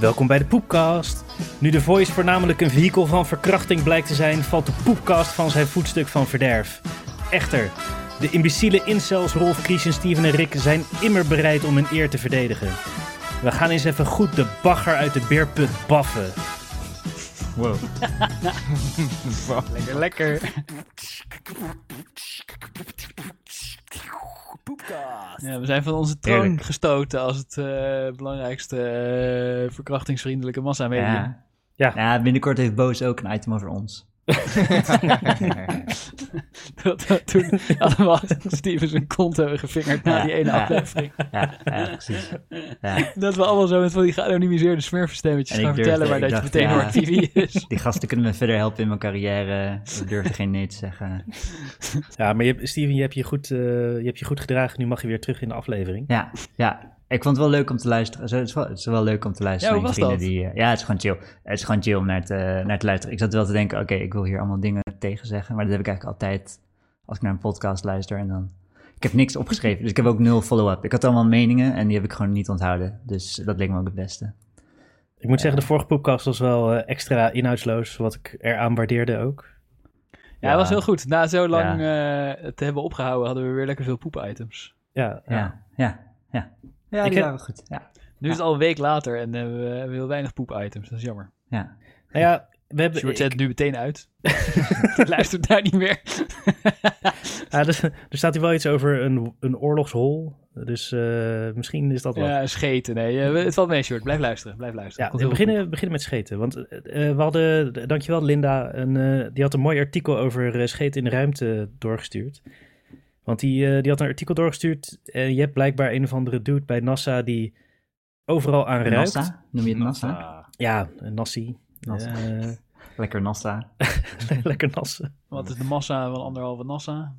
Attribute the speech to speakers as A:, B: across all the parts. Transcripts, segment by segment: A: Welkom bij de Poepcast. Nu de Voice voornamelijk een vehikel van verkrachting blijkt te zijn, valt de Poepcast van zijn voetstuk van verderf. Echter, de imbeciele incels Rolf, Chris en Steven en Rick zijn immer bereid om hun eer te verdedigen. We gaan eens even goed de bagger uit de beerput baffen.
B: Wow.
C: Lekker, lekker. Ja, we zijn van onze troon
A: Heerlijk.
C: gestoten als het eh, belangrijkste eh, verkrachtingsvriendelijke massamedium.
B: Ja.
A: Ja.
B: Ja, binnenkort heeft Boos ook een item over ons.
C: Dat we toen allemaal Steven zijn kont hebben gevingerd na
B: Ja,
C: die ene
B: ja.
C: aflevering.
B: Ja, ja precies. Ja.
C: Dat we allemaal zo met van die geanonimiseerde smurfenstemmetjes
B: En ik
C: gaan
B: durfde-
C: vertellen, maar dat je
B: ik dacht,
C: meteen
B: ja.
C: hoort wie wie is.
B: dus Die gasten kunnen me verder helpen in mijn carrière. Ik durfde geen nee te zeggen.
A: Ja, maar je, hebt- Steven, je hebt je, goed, eh, je hebt je goed gedragen. Nu mag je weer terug in de aflevering.
B: Ja, ja. Ik vond het wel leuk om te luisteren. Zo, Het is wel, het is wel leuk om te luisteren.
C: Ja, hoe
B: naar je
C: was
B: vrienden Die, eh, ja, het is gewoon chill. Het is gewoon chill om naar te, naar te luisteren. Ik zat wel te denken, oké, ik wil hier allemaal dingen tegen zeggen. Maar dat heb ik eigenlijk altijd als ik naar een podcast luister. En dan, ik heb niks opgeschreven, dus ik heb ook nul follow-up. Ik had allemaal meningen en die heb ik gewoon niet onthouden. Dus dat leek me ook het beste.
A: Ik moet zeggen, de vorige Poepcast was wel eh, extra inhoudsloos, wat ik eraan waardeerde ook.
C: Ja, dat was heel goed. Na zo lang eh, het hebben opgehouden, hadden we weer lekker veel poep-items.
A: Ja, ja.
B: Ja, ja, ja. Ja,
A: Ik
B: die
A: heb-
B: waren goed. Ja,
C: Nu is het al een week later en hebben we hebben we heel weinig poep-items. Dat is jammer.
B: ja.
A: Nou ja, we hebben...
C: Sjoerd zet het nu meteen uit. Die luistert daar niet meer.
A: Ja, Ah, dus, er, er staat hier wel iets over een, een oorlogshol. Dus eh, misschien is
B: Oh.
A: dat wel. Ja,
C: Ja, scheten. Nee, eh, het valt mee, Sjoerd. Blijf luisteren. Blijf luisteren. Komt
A: we
C: heel
A: beginnen, beginnen met scheten. Want eh, eh, we hadden, dankjewel Linda, een, eh, die had een mooi artikel over eh, scheten in de ruimte doorgestuurd. Want die, eh, die had een artikel doorgestuurd. En je hebt blijkbaar een of andere dude bij NASA die overal aan ruikt.
B: Nassa, noem je het Nassa?
A: Ja, een Nassie.
B: Nassa.
A: Eh,
B: Lekker Nassa.
A: lekker nassen.
C: goed. Wat is de massa van anderhalve NASA?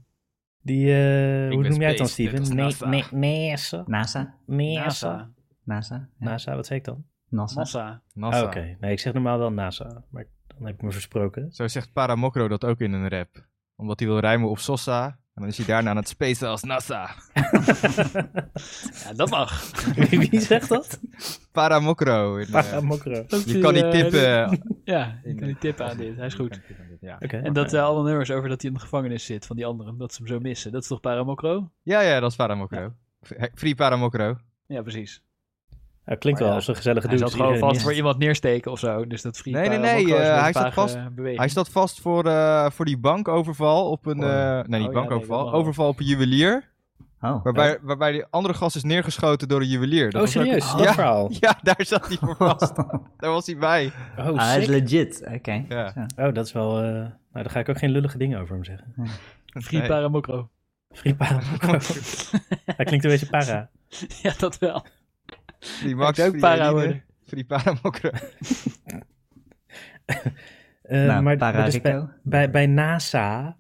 A: Die, eh, hoe
D: ben
A: noem jij het dan,
D: space, net
A: Steven?
D: als NASA.
A: Nee, nee, NASA.
B: NASA?
A: NASA.
C: NASA.
B: NASA? Ja,
A: NASA, wat zei ik dan?
B: Nassa?
C: Massa.
D: NASA.
A: Ah, Oké, nee, ik zeg normaal wel NASA, maar dan heb ik me versproken.
D: Zo zegt Paramokro dat ook in een rap. Omdat hij wil rijmen op Sosa. En dan is hij daarna aan het spacen als NASA.
C: Ja, dat mag.
A: Wie zegt dat?
D: Paramokro. in, eh,
A: Paramokro.
D: je kan niet tippen.
C: eh, Ja, je kan niet tippen aan dit. Hij is goed.
D: Ja.
A: Oké.
C: En dat eh alle nummers over dat hij in de gevangenis zit van die anderen. Dat ze hem zo missen. Dat is toch Paramokro?
D: ja, ja, dat is Paramokro. F- Free Paramokro.
C: Ja, precies.
A: Ja, klinkt wel
C: Maar ja,
A: als een gezellige
C: Hij
A: dude.
C: zat gewoon
A: die
C: vast
A: iedereen
C: voor iemand neersteken of zo. Dus dat vriend
D: Nee, nee, nee,
C: Paramokro is
D: eh,
C: een
D: hij staat
C: vage
D: vast.
C: beweging.
D: Hij staat vast voor, eh, voor die bankoverval op een...
B: Oh.
D: eh, nee, niet
C: Oh, ja,
D: bankoverval.
C: nee, dat mag
D: overval op een juwelier.
B: Oh,
D: Waarbij, waarbij die andere gast is neergeschoten door een juwelier. Dat
A: mist.
D: was
A: Oh,
D: ook-
A: serieus?
D: Ja.
A: Dat verhaal?
D: Ja, daar zat hij voor vast. daar was hij bij.
A: Oh,
B: Ah, hij is
A: sick.
B: legit. Oké.
D: Ja.
B: Zo.
A: Oh, dat is wel... eh, nou, daar ga ik ook geen lullige dingen over hem zeggen.
C: Vriend
D: Nee.
C: Paramokro.
A: Free Paramokro. Hij klinkt een beetje para.
C: Ja, dat wel.
D: Die Max,
C: Hij moet ook
D: free
C: para
D: Eline,
C: worden.
D: Free Paramokro.
A: Eh,
B: nou,
A: maar,
B: para
A: maar dus bij,
B: Rico.
A: bij, bij NASA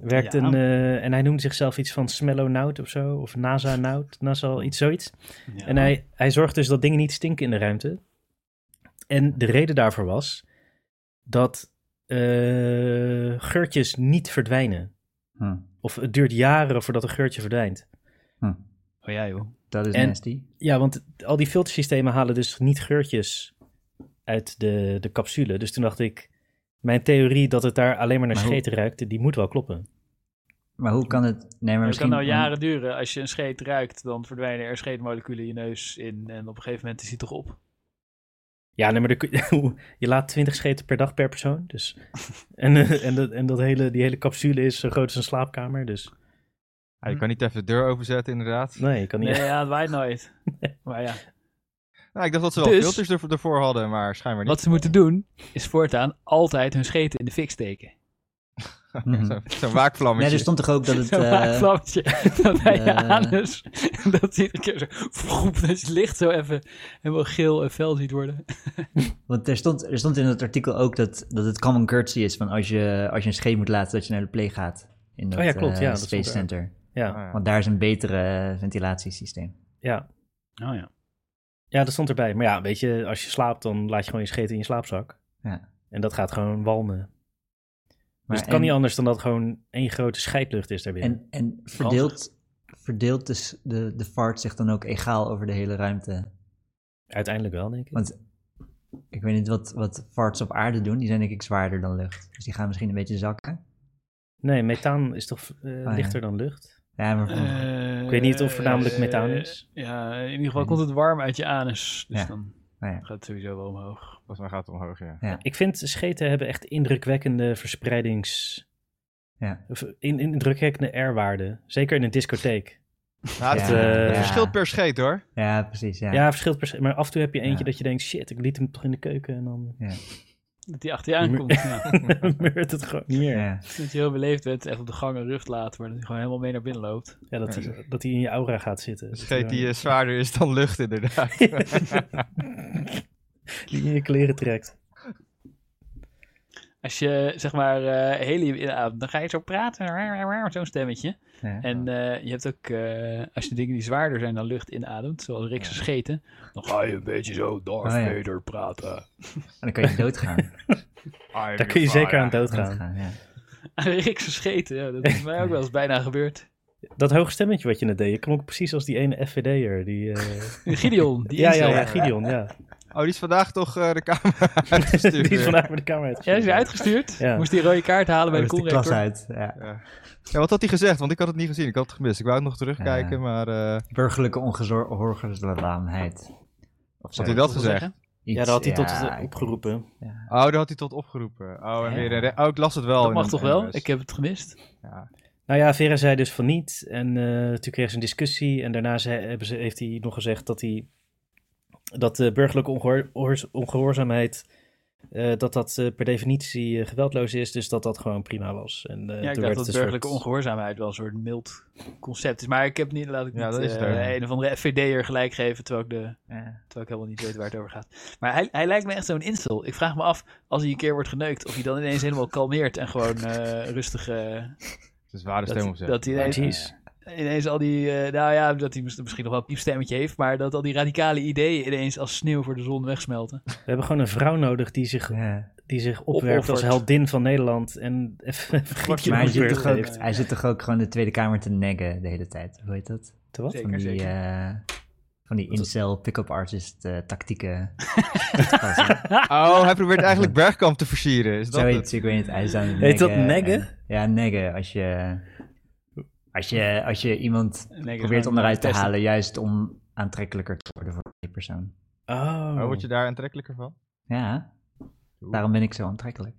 A: werkt
C: Ja.
A: een... eh, en hij noemde zichzelf iets van Smellonaut of zo. Of NASA-naut. NASA, iets zoiets.
C: Ja.
A: En hij, hij zorgt dus dat dingen niet stinken in de ruimte. En de reden daarvoor was dat eh, geurtjes niet verdwijnen.
B: Hm,
A: Of het duurt jaren voordat een geurtje verdwijnt.
C: Oh ja, joh.
B: Dat is
A: En-
B: nasty.
A: Ja, want al die filtersystemen halen dus niet geurtjes uit de, de capsule. Dus toen dacht ik, mijn theorie dat het daar alleen maar naar
B: Maar hoe-
A: scheten ruikt, die moet wel kloppen.
B: Maar hoe kan het... Nee, maar
C: Het
B: misschien...
C: kan nou jaren duren. Als je een scheet ruikt, dan verdwijnen er scheetmoleculen in je neus in. En op een gegeven moment is die toch op.
A: Ja, nee, maar dan kun je, je laat 20 scheten per dag per persoon. Dus. En, eh, en, dat, en dat hele, die hele capsule is zo groot als een slaapkamer. Dus
D: Ah, je kan niet even de deur openzetten, inderdaad.
A: nee, je kan niet.
C: Nee, ja, het waait nooit. Maar ja.
D: Nou, ik dacht dat ze wel
C: Dus-
D: filters ervoor, ervoor hadden, maar schijnbaar niet.
C: Wat ze moeten doen, is voortaan altijd hun scheten in de fik steken.
B: Mhm.
D: Zo- Zo'n
B: Nee,
D: waakvlammetje.
B: er stond toch ook dat het...
C: Zo'n
B: eh,
C: waakvlammetje dat bij je
B: eh.
C: anus. En dat zie een keer zo... vroep, Dat je licht zo even helemaal geel en fel ziet worden.
B: want er stond, er stond in het artikel ook dat, dat het common courtesy is van als je, als je een scheet moet laten, dat je naar de play gaat. In dat,
A: Oh ja, klopt,
B: eh,
A: ja, dat stond
B: Space
A: er. Dus
B: Center.
A: Ja.
D: Ah, ja.
B: Want daar is een betere eh, ventilatiesysteem.
A: Ja.
C: Oh ja.
A: ja, dat stond erbij. Maar ja, weet je, als je slaapt, dan laat je gewoon je scheten in je slaapzak.
B: Ja.
A: En dat gaat gewoon walmen.
B: Maar
A: dus het kan
B: en-
A: niet anders dan dat gewoon één grote scheidlucht is daarbinnen.
B: En, en verdeelt, verdeelt dus de, de fart zich dan ook egaal over de hele ruimte?
A: Uiteindelijk wel, denk ik.
B: Want Ik weet niet wat, wat farts op aarde doen. Die zijn denk ik zwaarder dan lucht. Dus die gaan misschien een beetje zakken.
A: Nee, methaan is toch eh,
B: Oh, ja.
A: lichter dan lucht?
B: Ja, maar
A: Eh. Ik weet niet of voornamelijk methaan is.
C: Eh, Ja, in ieder geval komt het warm uit je anus. Dus
B: Ja.
C: dan
B: nou ja.
C: gaat het sowieso wel omhoog.
D: Volgens mij gaat het omhoog, ja.
A: Ik vind scheten hebben echt indrukwekkende verspreidings...
B: Ja.
A: Of in, in- indrukwekkende R-waarden. Zeker in een discotheek.
D: Nou, het,
A: Ja.
D: het
A: Ja.
D: verschilt per scheet hoor.
B: ja, precies. Ja.
A: Ja, verschilt per se. Maar af en toe heb je eentje
B: Ja.
A: dat je denkt... shit, ik liet hem toch in de keuken en dan
C: Dat die achter je aankomt. ja.
A: meurt het gewoon niet meer. Ja,
B: Ja.
C: Dat je heel beleefd bent, echt op de gang een rug laat, maar dat hij gewoon helemaal mee naar binnen loopt.
A: dat, die, dat die in je aura gaat zitten.
D: Een
A: Dat
D: scheet die
A: die,
D: eh, zwaarder is dan lucht inderdaad.
A: die in je kleren trekt.
C: Als je zeg maar eh helium inademt, dan ga je zo praten, raar, raar, raar, zo'n stemmetje.
B: Ja.
C: En eh, je hebt ook, eh, als je dingen die zwaarder zijn dan lucht inademt, zoals Rick's scheten, dan ga je een beetje zo Darth
B: Oh, ja.
C: Vader praten.
B: En dan kan je doodgaan.
A: Daar kun je zeker aan doodgaan.
B: doodgaan ja.
C: Rick's scheten, ja, dat is mij ook wel eens bijna gebeurd.
A: Dat hoge stemmetje wat je net deed, je klonk precies als die ene FVD'er. Die, eh,
C: Gideon, die
A: ja, ja,
C: incel.
A: ja, Gideon, ja.
D: Oh, die is vandaag toch eh, de camera uitgestuurd.
A: Die is
D: weer.
A: vandaag met de camera uit.
C: Ja, die is weer uitgestuurd.
A: Ja.
C: Moest die rode kaart halen bij
B: Oh,
C: de
B: dus de klas
C: koelrector.
B: uit. Ja.
D: Ja, wat had hij gezegd? Want ik had het niet gezien. Ik had het gemist. Ik wou het nog terugkijken,
B: Ja.
D: maar... eh,
B: Burgerlijke ongehoorzaamheid. Of zo.
D: had hij dat gezegd?
A: Ja, daar had hij tot het
B: ik-
A: eh, opgeroepen.
D: Oh, daar had hij tot opgeroepen. Oh, en
B: Ja.
D: weer een re- Oh, ik las het wel.
C: Dat
D: in
C: mag
D: een
C: toch wel?
D: NOS.
C: Ik heb het gemist.
D: Ja.
A: Nou ja, Vera zei dus van niet. En eh, toen kreeg ze een discussie. En daarna ze, hebben ze, heeft hij nog gezegd dat, hij, dat de burgerlijke ongehoor- oors- ongehoorzaamheid... eh, dat dat eh, per definitie eh, geweldloos is. Dus dat dat gewoon prima was. En, eh,
C: Ja, ik
A: toen
C: dacht
A: werd
C: dat
A: het een
C: burgerlijke
A: soort-
C: ongehoorzaamheid wel een soort mild concept is. Maar ik heb niet, laat ik
D: Ja,
C: niet
D: dat is het
C: eh,
D: ook.
C: een of andere FVD'er gelijk geven, terwijl ik, de, eh,
B: Ja.
C: terwijl ik helemaal niet weet waar het over gaat. Maar hij, hij lijkt me echt zo'n instel. Ik vraag me af, als hij een keer wordt geneukt, of hij dan ineens helemaal kalmeert en gewoon eh, rustig... eh,
D: Het is een zware stem op
C: dat,
D: zich.
C: dat hij ineens,
A: Precies.
C: ineens al die... eh, nou ja, dat hij mis- misschien nog wel een piepstemmetje heeft, maar dat al die radicale ideeën ineens als sneeuw voor de zon wegsmelten.
A: We hebben gewoon een vrouw nodig die zich,
B: Ja.
A: die zich opwerpt als
C: Opoffert.
A: heldin van Nederland. En even een grietje
B: Maar hij
A: op de
B: zit,
A: beurt
B: toch ook,
A: geeft.
B: hij zit toch ook gewoon de Tweede Kamer te neggen de hele tijd. Hoe heet dat?
A: Te Wat?
C: Zeker,
B: Van die,
C: zeker.
B: eh, van die incel pick-up artist eh, tactieken.
D: Oh, hij probeert eigenlijk Bergkamp te versieren. Is dat het?
B: Zoiets, ik weet niet. Hij is aan het
A: Heet dat
B: neggen
A: neggen?
B: en- Ja, neggen. Als je, als je, als je iemand
C: Nee,
B: probeert
C: gewoon
B: onderuit te
C: testen.
B: halen, juist om aantrekkelijker te worden voor die persoon.
A: Oh.
D: Oh, word je daar aantrekkelijker van?
B: Ja, daarom ben ik zo aantrekkelijk.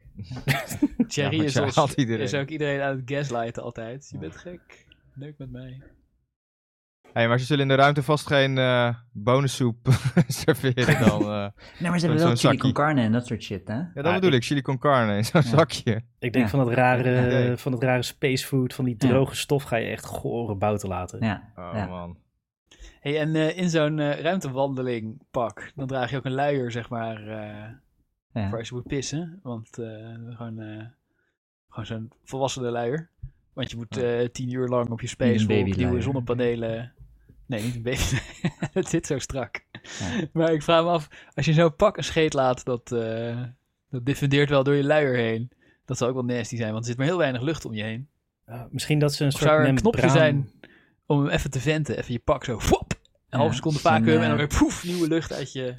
C: Thierry
D: Ja, maar
C: is,
D: zo
C: ons-
D: haalt iedereen.
C: is ook iedereen aan het gaslighten altijd. Je bent gek. Leuk met mij.
D: Hey, maar ze zullen in de ruimte vast geen eh bonensoep serveren dan. eh.
B: Nee, maar ze
D: Zo'n-
B: hebben wel
D: zo'n
B: chili con
D: zakkie.
B: carne en dat soort shit, hè?
D: Ja, dat
A: Ah,
D: bedoel ik. Chili con carne in zo'n
B: Ja.
D: zakje.
A: Ik denk
B: Ja.
A: van, dat rare,
D: Ja, ja.
A: van dat rare spacefood, van die
B: Ja.
A: droge stof, ga je echt gore bouten laten.
B: Ja,
D: Oh
B: ja.
D: man.
C: Hey, en eh, in zo'n eh, ruimtewandeling pak, dan draag je ook een luier, zeg maar, eh,
B: ja.
C: voor als je moet pissen. Want eh, gewoon, eh, gewoon zo'n volwassene luier. Want je moet eh, tien uur lang op je space
B: Niet een
C: voor opnieuw
B: babyluier.
C: zonnepanelen. Nee, niet een baby. Het zit zo strak.
B: Ja.
C: Maar ik vraag me af, als je zo'n pak een scheet laat, dat, eh, dat diffundeert wel door je luier heen. Dat zou ook wel nasty zijn, want er zit maar heel weinig lucht om je heen.
A: Uh, misschien dat ze een
C: Of
A: soort
C: zou er een
A: membraan-
C: knopje zijn om hem even te venten? Even je pak zo, fwop, een
B: Ja,
C: halve seconde
B: zo'n,
C: vacuüm en dan
B: eh,
C: weer poef, nieuwe lucht uit je...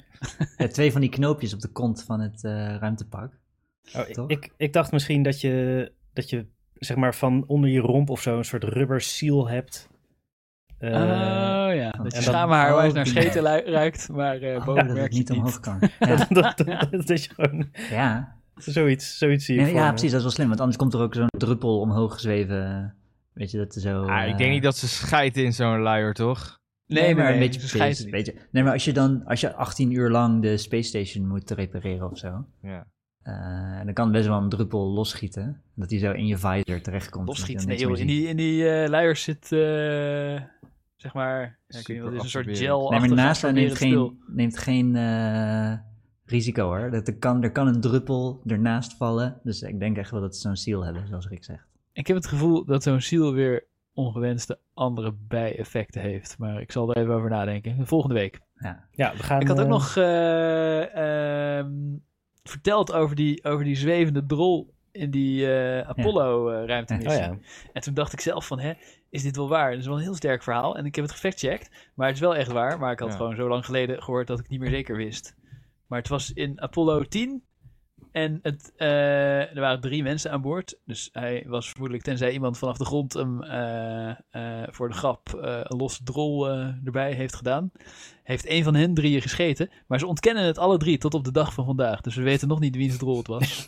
B: Ja, twee van die knoopjes op de kont van het eh, ruimtepak.
A: Oh, ik-
B: Toch?
A: ik, ik dacht misschien dat je, dat je zeg maar van onder je romp of zo een soort rubber seal hebt. Eh,
C: oh ja, dat je
A: dan-
C: schaamhaar wijs
B: oh,
C: naar
B: die-
C: scheten lu- ruikt, maar eh,
B: Oh,
C: boven
B: dat
C: merk
B: het
C: je
B: niet
C: het niet.
B: omhoog kan. Ja,
A: dat, dat, dat is gewoon
B: ja.
A: zoiets, zoiets zie je
B: Nee,
A: voor
B: ja
C: eh,
A: me.
B: precies, dat is wel slim. Want anders komt er ook zo'n druppel omhoog zweven. eh, Weet je, dat er zo...
D: Ah, ik
B: eh,
D: denk niet dat ze scheiden in zo'n luier, toch?
C: Nee, nee, nee, dus
B: een beetje
C: ze schijten
B: pis,
C: niet.
B: weet je. Nee, maar als je dan als je 18 uur lang de space station moet repareren of zo,
D: Ja.
B: eh, dan kan best wel een druppel losschieten. Dat die zo in je visor terechtkomt.
C: Lofschiet,
B: Dat je
C: nee
B: dan
C: joh,
B: niks
C: in
B: meer ziet.
C: die, in die eh, luiers zit, eh, zeg maar, ja, ik weet niet, wat
D: Super
C: het is een soort
D: absorberend.
C: gel
B: Nee, maar NASA
C: NASA
B: neemt geen, neemt geen eh, risico hoor. Dat er, kan, er kan een druppel ernaast vallen. Dus ik denk echt wel dat ze zo'n seal hebben, zoals Rick zegt.
C: Ik heb het gevoel dat zo'n ziel weer ongewenste andere bijeffecten heeft. Maar ik zal er even over nadenken. Volgende week.
A: Ja, we gaan,
C: Ik had ook
A: eh,
C: nog eh, ehm, verteld over die, over die zwevende drol in die eh,
A: Oh
C: Apollo-ruimtemissie.
A: ja,
C: En toen dacht ik zelf van, hè, is dit wel waar? Dat is wel een heel sterk verhaal. En ik heb het gefactcheckt, maar het is wel echt waar. Maar ik had
D: Ja.
C: gewoon zo lang geleden gehoord dat ik het niet meer zeker wist. Maar het was in Apollo 10. En het, eh, er waren drie mensen aan boord. Dus hij was vermoedelijk, tenzij iemand vanaf de grond hem eh, eh, voor de grap eh, een losse drol eh, erbij heeft gedaan. Heeft een van hen drieën gescheten. Maar ze ontkennen het alle drie tot op de dag van vandaag. Dus we weten nog niet wiens drol het was.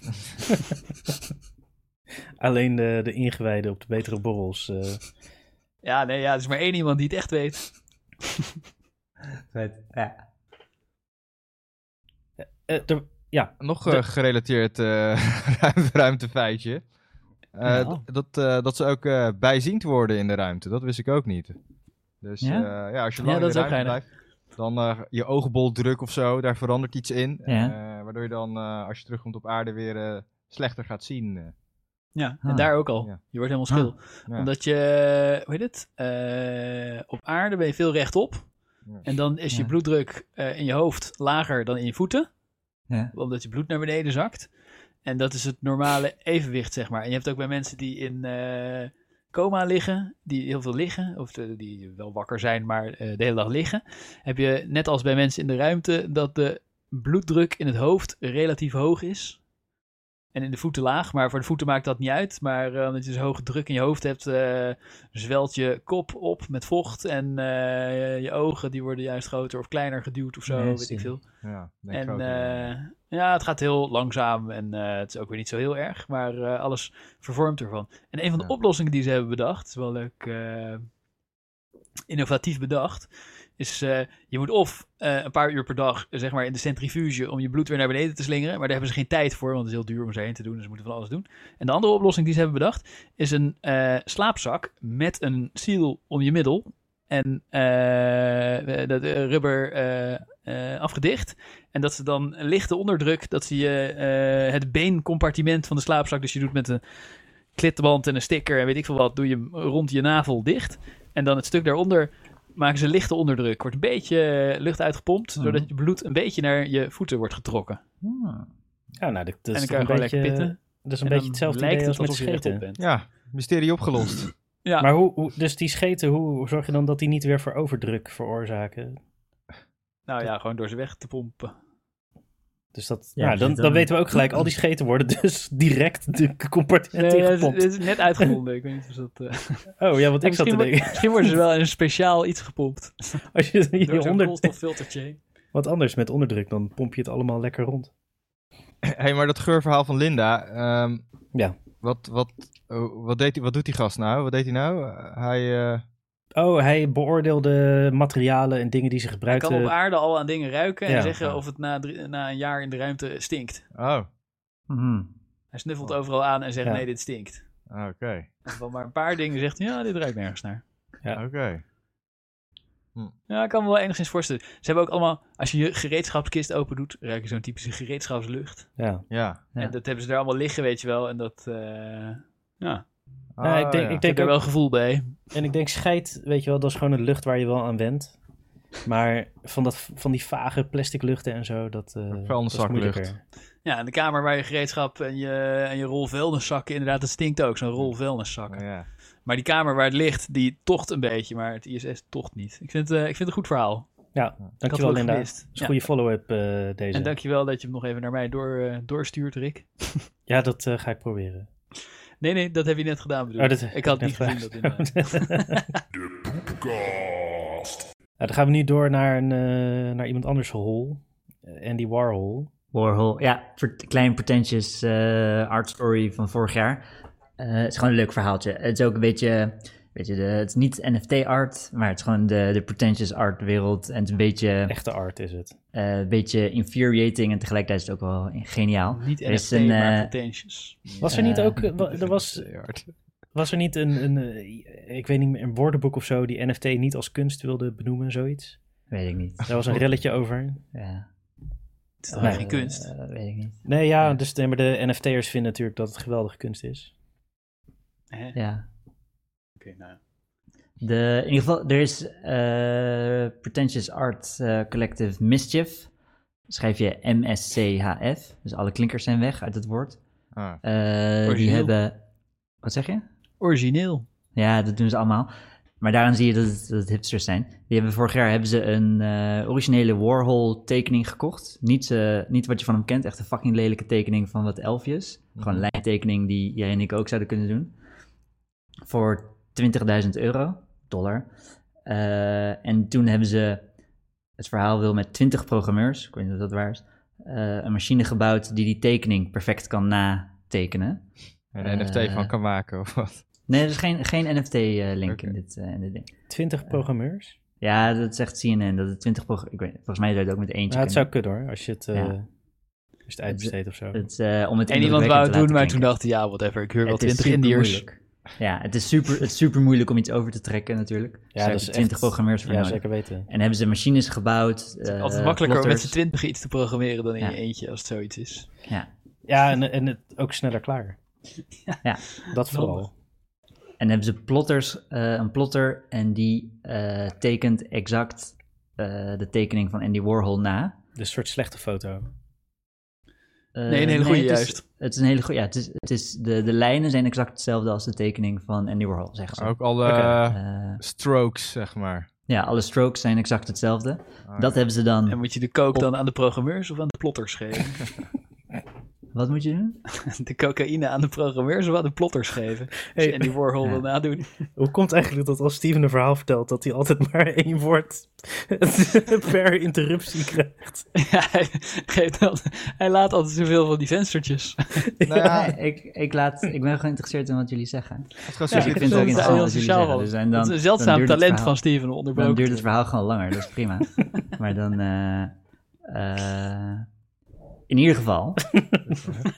A: Alleen de, de ingewijden op de betere borrels. eh.
C: ja, nee, ja, er is maar één iemand die het echt weet.
B: Vet. Ja.
A: Eh, er- ja,
D: Nog
A: De-
D: eh, gerelateerd eh ruim- ruimtefeitje. Eh,
B: Nou.
D: d- dat, eh, dat ze ook eh, bijziend worden in de ruimte. Dat wist ik ook niet. Dus
B: Ja?
D: ja, ja als je
C: Ja,
D: lang in
C: dat
D: de
C: is ook
D: ruimte blijft, dan eh, je oogbol druk of zo, daar verandert iets in.
B: Ja.
D: eh, waardoor je dan, eh, als je terugkomt op aarde, weer eh, slechter gaat zien. eh.
C: Ja, en
B: Ah.
C: daar ook al.
D: Ja.
C: Je wordt helemaal schil.
D: Ja.
C: Omdat je, hoe heet het? Eh, op aarde ben je veel rechtop.
D: Ja.
C: En dan is je
B: Ja.
C: bloeddruk eh, in je hoofd lager dan in je voeten.
B: Ja.
C: Omdat je bloed naar beneden zakt. En dat is het normale evenwicht, zeg maar. En je hebt ook bij mensen die in eh, coma liggen, die heel veel liggen, of eh, die wel wakker zijn, maar eh, de hele dag liggen, heb je net als bij mensen in de ruimte dat de bloeddruk in het hoofd relatief hoog is. En in de voeten laag, maar voor de voeten maakt dat niet uit. Maar eh, omdat je zo'n hoge druk in je hoofd hebt, eh, zwelt je kop op met vocht. En eh, je ogen die worden juist groter of kleiner geduwd of zo,
B: Nee,
C: weet
B: zie.
C: ik veel.
D: Ja, denk ik
C: En
D: ook, ja.
C: eh, ja, het gaat heel langzaam en eh, het is ook weer niet zo heel erg, maar eh, alles vervormt ervan. En een van de
D: Ja.
C: oplossingen die ze hebben bedacht, is wel leuk eh, innovatief bedacht, is eh, je moet of eh, een paar uur per dag eh, zeg maar in de centrifuge om je bloed weer naar beneden te slingeren, maar daar hebben ze geen tijd voor, want het is heel duur om ze heen te doen, dus ze moeten van alles doen. En de andere oplossing die ze hebben bedacht, is een eh, slaapzak met een seal om je middel en eh, dat eh, rubber eh, eh, afgedicht. En dat ze dan een lichte onderdruk, dat ze je eh, het beencompartiment van de slaapzak, dus je doet met een klitband en een sticker en weet ik veel wat, doe je hem rond je navel dicht. En dan het stuk daaronder maken ze lichte onderdruk. Wordt een beetje eh, lucht uitgepompt,
B: Mhm.
C: zodat je bloed een beetje naar je voeten wordt getrokken.
B: Hmm.
A: ja, nou, dat, dat
C: en
A: is toch
C: dan kan je
A: een
C: gewoon lekker
A: beetje,
C: pitten.
A: dat is
C: En
A: een
C: dan
A: beetje hetzelfde
C: lijkt
A: idee als
C: het
A: met
C: alsof je rechtop
A: scheten.
C: bent.
D: ja, mysterie opgelost.
C: Ja.
A: Maar hoe, hoe, dus die scheten, hoe zorg je dan dat die niet weer voor overdruk veroorzaken?
C: Nou ja, gewoon door ze weg te pompen.
A: Dus dat,
B: Ja,
A: nou,
B: dus
A: dan,
B: dan-
A: dan weten we ook gelijk, al die scheten worden dus direct de compartiment
C: Nee, het,
A: ingepompt.
C: is net uitgevonden. ik weet niet of dat... eh,
A: Oh ja, want ik zat te
C: misschien, wordt-
A: denken,
C: misschien worden ze wel in een speciaal iets gepompt.
A: als je
C: Door
A: je
C: zo'n
A: onder,
C: koolstoffiltertje.
A: wat anders met onderdruk, dan pomp je het allemaal lekker rond.
D: hey, maar dat geurverhaal van Linda. ehm,
A: Ja.
D: Wat, wat, oh, wat, deed, die- wat doet die gast nou? Wat deed hij nou? Eh, hij... eh,
A: Oh, hij beoordeelde materialen en dingen die ze
C: Je
A: gebruikten.
C: kan op aarde al aan dingen ruiken en
A: eh, Ja.
C: zeggen
D: Ja.
C: of het na, drie- na een jaar in de ruimte stinkt.
D: Oh,
B: Mhm.
C: Hij snuffelt overal aan en zegt
A: Ja.
C: nee, dit stinkt.
D: oké.
C: En van maar een paar dingen zegt hij, ja, dit ruikt nergens naar.
A: Ja.
D: Oké.
C: Ja, ik kan me wel enigszins voorstellen. Ze hebben ook allemaal, als je je gereedschapskist open doet, ruik je zo'n typische gereedschapslucht.
A: Ja.
D: Ja.
B: Ja.
C: En dat hebben ze daar allemaal liggen, weet je wel. En dat, eh ja,
A: Nou, ik denk, ik
C: ik
D: Oh, ja.
C: heb
A: denk
C: Ah, er
A: ook-
C: wel gevoel bij.
A: En ik denk scheid, weet je wel, dat is gewoon een lucht waar je wel aan went. Maar van, dat, van die vage plastic luchten en zo, dat, eh dat is
D: Vuilniszaklucht.
A: moeilijker.
C: Ja, en de kamer waar je gereedschap en je, en je rol vuilniszakken, inderdaad, dat stinkt ook, zo'n rol vuilniszakken.
D: Oh, Ja.
C: Maar die kamer waar het ligt, die tocht een beetje, maar het ISS tocht niet. Ik vind, eh, ik vind het een goed verhaal.
A: Ja,
C: Ik had
A: dankjewel
C: het ook
A: Linda. Dat is
C: gemist.
A: een
C: Ja.
A: goede follow-up eh, deze.
C: En dankjewel dat je hem nog even naar mij door, eh, doorstuurt, Rick.
A: Ja, dat eh, ga ik proberen.
C: Nee, nee, dat heb je net gedaan bedoel
A: Oh,
C: ik.
A: dat-
C: Ik had
A: net
C: niet gezien dat
A: gevraagd.
C: inderdaad.
A: Nou, dan gaan we nu door naar, een, eh, naar iemand anders hol. Eh, Andy Warhol.
B: Warhol. Ja, ver- klein pretentious eh, art story van vorig jaar. Eh, het is gewoon een leuk verhaaltje. Het is ook een beetje, weet je, de, het is niet NFT art, maar het is gewoon de, de pretentious art wereld. En het is een beetje,
A: Echte art is het.
B: eh, een beetje infuriating en tegelijkertijd is het ook wel geniaal.
C: Niet
B: Er is
C: NFT,
B: een,
C: maar
B: eh,
C: pretentious.
A: Was er niet
B: Eh,
A: ook... eh, wa- er was, was er niet een, een, eh, ik weet niet meer, een woordenboek of zo... die NFT niet als kunst wilde benoemen, zoiets?
B: Weet ik niet.
A: Daar was een relletje over.
B: Ja,
C: Het is toch
A: nee,
C: geen kunst?
B: eh, weet ik niet.
A: Nee, ja, dus de, maar de NFT'ers vinden natuurlijk dat het geweldige kunst is.
C: Hè? Oké,
B: Ja.
C: nou.
B: De, in ieder geval, er is eh, Pretentious Art eh, Collective Mischief. Schrijf je MSCHF. Dus alle klinkers zijn weg uit het woord.
D: Ah.
B: Eh, die
C: Origineel.
B: hebben. Wat zeg je?
C: Origineel.
B: Ja, dat doen ze allemaal. Maar daaraan zie je dat het, dat het hipsters zijn. Die hebben vorig jaar hebben ze een eh, originele Warhol tekening gekocht. Niet, eh, niet wat je van hem kent, echt een fucking lelijke tekening van wat elfjes. Gewoon een lijntekening die jij en ik ook zouden kunnen doen. Voor 20.000 euro, dollar. Eh, en toen hebben ze, het verhaal wil met 20 programmeurs, ik weet niet of dat waar is, eh, een machine gebouwd die die tekening perfect kan natekenen.
D: En een NFT van kan maken of wat.
B: Nee, er is geen, geen NFT-link
D: Oké.
B: in, dit, eh, in dit ding.
A: 20 programmeurs?
B: Ja, dat zegt CNN. Dat het 20 pro- ik weet, Volgens mij zou je het ook met eentje
A: Nou, het
B: kunnen.
A: zou kunnen hoor, als je het, eh,
B: Ja.
A: als je het uitbesteedt of zo.
B: Het, eh, om het
C: En iemand wou het
B: indrukwekkend te
C: doen, maar
B: laten
C: toen
B: klinken.
C: dacht hij, ja, whatever, ik huur wel
B: Het is
C: 20 Indiërs.
B: supermoeilijk. Ja, het is, super, het is super moeilijk om iets over te trekken natuurlijk. Ja,
A: dat is
B: 20
A: echt-
B: programmeurs voor
A: Ja,
B: nodig.
A: zeker weten.
B: En hebben ze machines gebouwd.
C: Het is
B: eh,
C: altijd makkelijker om met
B: plotters.
C: z'n twintig iets te programmeren dan in je
B: Ja.
C: eentje, als het zoiets is.
B: Ja.
A: Ja, en, en het ook sneller klaar.
B: Ja.
A: Dat vooral.
B: En hebben ze plotters, eh, een plotter, en die eh, tekent exact eh, de tekening van Andy Warhol na.
A: Dus een soort slechte foto.
B: Eh,
C: Nee, een hele goede
B: het is-
C: juist.
B: Het is een hele goede. Ja, het is, het is, de, de lijnen zijn exact hetzelfde als de tekening van Andy Warhol, zeggen
C: Oh,
B: ze.
D: Ook alle
A: Oké.
D: eh,
B: Eh,
D: strokes, zeg maar.
B: ja, alle strokes zijn exact hetzelfde.
D: Ah,
B: Dat hebben ze dan.
C: En moet je de coke dan aan de programmeurs of aan de plotters geven?
B: Wat moet je doen?
C: de cocaïne aan de programmeurs of aan de plotters geven?
A: Hey.
C: En die Warhol
B: Ja.
C: wil nadoen.
A: Hoe komt eigenlijk dat als Steven een verhaal vertelt, dat hij altijd maar één woord per interruptie krijgt?
C: hij, geeft dan, hij laat altijd zoveel van die venstertjes.
D: Nou ja,
C: Ah.
B: Nee, ik, ik, laat, ik ben geïnteresseerd in wat jullie zeggen.
D: het gaat
B: Dus
D: zo
B: ik
D: zitten.
B: vind het ook
C: dat is
B: interessant
C: heel
B: wat jullie
C: sociaal
B: zeggen.
C: van.
B: Dus en dan,
C: dat is een
B: dan
C: zeldzaam
B: duurt het
C: talent
B: verhaal-
C: van Steven
B: Dan
C: onderbroken.
B: duurt het verhaal gewoon langer, dat is prima. maar dan... eh, eh, in ieder geval,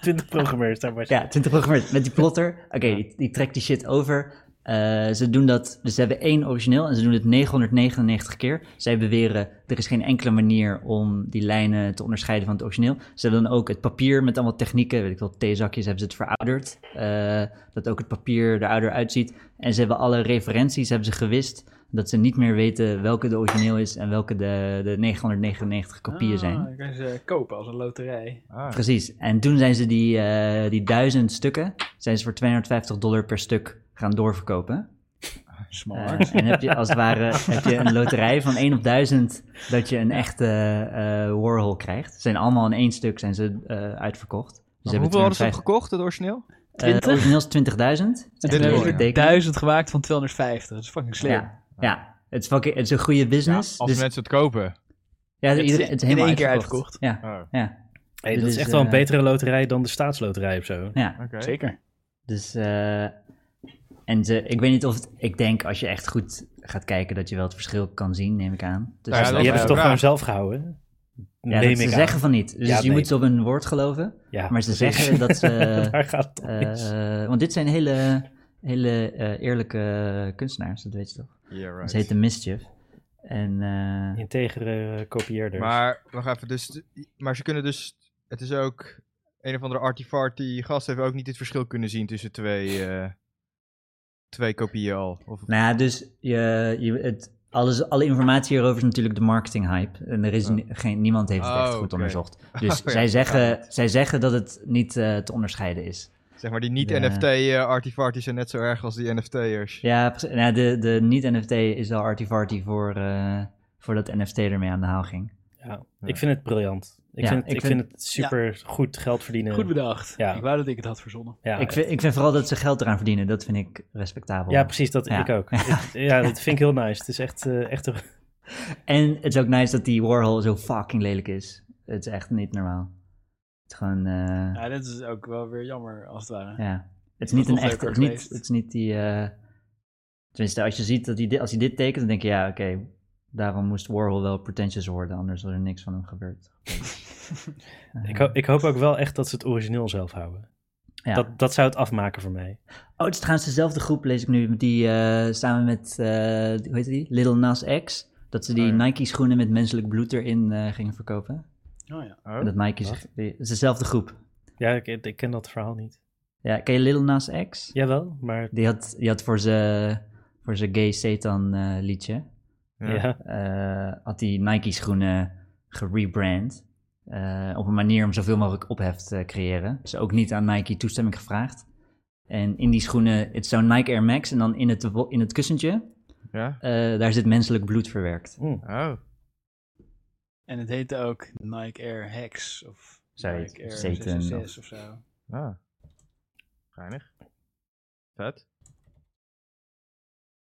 A: 20 programmeurs, daar was je.
B: ja, 20 programmeurs met die plotter. Oké, die, die trekt die shit over. Eh, ze doen dat, dus ze hebben één origineel en ze doen het 999 keer. Zij beweren, er is geen enkele manier om die lijnen te onderscheiden van het origineel. Ze hebben dan ook het papier met allemaal technieken, weet ik wel, theezakjes hebben ze het verouderd. eh, dat ook het papier er ouder uitziet. En ze hebben alle referenties hebben ze gewist, dat ze niet meer weten welke de origineel is en welke de, de 999 kopieën zijn.
C: Ah, dan kan je ze kopen als een loterij.
D: Ah,
B: Precies. En toen zijn ze die, eh, die duizend stukken, zijn ze voor 250 dollar per stuk gaan doorverkopen. Eh,
C: Smart.
B: en heb je als het ware heb je een loterij van 1 op 1000 dat je een echte eh, Warhol krijgt. Ze zijn allemaal in één stuk zijn ze eh, uitverkocht. Dus ze
D: maar hoeveel hadden ze
B: 250
D: hem gekocht, het origineel?
B: eh,
C: 20?
B: origineel is 20.000. Het is echt een
D: hebben
B: leuke
D: ze er
B: tekening.
C: Duizend gemaakt van 250. Dat is fucking slim.
B: Ja, ja. Het, is fucking, het is een goede
D: Ja,
B: business.
D: als
B: dus,
D: mensen het kopen.
B: ja,
C: Het is
B: iedereen-
C: in
B: is helemaal
C: één keer
B: uitverkocht. Ja,
D: Oh,
B: ja,
A: Hey,
B: Dit
A: dat is
B: is,
A: echt wel een
B: eh,
A: betere loterij dan de staatsloterij of zo.
B: ja.
D: oké.
C: Zeker.
B: Dus, eh, en ze, ik weet niet of het, ik denk als je echt goed gaat kijken dat je wel het verschil kan zien, neem ik aan. Dus
D: Nou ja,
B: dat-
A: Je hebt
D: dat is
A: het toch
D: de
A: gewoon
D: vraag.
A: zelf gehouden?
B: ja,
A: Neem
B: dat ze
A: ik aan.
B: zeggen van niet. Dus
A: Ja,
B: je
A: nee.
B: moet ze op hun woord geloven.
A: Ja,
B: maar ze
A: precies.
B: zeggen dat ze,
A: Daar gaat het om mis.
B: eh, eh, want dit zijn hele, hele eh, eerlijke kunstenaars, dat weet je toch?
D: Yeah,
B: Ze
D: right.
B: heten Mischief. En eh,
A: Integere eh, kopieerders.
D: Maar, wacht even, dus, maar ze kunnen dus, het is ook, een of andere artifarty gast heeft ook niet het verschil kunnen zien tussen twee, eh, twee kopieën al. Of,
B: Nou ja, dus je, je, het, alles, alle informatie hierover is natuurlijk de marketinghype. En er is ni- geen, niemand heeft het
D: Oh,
B: echt goed
D: oké.
B: onderzocht. Dus
D: Oh ja,
B: zij,
D: ja.
B: zeggen, zij zeggen dat het niet eh, te onderscheiden is.
D: zeg maar, die niet
B: Ja.
D: nft eh artifarties zijn net zo erg als die NFT'ers.
B: Ja, precies. nou, de, de niet-NFT is al artifarty voor, eh, voordat NFT ermee aan de haal ging.
A: ja.
D: Ja.
A: Ik vind het briljant. Ik,
B: Ja,
A: vind, het, ik,
B: ik
A: vind, het super goed geld verdienen.
C: Goed bedacht.
A: Ja.
C: Ik wou dat ik het had verzonnen.
A: ja,
B: ik, vind, ik vind vooral dat ze geld eraan verdienen. Dat vind ik respectabel.
A: ja, precies. Dat
B: Ja.
A: ik ook. Ik- ja, dat vind ik heel nice. Het is echt, eh, echt een
B: En het is ook nice dat die Warhol zo fucking lelijk is. Het is echt niet normaal. Het is gewoon... eh,
C: Ja, dat is ook wel weer jammer, als het ware.
B: Ja.
C: was
B: Het is niet een
C: nog
B: echt.
C: leuker
B: Het is niet,
C: geweest.
B: het is niet die. eh, tenminste, als je ziet dat hij dit, als hij dit tekent, dan denk je ja, oké. daarom moest Warhol wel pretentious worden, anders was er niks van hem gebeurd.
A: Ik, ho- ik hoop ook wel echt dat ze het origineel zelf houden.
B: Ja.
A: Dat, dat zou het afmaken voor mij.
B: Oh, het is trouwens dezelfde groep, lees ik nu, die eh, samen met, eh, hoe heet die? Little Nas X. Dat ze die
D: Oh, ja.
B: Nike-schoenen met menselijk bloed erin eh, gingen verkopen.
C: Oh ja.
D: Oh?
B: En dat Nike zich- die- het is dezelfde groep.
A: Ja, ik, ik ken dat verhaal niet.
B: Ja, ken je Little Nas X?
A: Jawel, maar
B: Die had, die had voor zijn voor zijn gay Satan eh, liedje.
A: ja.
D: Ja.
B: eh, had hij Nike schoenen gerebrand. eh, op een manier om zoveel mogelijk ophef te creëren. Dus ook niet aan Nike toestemming gevraagd. En in die schoenen, het zou Nike Air Max. En dan in het, wo- in het kussentje
D: Ja?
B: Eh, daar zit menselijk bloed verwerkt.
A: Hm.
D: Oh.
C: En het heette ook Nike Air Hex of
B: Zei
C: Nike Air
B: het, Satan
C: 666 of zo.
D: Ah. Geinig. Vet.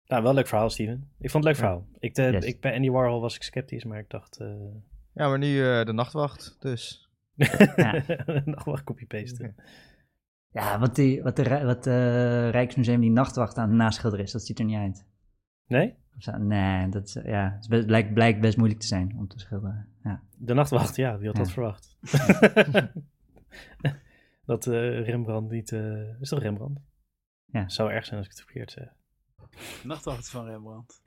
A: Nou, wel een leuk verhaal, Steven. Ik vond het leuk verhaal. Ik, eh,
B: Yes.
A: ik, bij Andy Warhol was ik sceptisch, maar ik dacht... eh,
D: Ja, maar nu eh, de nachtwacht, dus.
A: nog wel copy-pasten.
B: Ja, wat, die, wat, de, Rij- wat eh, Rijksmuseum die nachtwacht aan het naschilderen is, dat ziet er niet uit.
A: Nee?
B: Of zo, Nee, dat is, ja, het is best- blijkt, blijkt best moeilijk te zijn om te schilderen. Ja.
A: De nachtwacht, ja. Wie had dat
B: Ja.
A: verwacht? dat eh, Rembrandt niet... eh, is dat Rembrandt?
B: Ja.
A: Zou erg zijn als ik het verkeerd zeg.
C: Nachtwacht van Rembrandt.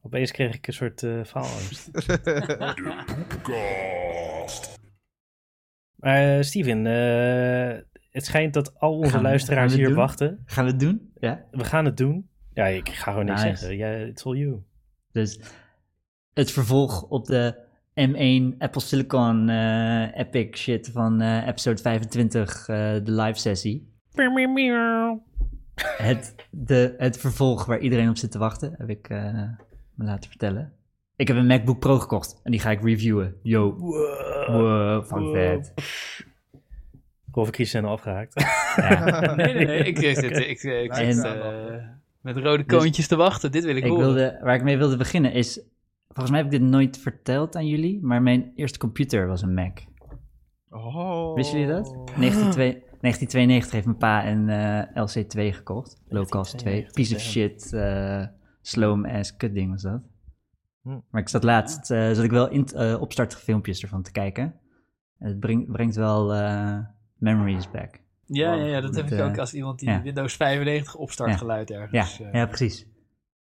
A: Opeens kreeg ik een soort eh faalangst. Maar eh, Steven, eh, het schijnt dat al onze
B: Gaan we- gaan
A: luisteraars
B: we het
A: hier
B: doen?
A: wachten.
B: Gaan we het doen? Ja.
A: We gaan het doen. Ja, ik ga gewoon niks
B: Nice.
A: zeggen. Ja, it's all you.
B: Dus het vervolg op de M1 Apple Silicon eh, epic shit van eh, episode 25, eh, de live sessie. Het, de, het vervolg waar iedereen op zit te wachten, heb ik eh, me laten vertellen. Ik heb een MacBook Pro gekocht en die ga ik reviewen. Yo, wow, fuck
A: Wow.
B: that.
A: Rolf en Chris zijn al afgehaakt.
B: Ja.
C: Nee, nee, nee. Ik eh, zit, ik, eh, ik
B: En-
C: zit eh, met rode koontjes te wachten. Dit wil ik,
B: Dus Ik
C: horen.
B: wilde, waar ik mee wilde beginnen is, volgens mij heb ik dit nooit verteld aan jullie, maar mijn eerste computer was een Mac.
D: Oh.
B: Wisten jullie dat? 1992 1992 heeft mijn pa een eh, LC2 gekocht. Low cost 2.
A: 1992,
B: Piece of
A: ja.
B: shit. eh sloom ass kut ding was dat.
D: Hm.
B: Maar ik zat laatst, eh, zat ik wel in, eh, opstartige filmpjes ervan te kijken. En het brengt, brengt wel eh, memories back.
C: Ja, ja, ja, dat heb
B: Met,
C: ik
B: eh,
C: ook als iemand die
B: ja.
C: Windows 95 opstart
B: Ja.
C: geluid
B: Ja,
C: ergens. eh.
B: ja precies.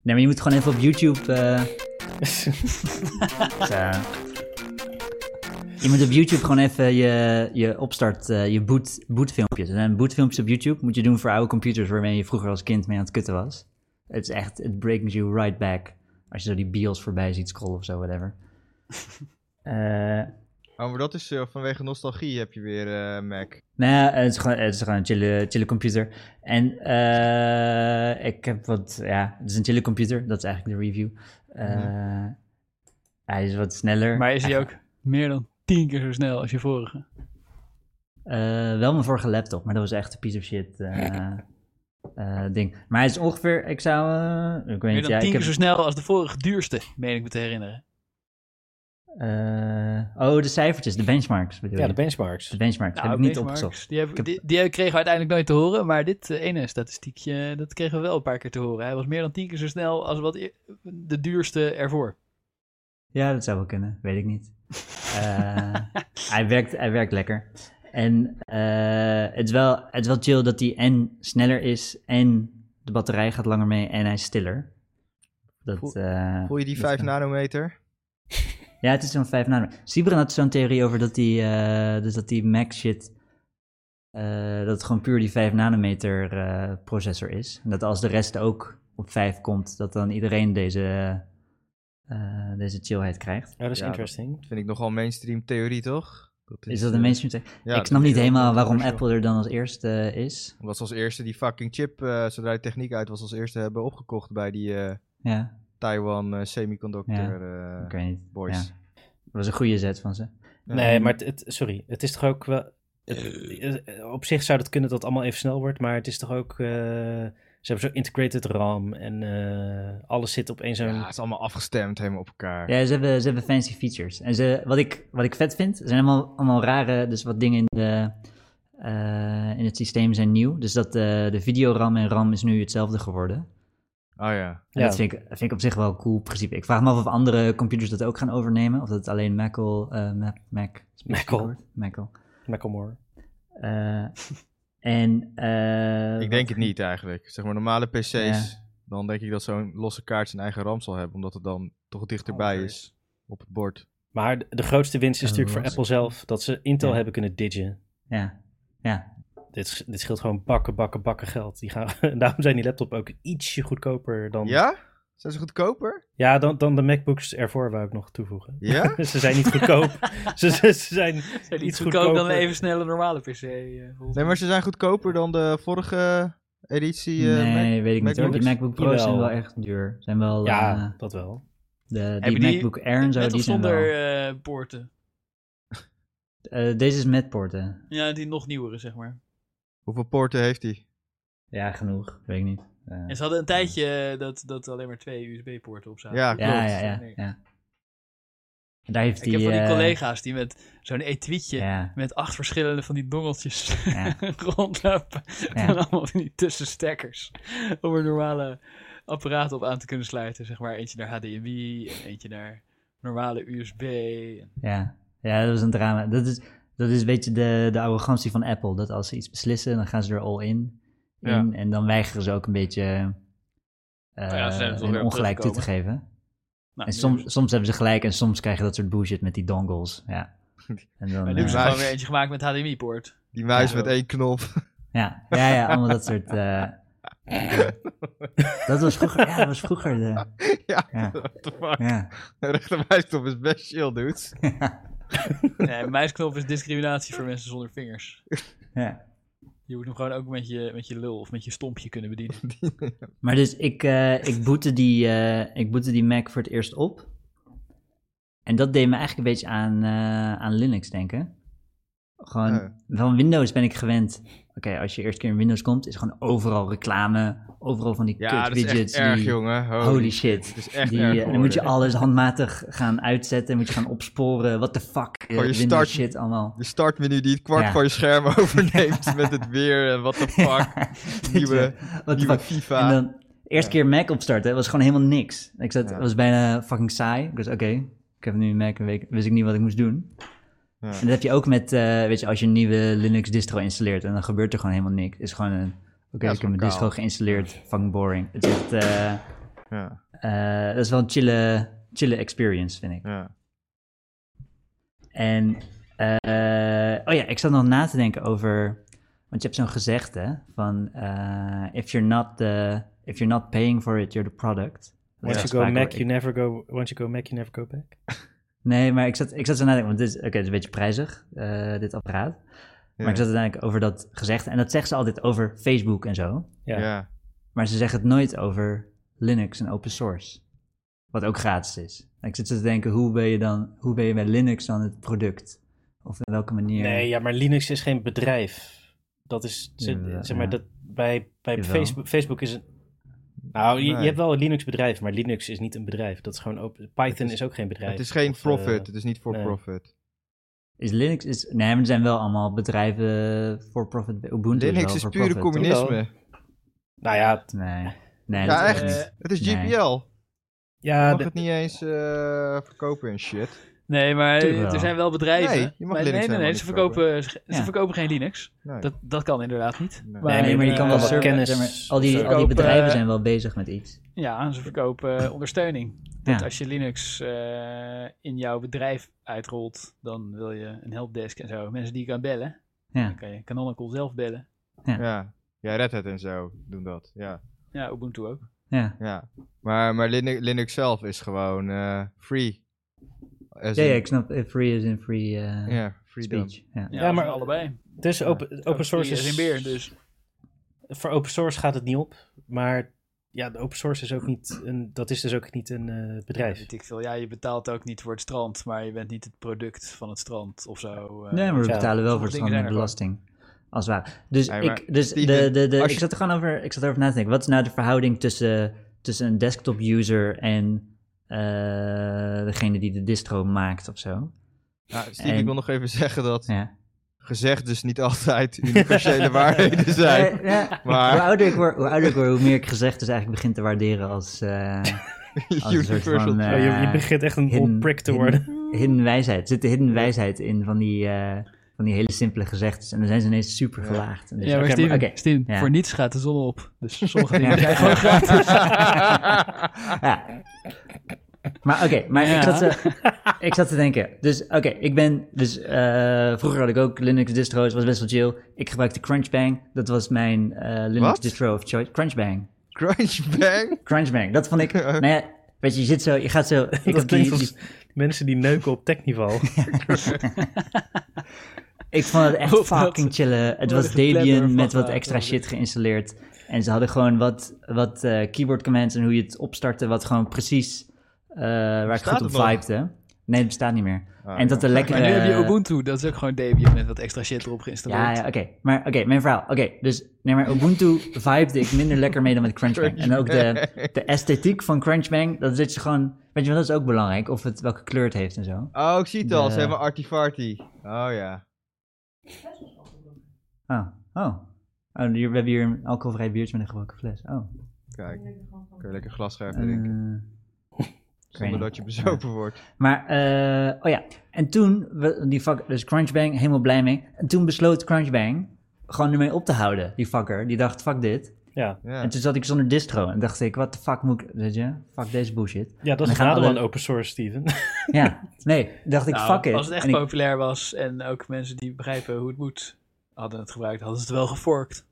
B: Nee, maar je moet gewoon even op YouTube... eh, eh, je moet op YouTube gewoon even je, je opstart, eh, je boot, bootfilmpjes. En dan bootfilmpjes op YouTube moet je doen voor oude computers waarmee je vroeger als kind mee aan het kutten was. Het is echt, het brings you right back. Als je zo die BIOS voorbij ziet scrollen of zo, whatever. Eh
D: Oh, maar dat is eh, vanwege nostalgie heb je weer eh, Mac.
B: Nou ja, het is gewoon, het is gewoon een chille, chille computer. En eh, ik heb wat, ja, het is een chille computer. Dat is eigenlijk de review. Eh, Hij is wat sneller.
C: Mhm. Maar is die ook meer dan tien keer zo snel als je vorige?
B: Eh, wel mijn vorige laptop, maar dat was echt een piece of shit eh, eh, ding. Maar hij is ongeveer, ik zou, eh, ik weet
C: Meer
B: niet,
C: dan
B: ja,
C: tien
B: ik heb...
C: keer zo snel als de vorige duurste, meen ik me te herinneren.
B: eh, oh, de cijfertjes, de benchmarks bedoel
A: ja,
B: je?
A: de benchmarks.
B: de benchmarks,
C: Nou,
B: heb ik niet
C: benchmarks,
B: opgezocht.
C: Die, hebben,
B: Ik heb-
C: die, die kregen we uiteindelijk nooit te horen, maar dit eh, ene statistiekje, dat kregen we wel een paar keer te horen. Hij was meer dan tien keer zo snel als wat e- de duurste ervoor.
B: Ja, dat zou wel kunnen. Weet ik niet. Eh, hij, werkt, hij werkt lekker. En eh, het, is wel, het is wel chill dat hij en sneller is en de batterij gaat langer mee en hij is stiller. Dat,
D: Voel-
B: eh,
D: Voel je die
B: dat
D: 5
B: kan.
D: nanometer?
B: Ja, het is zo'n 5 nanometer. Sibren had zo'n theorie over dat die, eh, dus dat die Mac shit, eh, dat het gewoon puur die 5 nanometer eh, processor is. En dat als de rest ook op 5 komt, dat dan iedereen deze, eh, deze chillheid krijgt.
A: Ja, dat is
D: Ja,
A: interesting.
D: Dat vind ik nogal mainstream theorie, toch? Dat
B: Is dat
D: eh,
B: een mainstream tech?
D: ja,
B: ik snap niet
D: dat is
B: helemaal
D: heel
B: waarom Apple
D: controversial.
B: er dan als eerste eh, is.
D: Omdat ze als eerste die fucking chip, eh, zodra de techniek uit was, als eerste hebben opgekocht bij die eh,
B: Ja,
D: Taiwan eh, Semiconductor eh,
B: ik weet niet.
D: Boys. Eh,
B: Ja. Dat was een goede zet van ze.
D: Ja.
A: Nee, maar het, het- sorry. Het is toch ook wel... het- eh, op zich zou dat kunnen dat het allemaal even snel wordt, maar het is toch ook... eh, ze hebben zo integrated RAM en eh, alles zit op één zo'n...
D: Ja, het is allemaal afgestemd helemaal op elkaar.
B: Ja, ze hebben, ze hebben fancy features. En ze, wat, ik, wat ik vet vind, zijn allemaal, allemaal rare, dus wat dingen in, de, eh, in het systeem zijn nieuw. Dus dat eh, de videoram en RAM is nu hetzelfde geworden.
D: Oh ja.
B: En
A: Ja.
B: dat vind ik, vind ik op zich wel een cool principe. Ik vraag me af of andere computers dat ook gaan overnemen. Of dat het alleen Mackel, eh Mac, Mac,
A: Mackel.
B: Mackel.
A: Macklemore.
B: Eh, en, eh,
D: Ik denk het niet eigenlijk. Zeg maar normale PC's,
B: Ja.
D: dan denk ik dat zo'n losse kaart zijn eigen RAM zal hebben, omdat het dan toch dichterbij is op het bord.
A: Maar de, de grootste winst is
B: Eh,
A: natuurlijk voor
B: wat?
A: Apple zelf dat ze Intel
B: Ja.
A: hebben kunnen diggen.
B: Ja, ja.
A: Dit, sch- dit scheelt gewoon bakken, bakken, bakken geld. Die gaan, daarom zijn die laptop ook ietsje goedkoper dan...
D: Ja? Zijn ze goedkoper?
A: Ja, dan, dan de MacBooks ervoor wou ik nog toevoegen.
D: Ja?
A: ze zijn niet goedkoop. ze, ze, ze zijn
C: Zijn
A: iets
C: iets goedkoper dan
A: goedkoper.
C: een even snelle normale PC. eh,
D: Nee, maar ze zijn goedkoper dan de vorige editie? eh,
B: nee, weet ik niet
D: MacBooks?
B: hoor. Die MacBook Pro's zijn wel
A: Jawel.
B: echt duur. Zijn wel,
A: ja,
B: eh,
A: dat wel.
B: de,
C: Heb
B: die
C: je die
B: MacBook Air en zo,
C: Met
B: die
C: of
B: zijn
C: zonder
B: wel...
C: eh, poorten?
B: Eh, deze is met poorten.
C: Ja, die nog nieuwere, zeg maar.
D: Hoeveel poorten heeft hij?
B: Ja, genoeg. Weet ik niet. Eh,
C: En ze hadden een tijdje eh, dat, dat alleen maar twee USB-poorten op zaten. Dus
D: Ja, klopt.
B: ja, ja, ja, ja. En Daar heeft
C: Ik
B: hij...
C: heb van die
B: eh,
C: collega's die met zo'n E etuietje
B: Ja,
C: met acht verschillende van die dongeltjes
B: Ja.
C: rondlopen.
B: Ja.
C: En allemaal van die tussenstekkers. Om er normale apparaten op aan te kunnen sluiten. Zeg maar eentje naar HDMI en eentje naar normale USB.
B: ja. ja, dat was een drama. Dat is, dat is een beetje de, de arrogantie van Apple. Dat als ze iets beslissen, dan gaan ze er all in. in
D: Ja.
B: En dan weigeren ze ook een beetje eh
C: Oh ja, ze zijn er toch
B: hun
C: weer op
B: ongelijk toe te geven.
C: Nou,
B: en
C: nu
B: soms,
C: hebben
B: soms hebben ze gelijk en soms krijgen dat soort bullshit met die dongles. Ja, en
C: ze-
B: dan,
C: maar nu hebben ze
B: eh,
D: Maar-
C: gewoon weer eentje gemaakt met HDMI-poort.
D: Die muis
C: Ja.
D: met één knop.
B: ja, ja, ja, allemaal dat soort... eh, dat was vroeger, ja, dat was vroeger de...
D: ja,
B: Ja.
D: what the fuck.
B: Ja.
D: De rechtermuisknop is best chill, dude.
C: Nee, Eh, muisknop is discriminatie voor mensen zonder vingers.
B: ja.
C: Je moet hem gewoon ook met je, met je lul of met je stompje kunnen bedienen.
B: Maar dus ik, eh, ik, boete die, eh, ik boete die Mac voor het eerst op. En dat deed me eigenlijk een beetje aan, eh, aan Linux denken. Gewoon,
D: Oh.
B: van Windows ben ik gewend. Oké, als je eerst keer in Windows komt, is gewoon overal reclame. Overal van die
D: Ja,
B: kut
D: dat is
B: widgets.
D: echt erg,
B: die-
D: jongen. Holy,
B: Holy shit.
D: Dat is echt
B: Die,
D: erg
B: eh, dan moet je
D: geworden.
B: alles handmatig gaan uitzetten. en Moet je gaan opsporen. What the fuck. eh,
D: je
B: Windows
D: start-
B: shit allemaal.
D: De startmenu die het kwart
B: Ja.
D: van je scherm overneemt met het weer en what the fuck. Nieuwe,
B: What the
D: nieuwe
B: fuck. En
D: FIFA.
B: dan, eerste keer Mac opstarten, was gewoon helemaal niks. Ik zat,
D: Ja.
B: was bijna fucking saai. Ik was, oké, ik heb nu een Mac, een week, wist ik niet wat ik moest doen.
D: Ja.
B: En dat heb je ook met, eh, weet je, als je een nieuwe Linux distro installeert en dan gebeurt er gewoon helemaal niks. Het is gewoon een, oké,
D: Ja,
B: ik
D: het is
B: heb mijn
D: gewoon
B: distro
D: kaal.
B: geïnstalleerd, fucking boring. Het is echt, eh,
D: Ja,
B: eh, dat is wel een chille, chille experience, vind ik.
D: ja.
B: En, eh, oh ja, ik zat nog na te denken over. Want je hebt zo'n gezegde van. eh, if, you're not the, if you're not paying for it, you're the product. Dat
A: Once
B: is
A: you go
B: vaak wel-
A: Mac, you never go... Once you go Mac, you never go back.
B: Nee, maar ik zat, ik zat zo na te denken. Want dit is, oké, het is een beetje prijzig, eh, dit apparaat. Maar ik zat uiteindelijk over dat gezegde. En dat zeggen ze altijd over Facebook en zo.
A: Ja.
D: Ja.
B: Maar ze zeggen het nooit over Linux en open source. Wat ook gratis is. En ik zit zo te denken, hoe ben je dan. Hoe ben je bij Linux dan het product? Of in welke manier?
A: Nee, ja, maar Linux is geen bedrijf. Dat is, zeg,
B: Jawel,
A: zeg maar,
B: ja.
A: dat bij, bij
B: Jawel.
A: Facebook, Facebook is een... Nou, je, je
D: Nee.
A: hebt wel een Linux-bedrijf, maar Linux is niet een bedrijf. Dat is gewoon open. Python
D: Het
A: is,
D: is-
A: ook geen bedrijf.
D: Het is geen
A: Of, eh,
D: profit, het is niet voor
A: nee.
D: profit.
B: Is Linux is. Nee, maar er zijn wel allemaal bedrijven voor profit. Ubuntu
D: Linux
B: wel
D: is
B: voor
D: pure
B: profit,
D: communisme.
A: nou ja, t-
B: toch? Nee. Nee,
D: Ja,
B: dat is
D: echt.
B: ook
C: eh,
B: niet.
D: Het is
B: Nee.
D: GPL. Je
A: ja
D: mag
A: de-
D: het niet eens eh, verkopen en shit.
C: Nee, maar
B: Tuurlijk wel.
C: er zijn wel bedrijven.
D: Nee, je mag
C: maar,
D: Linux
C: nee, nee,
D: helemaal
C: nee,
D: niet
C: ze, verkopen, ze, ze
B: Ja.
C: verkopen geen Linux.
D: Nee.
C: Dat, dat kan inderdaad niet.
D: Nee.
A: Nee,
B: nee, maar je
A: eh,
B: kan wel
A: wat
B: server-
A: kennis
B: zeg maar, al, die, al die
C: verkopen.
B: bedrijven zijn wel bezig met iets.
C: Ja, ze verkopen eh, ondersteuning.
B: Ja.
C: Want als je Linux eh, in jouw bedrijf uitrolt, dan wil je een helpdesk en zo. Mensen die je kan bellen.
B: Ja.
C: Dan kan je Canonical zelf bellen.
D: Ja. ja, Red Hat en zo doen dat. Ja,
C: Ja, Ubuntu ook.
B: Ja.
D: ja. Maar, maar Linux, Linux zelf is gewoon eh, free. As
B: Ja, ja,
D: in-
B: ik snap. eh, Free is in free eh
D: Dus ja, freedom.
B: speech. Ja.
C: Ja,
A: Ja, maar-
C: maar allebei.
A: het is dus open, open source
C: Die
A: is,
C: is in beer, dus.
A: voor open source gaat het niet op, maar ja, de open source is ook niet een, dat is dus ook niet een eh, bedrijf.
C: Weet ik veel. Ja, je betaalt ook niet voor het strand, maar je bent niet het product van het strand of zo. eh.
B: Nee, maar we
A: Ja,
B: betalen wel voor
C: sommige
B: het
C: dingen zijn
B: standaard
C: er gewoon.
B: belasting. Als het ware. Dus,
D: Nee, maar
B: ik, dus de,
D: Steven,
B: de, de,
D: als
B: ik
D: je-
B: zat er gewoon over, ik zat erover na te denken. Wat is nou de verhouding tussen, tussen een desktop user en eh, degene die de distro maakt of zo?
D: Ja, Steve,
B: En-
D: ik wil nog even zeggen dat
B: Ja.
D: gezegd dus niet altijd universele waarheden zijn.
B: Eh, ja.
D: Maar-
B: Hoe, ouder ik word, hoe ouder ik word, hoe meer ik gezegd dus eigenlijk begin te waarderen als, eh als een soort
D: Universal.
B: van...
A: Oh,
B: eh,
A: je, je begint echt een old
B: hidden-
A: prick te
B: hidden-
A: worden.
B: Hidden wijsheid. Er zit de hidden wijsheid in van die, eh, van die hele simpele gezegdes. En dan zijn ze ineens super
D: Ja.
B: gelaagd. En dus-
C: Ja, maar
B: Oké,
C: Steven,
B: oké.
C: Steven,
B: Ja.
C: voor niets gaat de zon op. Dus sommige dingen
B: Ja.
C: zijn gewoon gratis.
B: Ja. Maar oké, maar
C: Ja.
B: ik, zat te, ik zat te denken. Dus oké, ik ben. Dus eh, vroeger had ik ook Linux distro's, was best wel chill. Ik gebruikte Crunchbang. Dat was mijn eh, Linux
D: Wat?
B: distro of choice. Crunchbang.
D: Crunchbang?
B: Crunchbang. Dat vond ik. nou ja, weet je, je zit zo, je gaat zo. Ik,
A: Dat
B: had die-
A: klinkt als
B: die-
A: mensen die neuken op techniveau.
B: ik vond het echt
C: Of dat-
B: fucking chillen. Het
C: dat
B: was
C: is een planner
B: Debian
C: van
B: met wat
C: later,
B: extra
C: dat is-
B: shit geïnstalleerd. En ze hadden gewoon wat, wat eh, keyboard commands en hoe je het opstartte, wat gewoon precies eh, waar ik
D: Bestaat
B: goed op
D: het nog?
B: vibede. Nee, het bestaat niet meer.
D: Ah,
B: en dat
D: ja.
B: de lekkere...
C: Maar nu heb je Ubuntu, dat is ook gewoon Debian met wat extra shit erop geïnstalleerd.
B: Ja, ja oké. Maar oké, mijn verhaal. Oké, dus nee, maar Ubuntu vibede ik minder lekker mee dan met Crunchbang. En ook de, de esthetiek van Crunchbang, dat zit je gewoon... Weet je wel, dat is ook belangrijk, of het welke kleur het heeft en zo.
D: Oh, ik zie het al. Ze
B: De-
D: hebben Artifarty. Oh ja.
B: Oh, oh. oh hier- we hebben hier een alcoholvrij biertje met een gebroken fles. Oh.
D: Kijk. Kun je lekker glas
B: eh,
D: schuiven, drinken. Zonder
B: niet.
D: dat je bezopen wordt.
B: Maar, eh, oh ja. En toen, we- die fuck, dus Crunchbang, helemaal blij mee. En toen besloot Crunchbang gewoon ermee op te houden, die fucker. Die dacht, fuck dit.
A: Ja,
D: Ja.
B: En toen zat ik zonder distro en dacht ik, wat de fuck moet ik, weet je, fuck deze bullshit.
A: ja dat
B: Dan
A: is het
B: gaan
A: nadeel
B: alle-
A: aan open source, Steven.
B: Ja, nee, dacht ik,
C: Nou,
B: fuck it.
C: Als het echt
B: En ik-
C: populair was en ook mensen die begrijpen hoe het moet hadden het gebruikt, hadden ze het wel geforkt.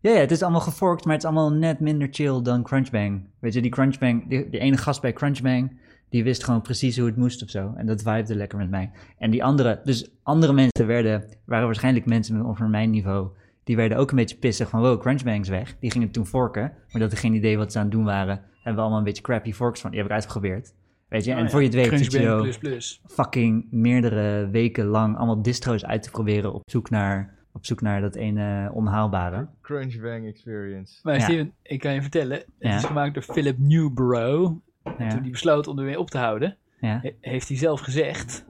B: Ja, ja, het is allemaal geforkt, maar het is allemaal net minder chill dan Crunchbang. Weet je, die Crunchbang, die, die ene gast bij Crunchbang, die wist gewoon precies hoe het moest of zo. En dat vibede lekker met mij. En die andere, dus andere mensen werden, waren waarschijnlijk mensen met ongeveer mijn niveau. Die werden ook een beetje pissig van, wow, Crunchbang is weg. Die gingen toen forken, maar dat had geen idee wat ze aan het doen waren. Hebben we allemaal een beetje crappy forks van, die heb ik uitgeprobeerd. Weet je, en voor je het weet zit je
C: Oh Crunchbang plus
B: zo
C: plus.
B: fucking meerdere weken lang allemaal distro's uit te proberen op zoek naar, op zoek naar dat ene onhaalbare.
D: Crunchbang experience.
C: Maar
B: Ja.
C: Steven, ik kan je vertellen, het
B: Ja.
C: is gemaakt door Philip Newbrow.
B: Ja.
C: Toen hij besloot om ermee op te houden,
B: Ja,
C: he- heeft hij zelf gezegd,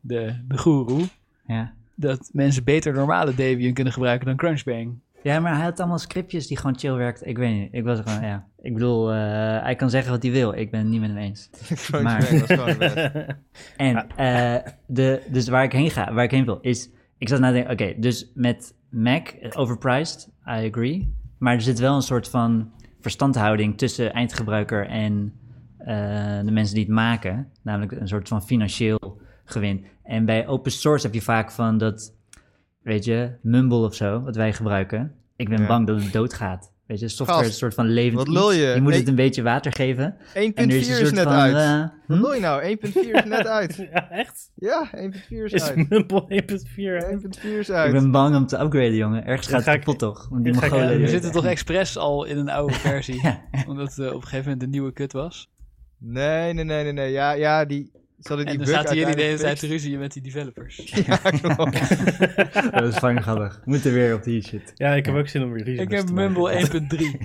C: de, de goeroe,
B: ja.
C: dat mensen beter normale Debian kunnen gebruiken dan Crunchbang.
B: ja, maar hij had allemaal scriptjes die gewoon chill werkt. Ik weet niet, ik was gewoon, ja. Ik bedoel, eh, hij kan zeggen wat hij wil. Ik ben het niet met hem eens.
D: Crunchbang was gewoon de best.
B: En
D: Ah.
B: eh, de, dus waar ik heen ga, waar ik heen wil, is... Ik zat na te denken, oké, dus met Mac, eh, overpriced, I agree. Maar er zit wel een soort van verstandhouding tussen eindgebruiker en eh, de mensen die het maken. Namelijk een soort van financieel gewin. En bij open source heb je vaak van dat, weet je, mumble of zo, wat wij gebruiken. Ik ben
D: Ja.
B: bang dat het doodgaat. Weet je, software
D: Gast,
B: is een soort van levend
D: wat lul
B: iets.
D: je?
B: moet
D: Nee.
B: het een beetje water geven.
D: 1.4
B: En er is een
D: is
B: soort
D: net
B: van...
D: uit.
B: eh,
D: Wat wil je nou? 1.4 is net uit.
A: ja, echt?
D: Ja, 1.4 is
A: Is
D: uit.
A: Mumble 1.4
D: 1.4 is
B: Ik
D: uit.
B: ben bang om te upgraden, jongen. Ergens
A: Dan
B: gaat
A: ga
B: het
A: ik-
B: kapot, toch? Want die
A: dan ga ik-
B: Mongolen...
A: Ja,
C: We
A: ja.
C: zitten toch expres al in een oude versie,
B: Ja.
C: omdat eh, op een gegeven moment de nieuwe kut was.
D: Nee, nee, nee, nee, nee. Ja, ja, die... Ze hadden
C: En
D: die
C: dan
D: bug
C: zaten jullie de hele tijd
D: uiteindelijk
C: te ruzie met die developers.
D: fixed. Ja, klopt.
B: Dat is fucking grappig. We moeten weer op die shit.
A: Ja, ik heb ook zin om weer
C: Ik
A: reasons
C: heb
A: te maken.
C: Mumble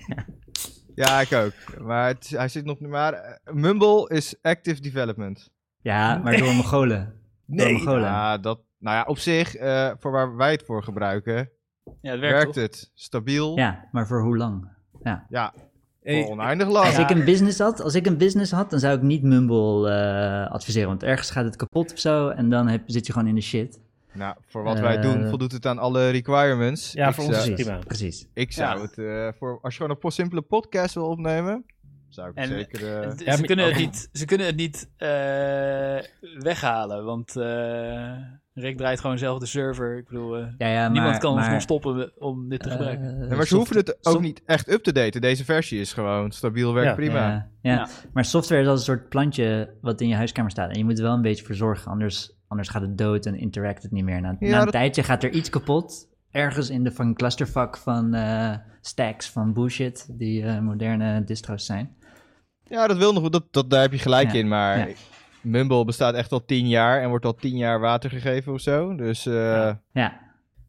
C: 1.3.
D: ja, ik ook. Maar het, hij zit nog... Maar eh, Mumble is active development.
B: Ja, maar door Mongolen. Door
C: Oh,
A: Nee.
B: Mongolen.
D: Ja, dat... Nou ja, op zich, eh, voor waar wij het voor gebruiken,
C: Ja, het werkt,
D: werkt
C: toch?
D: het. Stabiel. Ja.
B: Ja, maar voor hoe lang?
A: Hey,
D: Oneindig lang.
B: Als ik een business had, als ik een business had, dan zou ik niet Mumble eh, adviseren. Want ergens gaat het kapot of zo en dan heb, zit je gewoon in de shit.
D: Nou, voor wat wij doen,
B: Eh,
D: voldoet het aan alle requirements.
A: Ja,
D: Ik
A: voor ons
D: zou-
A: is het prima.
B: Precies.
D: Ik zou
C: Ja.
D: het, eh, voor, als je gewoon een po- simpele podcast wil opnemen, zou ik
C: En-
D: zeker... eh,
C: Het-
A: Ja,
C: ze,
A: maar-
C: kunnen het niet, ze kunnen het niet eh, weghalen, want eh, Rick draait gewoon zelf de server. Ik bedoel, eh,
B: Ja, ja, maar,
C: niemand kan ons
B: maar,
C: nog stoppen om dit te
B: eh,
C: gebruiken.
D: Nee, maar ze hoeven het ook
B: soft-
D: niet echt up te daten. Deze versie is gewoon stabiel, werkt
A: Ja.
D: prima.
B: Ja, ja.
C: Ja.
B: maar software is als een soort plantje wat in je huiskamer staat. En je moet er wel een beetje voor zorgen, anders, anders gaat het dood en interact het niet meer. Na,
D: Ja,
B: na een
D: dat-
B: tijdje gaat er iets kapot. Ergens in de van clusterfuck van eh, stacks van bullshit, die eh, moderne distro's zijn.
D: Ja, dat wil nog goed, dat, dat, daar heb je gelijk
B: Ja.
D: in. Maar
B: Ja.
D: Mumble bestaat echt al tien jaar en wordt al tien jaar water gegeven of zo. Dus eh,
B: Ja,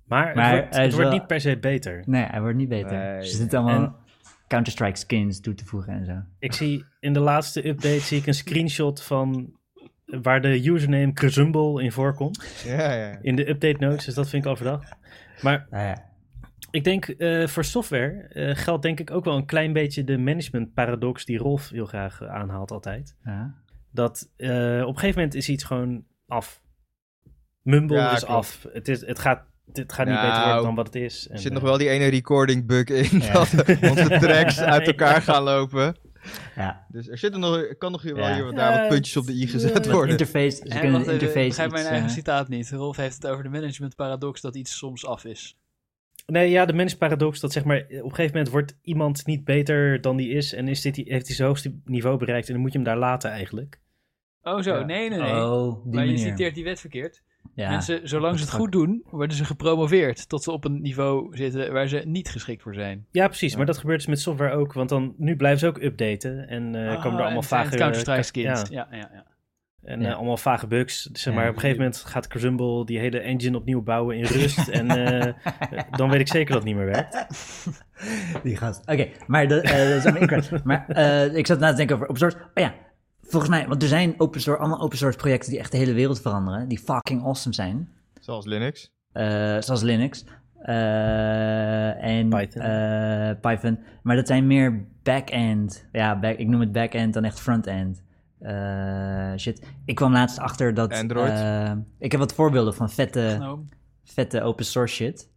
A: Maar het,
B: Maar
A: wordt,
B: hij
A: het
B: is
A: wordt
B: wel-
A: niet per se beter.
B: nee, hij wordt niet beter.
D: Nee.
B: Dus er zitten allemaal
A: En-
B: Counter-Strike skins toe te voegen en zo.
A: Ik zie in de laatste update zie ik een screenshot van waar de username Cruzumble in voorkomt.
D: ja, ja.
A: In de update notes, dus dat vind ik overdag. Maar
B: Nou ja.
A: ik denk eh, voor software eh, geldt denk ik ook wel een klein beetje de management paradox die Rolf heel graag eh, aanhaalt altijd.
B: Ja.
A: Dat eh, op een gegeven moment is iets gewoon af. Mumble
D: Ja,
A: is
D: klopt.
A: af. Het, is, het gaat, het gaat niet
D: Nou,
A: beter worden dan wat het is.
D: Er
A: En,
D: zit nog
A: eh,
D: wel die ene recording bug in dat onze tracks uit elkaar gaan lopen.
B: ja.
D: Dus er zitten nog, kan nog hier wel
B: Ja. eh,
D: hier wat daar wat
A: Ja,
D: puntjes op de i gezet
A: ja.
D: worden.
B: Interface, ze
C: Hey,
B: kunnen
C: Eh, wacht
B: de
C: even,
B: interface
C: ik begrijp mijn
B: iets,
C: eigen
B: eh,
C: citaat niet. Rolf heeft het over de management paradox dat iets soms af is.
A: Nee, ja, de mensparadox, dat zeg maar, eh, op een gegeven moment wordt iemand niet beter dan die is en is dit, die- heeft hij zijn hoogste niveau bereikt en dan moet je hem daar laten eigenlijk.
C: Oh zo,
D: Ja.
C: nee, nee, nee.
B: Oh, die
C: maar je
B: manier.
C: citeert die wet verkeerd.
B: Ja,
C: Mensen, zolang ze het
B: fuck.
C: goed doen, worden ze gepromoveerd tot ze op een niveau zitten waar ze niet geschikt voor zijn.
A: Ja, precies. Maar dat gebeurt dus met software ook. Want dan, nu blijven ze ook updaten. En eh,
C: Ah,
A: komen er allemaal
C: en zijn
A: vage...
C: het Counter-Strike skins.
A: Ja,
C: Ja, ja, ja.
A: en
B: Ja.
A: eh, allemaal vage bugs. Dus Zeg
B: Ja.
A: maar, op een gegeven moment gaat Crumble die hele engine opnieuw bouwen in rust. en eh, dan weet ik zeker dat het niet meer werkt.
B: die gast. Oké, maar de, eh, dat is allemaal incorrect. Maar eh, ik zat na te denken over open source. Oh ja, volgens mij, want er zijn open source, allemaal open source projecten die echt de hele wereld veranderen. Die fucking awesome zijn.
D: Zoals Linux.
B: Eh, zoals Linux. eh, en
A: Python.
B: eh, Python. Maar dat zijn meer back-end. Ja, back, ik noem het back-end dan echt front-end. Eh, shit. Ik kwam laatst achter dat.
D: Android.
B: eh, ik heb wat voorbeelden van vette,
C: Nou,
B: vette open source shit.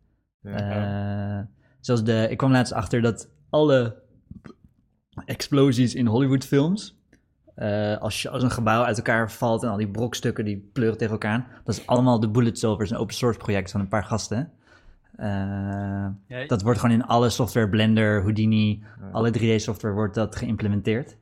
D: Ja.
B: Eh, zoals de, ik kwam laatst achter dat alle explosies in Hollywoodfilms, eh, als, je- als een gebouw uit elkaar valt en al die brokstukken die pleuren tegen elkaar aan, dat is allemaal de Bullet Silvers, een open source project van een paar gasten. Eh,
C: ja,
B: dat wordt gewoon in alle software, Blender, Houdini, alle 3D-software wordt dat geïmplementeerd.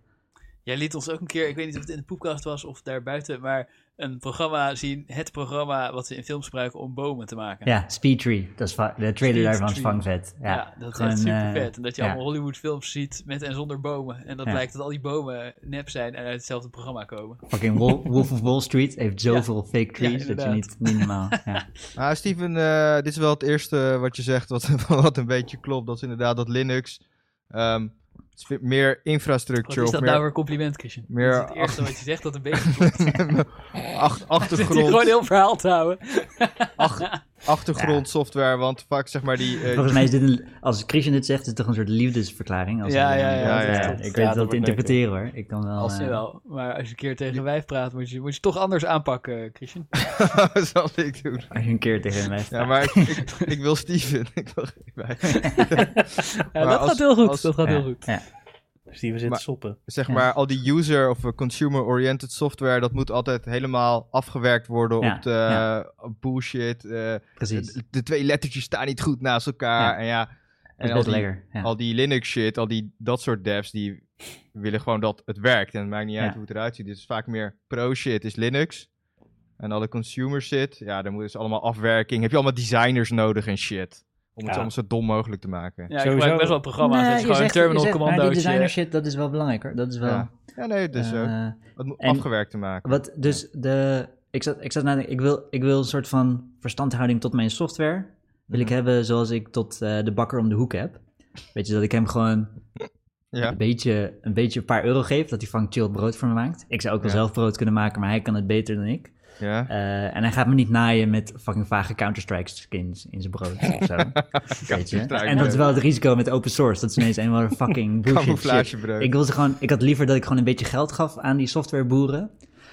C: Jij liet ons ook een keer, ik weet niet of het in de poepkast was of daarbuiten, maar een programma zien, het programma wat ze in films gebruiken om bomen te maken.
B: Ja, Speedtree, dat is va- de trailer
C: Speed
B: daarvan is
C: Tree.
B: vang vet. Ja,
C: Ja, dat
B: gewoon,
C: is echt super
B: eh,
C: vet. En dat je
B: ja.
C: allemaal Hollywood films ziet met en zonder bomen. En dat
B: Ja.
C: blijkt dat al die bomen nep zijn en uit hetzelfde programma komen.
B: eh, Fucking Wol- Wolf of Wall Street heeft zoveel fake trees dat je
C: inderdaad.
B: niet, niet normaal... Ja.
D: Ah, Steven, eh, dit is wel het eerste wat je zegt wat, wat een beetje klopt. Dat is inderdaad dat Linux ehm, het is veel meer
C: Wat
D: infrastructuur
C: is
D: of
C: dat
D: meer
C: nou weer een compliment, Christian?
D: meer
C: dat is het eerste wat je zegt dat een beetje klopt.
D: Ach-
C: Zit hier gewoon een
D: achtergrond,
C: heel verhaal te houden.
D: ach- achtergrondsoftware. Want vaak zeg maar die... eh,
B: Volgens mij is dit een, als Christian dit zegt, is het toch een soort liefdesverklaring? Als
C: Ja,
B: een-
C: ja, ja,
D: ja, ja.
B: Ik weet
A: Ja, dat
B: dat
A: wordt
B: te interpreteren hoor. Ik kan wel.
C: Als je
B: eh,
C: wel. Maar als je een keer tegen wijf praat, moet je, moet je toch anders aanpakken, eh, Christian.
D: zal ik doen.
B: als je een keer tegen mij.
D: Ja,
B: vraagt.
D: maar ik, ik, ik wil Steven. Ik wil geen bij.
C: Ja, dat
D: als-
C: gaat heel goed.
D: als-
C: dat gaat
B: Ja,
C: heel goed.
B: ja.
A: Steven zit
D: Maar-
A: te soppen.
D: Zeg
B: Ja.
D: maar, al die user- of eh, consumer-oriented software, dat moet altijd helemaal afgewerkt worden
B: Ja,
D: op de
B: ja.
D: op bullshit. eh,
B: precies.
D: de, de twee lettertjes staan niet goed naast elkaar.
B: Ja.
D: En ja,
B: Dat
D: en
B: is
D: al
B: best
D: die,
B: lekker. Ja.
D: al die Linux shit, al die dat soort devs, die willen gewoon dat het werkt. En het maakt niet uit
B: Ja.
D: hoe het eruit ziet. Dus het is vaak meer pro-shit is Linux. En alle consumer shit, ja, dan moet dus allemaal afwerking. Heb je allemaal designers nodig en shit. Om het
A: Ja.
D: allemaal zo dom mogelijk te maken.
C: Ja, ik
A: Sowieso.
C: gebruik best wel programma's.
B: Nee,
C: het is
B: je
C: gewoon
B: zegt- je
C: terminal
B: zegt, maar
C: commando's. eh,
B: Die designer shit, dat is wel belangrijk hoor. Dat is wel.
D: Ja, ja nee, dat is ook.
B: eh,
D: Het moet
B: en-
D: afgewerkt te maken.
B: Wat, dus de, ik zat, ik zat na te denken, ik wil, ik wil een soort van verstandhouding tot mijn software. Wil ik
D: Mhm.
B: hebben zoals ik tot eh, de bakker om de hoek heb. Weet je, dat ik hem gewoon
D: Ja.
B: een, beetje, een beetje een paar euro geef, dat hij van chill brood voor me maakt. Ik zou ook wel
D: Ja.
B: zelf brood kunnen maken, maar hij kan het beter dan ik.
D: Ja.
B: Eh, en hij gaat me niet naaien met fucking vage Counter-Strike skins in zijn brood of zo. weet je?
D: Counter-Strike
B: En dat is
D: brood.
B: wel het risico met open source. Dat is ineens eenmaal een fucking bullshit shit.
D: Camouflagebrood.
B: Ik, wil ze gewoon, ik had liever dat ik gewoon een beetje geld gaf aan die softwareboeren.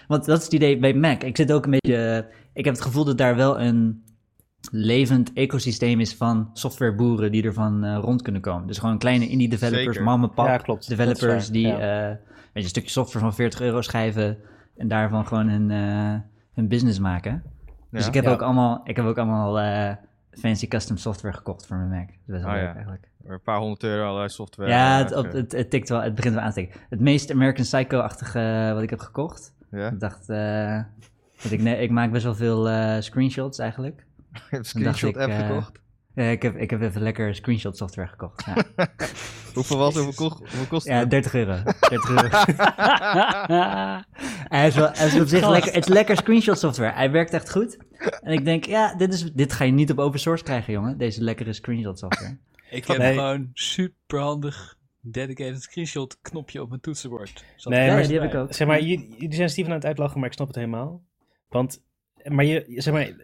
B: Want dat is het idee bij Mac. Ik zit ook een beetje... eh, Ik heb het gevoel dat daar wel een levend ecosysteem is van softwareboeren die ervan eh, rond kunnen komen. Dus gewoon kleine indie developers,
D: Zeker.
B: mama pap
A: Ja, klopt. Dat is
B: developers
A: waar,
B: die
A: ja.
B: eh, weet je, een stukje software van 40 euro schrijven en daarvan gewoon hun, eh, hun business maken. Dus
D: Ja.
B: ik heb,
A: Ja.
B: ook allemaal, ik heb ook allemaal eh, fancy custom software gekocht voor mijn Mac. Dat is best wel
D: Oh,
B: leuk
D: ja.
B: eigenlijk.
D: Een paar honderd euro allerlei software.
B: ja, het,
D: eh,
B: op- het, het tikt wel, het begint wel aan te tikken. Het meest American Psycho-achtige eh, wat ik heb gekocht.
D: Ja,
B: Ik dacht, eh, want ik, nee, ik maak best wel veel eh, screenshots eigenlijk.
D: ik heb een
B: Dan dacht
D: screenshot app
B: ik, eh,
D: gekocht.
B: Eh, ik, heb, ik heb even lekker screenshot software gekocht. Ja,
D: Hoeveel was het? Hoeveel, ko- hoeveel kost
B: ja
D: het?
B: 30 euro. 30 euro. Hij is, wel, hij is op zich
A: Gast.
B: lekker, het is lekker screenshot software. Hij werkt echt goed. En ik denk, ja, dit, is, dit ga je niet op open source krijgen, jongen. Deze lekkere screenshot software.
C: Ik heb
A: Nee.
C: gewoon superhandig dedicated screenshot knopje op mijn toetsenbord. Zat
A: Nee,
C: er
B: ja,
A: maar-
C: bij.
B: die heb ik ook.
A: Zeg maar, jullie jullie zijn Steven aan het uitlachen, maar ik snap het helemaal. Want, maar je, zeg maar, eh,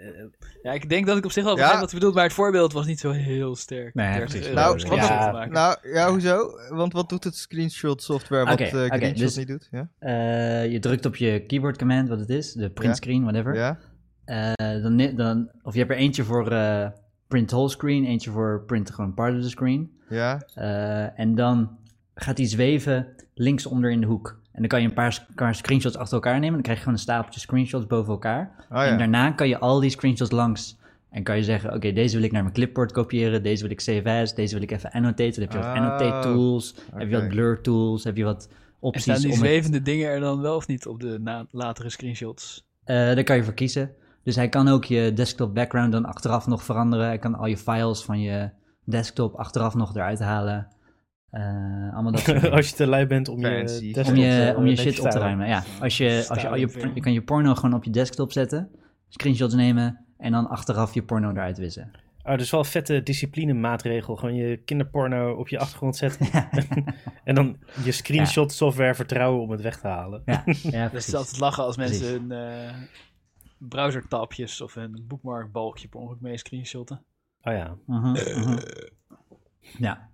C: Ja, ik denk dat ik op zich wel
D: Ja.
C: begrijp wat je bedoelt, maar het voorbeeld was niet zo heel sterk.
B: Nee,
C: 30
B: precies.
C: euro
D: Nou,
C: om
D: wat-
C: screenshot
A: Ja.
C: te maken.
D: Nou, ja, hoezo? Want wat doet het screenshot software wat
B: Oké,
D: eh
B: oké,
D: screenshot
B: dus-
D: niet doet? Ja?
B: Eh, je drukt op je keyboard command, wat het is, de print
D: Ja.
B: screen, whatever.
D: ja?
B: Eh, dan, ne- dan, of je hebt er eentje voor eh, print whole screen, eentje voor print gewoon part of the screen.
D: Ja?
B: Eh, en dan gaat die zweven linksonder in de hoek. En dan kan je een paar, sc- paar screenshots achter elkaar nemen. Dan krijg je gewoon een stapeltje screenshots boven elkaar.
D: Oh
B: En
D: ja.
B: daarna kan je al die screenshots langs. En kan je zeggen, oké, deze wil ik naar mijn clipboard kopiëren. Deze wil ik save as. Deze wil ik even annotaten. Dan heb je wat
D: Ah,
B: annotate tools. Heb je wat
D: oké.
B: blur tools. Heb je wat
C: En
B: opties.
C: staan die
B: om het-
C: zwevende dingen er dan wel of niet op de na- latere screenshots?
B: Eh, daar kan je voor kiezen. Dus hij kan ook je desktop background dan achteraf nog veranderen. Hij kan al je files van je desktop achteraf nog eruit halen. Eh, allemaal dat soort dingen.
A: Als je te lui bent om je,
D: Fancy.
A: desktop,
B: om je,
A: eh,
B: om je
A: netjes
B: shit op te ruimen. Ja, als je, als je, al je,
C: Style
B: je kan je porno gewoon op je desktop zetten, screenshots nemen en dan achteraf je porno eruit wissen.
A: Ah, dat is wel een vette disciplinemaatregel. Gewoon je kinderporno op je achtergrond zetten. en dan je screenshot software vertrouwen om het weg te halen.
B: Ja,
D: Dus
B: ja
C: Dat
B: precies.
C: is altijd lachen als mensen
B: Precies.
C: hun eh, browsertapjes of hun bookmarkbalkje per ongeluk mee screenshotten.
A: Oh ja.
B: Mhm, mhm. Ja.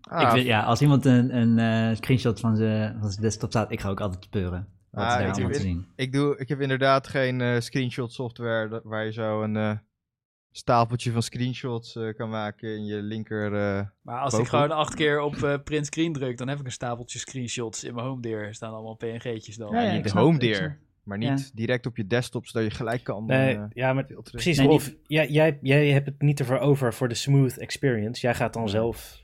D: Ah,
B: Ik vind- ja, als iemand een, een eh, screenshot van zijn van zijn desktop staat, ik ga ook altijd speuren. Wat
D: Ah,
B: is daar allemaal
D: natuurlijk.
B: te zien?
D: Ik, doe, ik heb inderdaad geen eh, screenshot software dat- waar je zo een eh, stapeltje van screenshots eh, kan maken in je linker. eh,
C: Maar als ik
D: Bovenop.
C: gewoon acht keer op eh, print screen druk, dan heb ik een stapeltje screenshots in mijn home deer. Staan allemaal PNG'tjes dan.
D: Ja, ja,
B: ik
D: niet de
B: snap-
D: home
B: ik
D: deer.
B: snap-
D: maar niet direct op je desktop, zodat je gelijk kan.
A: Nee,
D: eh,
A: ja, maar
D: filteren.
A: precies.
B: Nee,
A: Rolf, jij, jij, jij hebt het niet ervoor over voor de smooth experience. Jij gaat dan zelf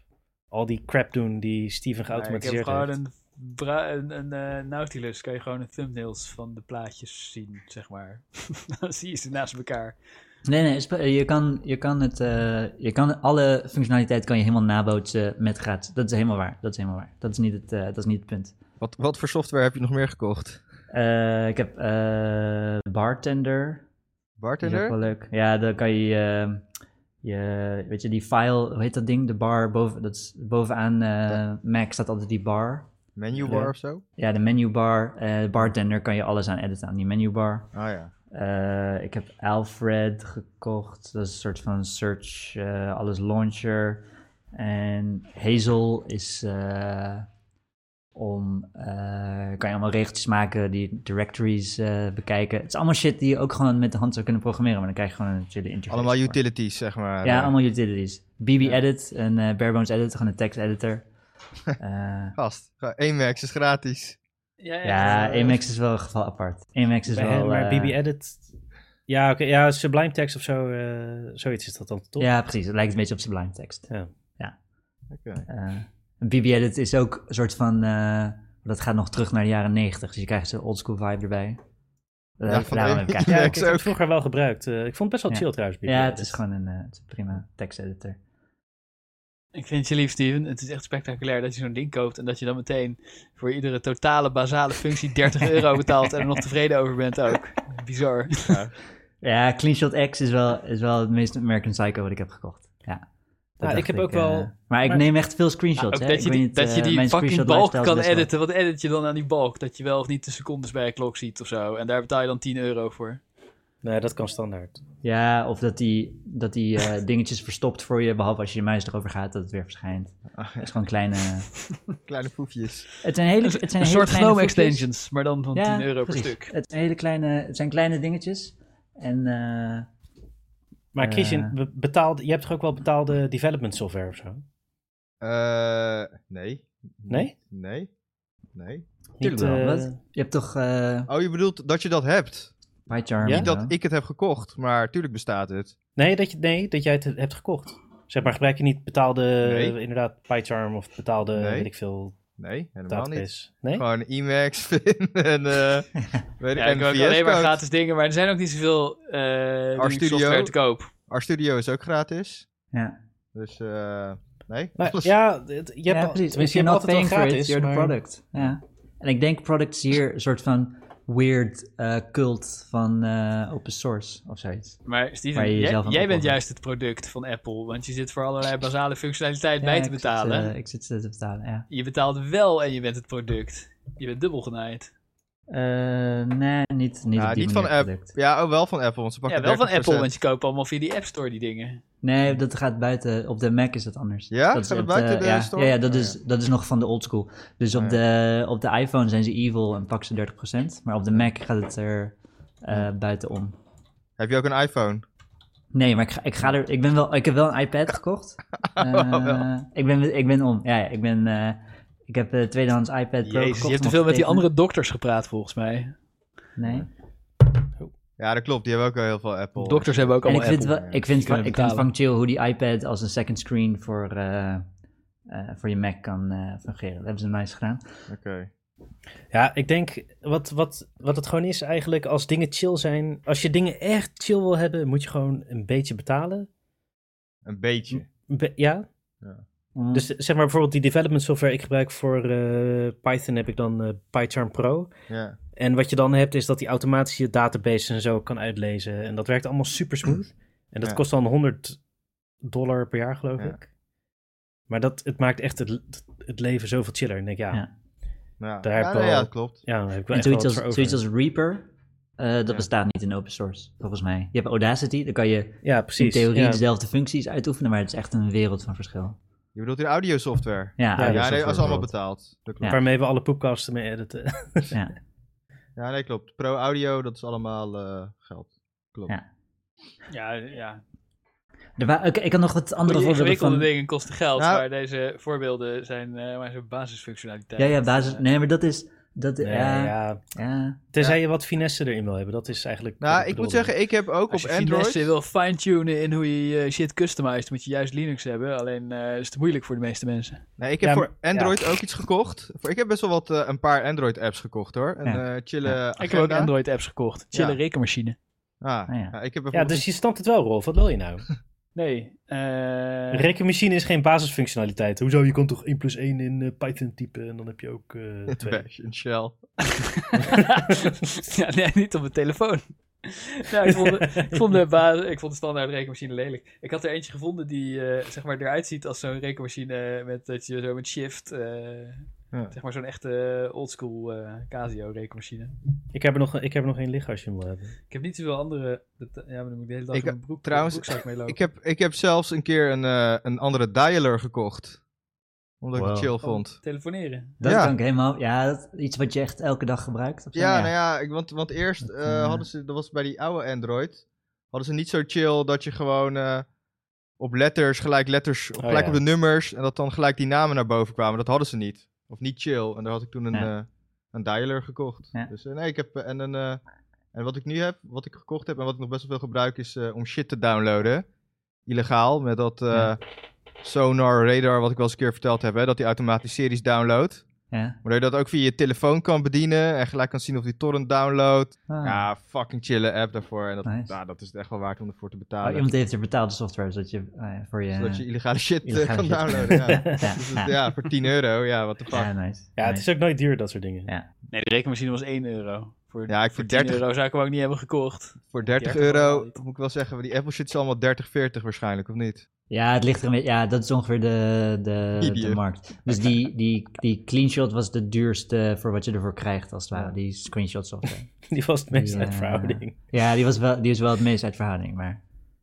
A: al die crap doen die Steven
C: Maar ik heb
A: geautomatiseerd
C: gewoon
A: heeft.
C: een, bra- een, een eh, Nautilus, kan je gewoon de thumbnails van de plaatjes zien, zeg maar. dan zie je ze naast elkaar.
B: Nee, nee, spe- je kan, je kan het, eh, je kan alle functionaliteit kan je helemaal nabootsen met gratis. Dat is helemaal waar, dat is helemaal waar. Dat is niet het, eh, dat is niet het punt.
D: wat, wat voor software heb je nog meer gekocht?
B: Eh, ik heb eh, Bartender. Die is ook
D: Bartender?
B: wel leuk. Ja, dan kan je, eh, je, weet je, die file, hoe heet dat ding? De bar, boven, dat is, bovenaan eh, Mac staat altijd die bar.
D: Menu
B: Ja.
D: bar of zo? Oh
B: Ja, de menubar. eh bartender kan je alles aan editen aan die menubar.
D: Ah ja.
B: Eh, ik heb Alfred gekocht. Dat is een soort van search, eh, alles launcher. En Hazel is eh, om, eh, kan je allemaal regeltjes maken, die directories eh, bekijken. Het is allemaal shit die je ook gewoon met de hand zou kunnen programmeren, maar dan krijg je gewoon een chille interface.
D: Allemaal
B: voor.
D: utilities, zeg maar.
B: Ja,
D: eh,
B: allemaal utilities. BB Edit en eh Barebones Edit, gewoon een tekst editor. Eh,
D: Gast, ga- Emacs is gratis.
B: ja,
C: eh,
B: Emacs is wel een geval apart. Emacs is
A: Bij
B: wel...
A: hen, maar
B: eh,
A: BB Edit. Ja, oké. ja, Sublime Text of zo. eh, zoiets is dat dan toch?
B: Ja, precies. Het lijkt een beetje op Sublime Text.
A: Ja.
D: Oké.
B: Eh, en BB Edit is ook een soort van... eh, dat gaat nog terug naar de jaren 90, dus je krijgt zo'n oldschool vibe erbij. Eh,
D: Ja, van
B: daarom
D: de-
B: heb ik eigenlijk-
A: Ja, ik
D: Max
A: heb het
D: ook.
A: vroeger wel gebruikt. Eh, ik vond het best wel
B: Ja.
A: chill trouwens. BB
B: ja, het
A: Edit.
B: is gewoon een, eh, het is een prima tekst editor.
C: Ik vind je lief, Steven. Het is echt spectaculair dat je zo'n ding koopt en dat je dan meteen voor iedere totale basale functie 30 euro betaalt en er nog tevreden over bent ook. Bizar.
B: Ja, CleanShot X is wel, is wel het meest American Psycho wat ik heb gekocht. Ja. Dat
A: ik
B: dacht
A: heb ook
B: eh,
A: wel-
B: maar ik
A: maar-
B: neem echt veel screenshots.
C: Ah, Ook
B: hè.
C: dat
B: Ik
C: je
B: weet
C: die,
B: niet,
C: dat je
B: eh,
C: die
B: mijn
C: fucking
B: screenshot dus
C: balk
B: lifestyle is
C: kan
B: best wel-
C: editen. Wat edit je dan aan die balk? Dat je wel of niet de secondes bij je klok ziet of zo. En daar betaal je dan 10 euro voor.
A: Nee, dat kan standaard.
B: Ja, of dat die, dat die eh, dingetjes verstopt voor je, behalve als je je muis erover gaat, dat het weer verschijnt. Het is gewoon kleine...
D: Kleine poefjes.
B: Het zijn hele, het zijn
C: Een
B: hele
C: soort
B: kleine
C: Gnome
B: voetjes.
C: extensions, maar dan van 10 euro per
B: precies.
C: stuk.
B: Het zijn hele kleine, het zijn kleine dingetjes. En eh,
A: Maar
B: Eh.
A: Christian, be- betaalde, je hebt toch ook wel betaalde development software of zo?
D: Eh, nee.
A: Nee?
D: Nee. Nee.
B: Tuurlijk
A: eh,
B: wel, wat? je hebt toch eh
D: Oh, je bedoelt dat je dat hebt?
B: PyCharm?
A: Ja.
B: en
D: Niet
B: zo?
D: dat ik het heb gekocht, maar tuurlijk bestaat het.
A: nee, dat je, nee, dat jij het hebt gekocht. Zeg maar, gebruik je niet betaalde,
D: Nee.
A: eh, inderdaad, PyCharm of betaalde,
D: Nee.
A: weet ik veel,
D: Nee, helemaal niet.
A: database? Nee?
D: Gewoon Emacs, Vim en eh weet ik,
C: Ja,
D: en
C: ik wil ook
D: VS
C: alleen maar
D: Code.
C: gratis dingen, maar er zijn ook niet zoveel eh Linux
D: Studio.
C: software te koop.
D: RStudio is ook gratis.
B: Ja.
D: Dus eh nee.
A: Maar
D: alles-
A: ja, het- je hebt,
B: ja,
A: al-
B: precies. If
A: tenminste, je
B: you're
A: hebt altijd wel
B: not paying for it,
A: gratis,
B: you're the
A: maar-
B: product. Ja. En ik denk product is hier een soort van weird eh, cult van eh, open source of zoiets.
C: Maar Steven,
B: Waar je
C: jij,
B: jezelf aan
C: jij bent
B: opoffer.
C: juist het product van Apple. Want je zit voor allerlei basale functionaliteit
B: Ja,
C: bij
B: ik
C: te
B: zit,
C: betalen.
B: eh, ik zit ze te betalen, ja.
C: Je betaalt wel en je bent het product. Je bent dubbel genaaid.
B: Eh, nee, niet, niet,
D: Ja,
B: op die
D: niet
B: manier
D: van app.
B: product.
D: Ja, oh, wel van Apple, want ze
C: Ja,
D: pakken
C: wel van
D: 30%.
C: Apple, want je koopt allemaal via die App Store die dingen.
B: Nee, dat gaat buiten. Op de Mac is dat anders.
D: Ja?
B: dat
D: Gaat het
B: op
D: buiten de
B: ja,
D: store?
B: Ja, ja, dat,
D: Oh,
B: is, dat is nog van de old school. Dus op,
D: Oh,
B: de, op de iPhone zijn ze evil en pakken ze 30%. Maar op de Mac gaat het er eh buiten om.
D: Heb je ook een iPhone?
B: Nee, maar ik, ga, ik, ga er, ik, ben wel, ik heb wel een iPad gekocht. Eh, ik, ben, ik ben om. Ja, ja, ik, ben, eh, ik heb de tweedehands iPad Pro gekocht.
C: Jezus, je hebt te
B: om
C: veel met die
B: tekenen.
C: andere dokters gepraat volgens mij.
B: Nee.
D: Ja, dat klopt. Die hebben ook wel heel veel Apple.
C: Dokters hebben ook
B: En ik
C: allemaal
B: vind,
C: Apple.
B: wel,
D: ja.
B: ik, vind,
C: Die kunnen
B: ik vind
C: betalen.
B: van chill hoe die iPad als een second screen voor, eh, eh, voor je Mac kan eh, fungeren. Dat hebben ze nice gedaan.
D: Oké.
A: Ja, ik denk wat, wat, wat het gewoon is eigenlijk als dingen chill zijn. Als je dingen echt chill wil hebben, moet je gewoon een beetje betalen.
D: Een beetje.
A: Een be- ja.
B: Mm.
A: Dus zeg maar bijvoorbeeld die development software ik gebruik voor eh, Python heb ik dan eh, PyCharm Pro.
D: Ja.
A: En wat je dan hebt is dat die automatisch je database en zo kan uitlezen. En dat werkt allemaal super smooth. En dat
D: Ja.
A: kost dan 100 dollar per jaar geloof
D: Ja.
A: ik. Maar dat, het maakt echt het, het leven zoveel chiller. En ik denk ja,
B: Ja.
A: ja.
D: Ja,
A: Daar
D: ja,
A: heb
D: nee,
A: ik wel-
D: ja, dat klopt.
A: daar heb ik wel
B: En
A: echt wel wat
B: zoiets als,
A: voor over.
B: zoiets als Reaper, eh, dat
D: Ja.
B: bestaat niet in open source, volgens mij. Je hebt Audacity, dan kan je
A: Ja,
B: in
A: precies.
B: theorie
A: ja.
B: dezelfde functies uitoefenen, maar het is echt een wereld van verschil.
D: Je bedoelt in audiosoftware?
B: Ja,
A: Ja,
D: Ja,
B: audio
D: nee,
B: software
D: dat is allemaal
B: bijvoorbeeld.
D: betaald. Dat klopt.
A: Waarmee we alle poepkasten mee editen.
B: Ja.
D: Ja. nee, klopt. Pro Audio, dat is allemaal eh, geld. Klopt.
B: Ja.
C: Ja, ja.
B: Er wa- oké, ik had nog wat andere
C: Die
B: voorbeelden
C: ingewikkelde
B: van...
C: dingen kosten geld,
D: Nou-
C: maar deze voorbeelden zijn eh, maar zo'n basisfunctionaliteit.
B: Ja, ja, basis... Nee, maar dat is... Dat,
A: Nee,
B: ja, ja.
A: ja. Tenzij je wat finesse erin wil hebben. Dat is eigenlijk. wat
D: Nou, ik moet
A: bedoelde.
D: zeggen, ik heb ook
C: Als
D: op
C: je
D: Android...
C: finesse wil fine-tunen in hoe je je shit customized, moet je juist Linux hebben. Alleen eh, is het moeilijk voor de meeste mensen.
D: Nee, ik heb
A: Ja,
D: voor Android ook iets gekocht. Voor- Ik heb best wel wat, eh, een paar Android-apps gekocht, hoor. Een
B: Ja.
D: eh, chille
C: Ik heb ook
D: agenda.
C: Android-apps gekocht. Chille
D: Ja.
C: rekenmachine.
D: Ah,
B: Ah, ja.
D: ja, ik heb
A: Ja,
D: bijvoorbeeld...
A: dus je snapt het wel, Rolf. Wat wil je nou?
C: Nee. eh,
A: Een rekenmachine is geen basisfunctionaliteit. Hoezo? Je kan toch 1 plus 1 in eh, Python typen en dan heb je ook eh 2.
D: Bash en Shell.
C: ja, nee, niet op mijn telefoon. Nou, ik, vond de, ik, vond de ba- ik vond de standaard rekenmachine lelijk. Ik had er eentje gevonden die eh, zeg maar eruit ziet als zo'n rekenmachine met dat je zo met shift. eh,
D: Ja.
C: Zeg maar zo'n echte oldschool eh, Casio rekenmachine.
A: Ik heb er nog, ik heb er nog één liggen als je hem wil hebben.
C: Ik heb niet zoveel andere. dat- ja, maar dan moet ik de hele dag
D: Ik-
C: in mijn broek,
D: trouwens,
C: broekzak mee lopen.
D: Ik heb, ik heb zelfs een keer een, eh, een andere dialer gekocht. Omdat ik het
B: Wow.
D: chill vond.
C: Om telefoneren.
B: Dat
D: Ja.
B: kan ik helemaal... Ja, dat is iets wat je echt elke dag gebruikt of zo.
D: Ja, nou ja, ik, want, want eerst
B: Dat,
D: eh,
B: eh,
D: hadden ze, dat was bij die oude Android, hadden ze niet zo chill dat je gewoon eh, op letters, gelijk letters, op,
A: Oh,
D: gelijk
A: ja.
D: op de nummers, en dat dan gelijk die namen naar boven kwamen. Dat hadden ze niet. Of niet chill. En daar had ik toen een,
B: Ja.
D: eh, een dialer gekocht.
B: Ja.
D: Dus eh, nee, ik heb, eh, en een, eh, en wat ik nu heb, wat ik gekocht heb en wat ik nog best wel veel gebruik is eh, om shit te downloaden. Illegaal, met dat eh,
B: Ja.
D: Sonar Radar, wat ik wel eens een keer verteld heb, hè, dat die automatisch series downloadt.
B: Ja.
D: Maar dat je dat ook via je telefoon kan bedienen en gelijk kan zien of die torrent downloadt.
B: Ah.
D: Ja, fucking chille app daarvoor. En dat,
B: Nice.
D: ja, dat is het echt wel waard om ervoor te
B: Oh,
D: betalen.
B: iemand heeft er betaalde software, zodat je eh, voor je...
D: Zodat je illegale shit eh,
B: Illegale
D: kan
B: shit.
D: downloaden. Ja.
B: Ja,
D: Dus
B: ja.
D: het- ja, voor 10 euro. Ja, wat de fuck.
B: Ja, nice.
A: Ja, het
B: nice.
A: is ook nooit duur, dat soort dingen.
B: Ja.
C: Nee, de rekenmachine was 1 euro. Voor,
D: Ja, ik
C: voor
D: voor
C: 10
D: 30,
C: euro zou ik hem ook niet hebben gekocht.
D: voor 30
C: €30 wel
D: euro
C: niet.
D: moet ik wel zeggen, die Apple shit is allemaal 30, 40 waarschijnlijk, of niet?
B: Ja, het ligt er een beetje. Ja, dat is ongeveer de, de, de
D: Idiot.
B: markt. Dus die, die, die cleanshot was de duurste voor wat je ervoor krijgt, als het ware. Die screenshot software.
A: Die was het meest
B: Ja.
A: uit verhouding.
B: Ja, die was wel, die is wel het meest uit verhouding, maar.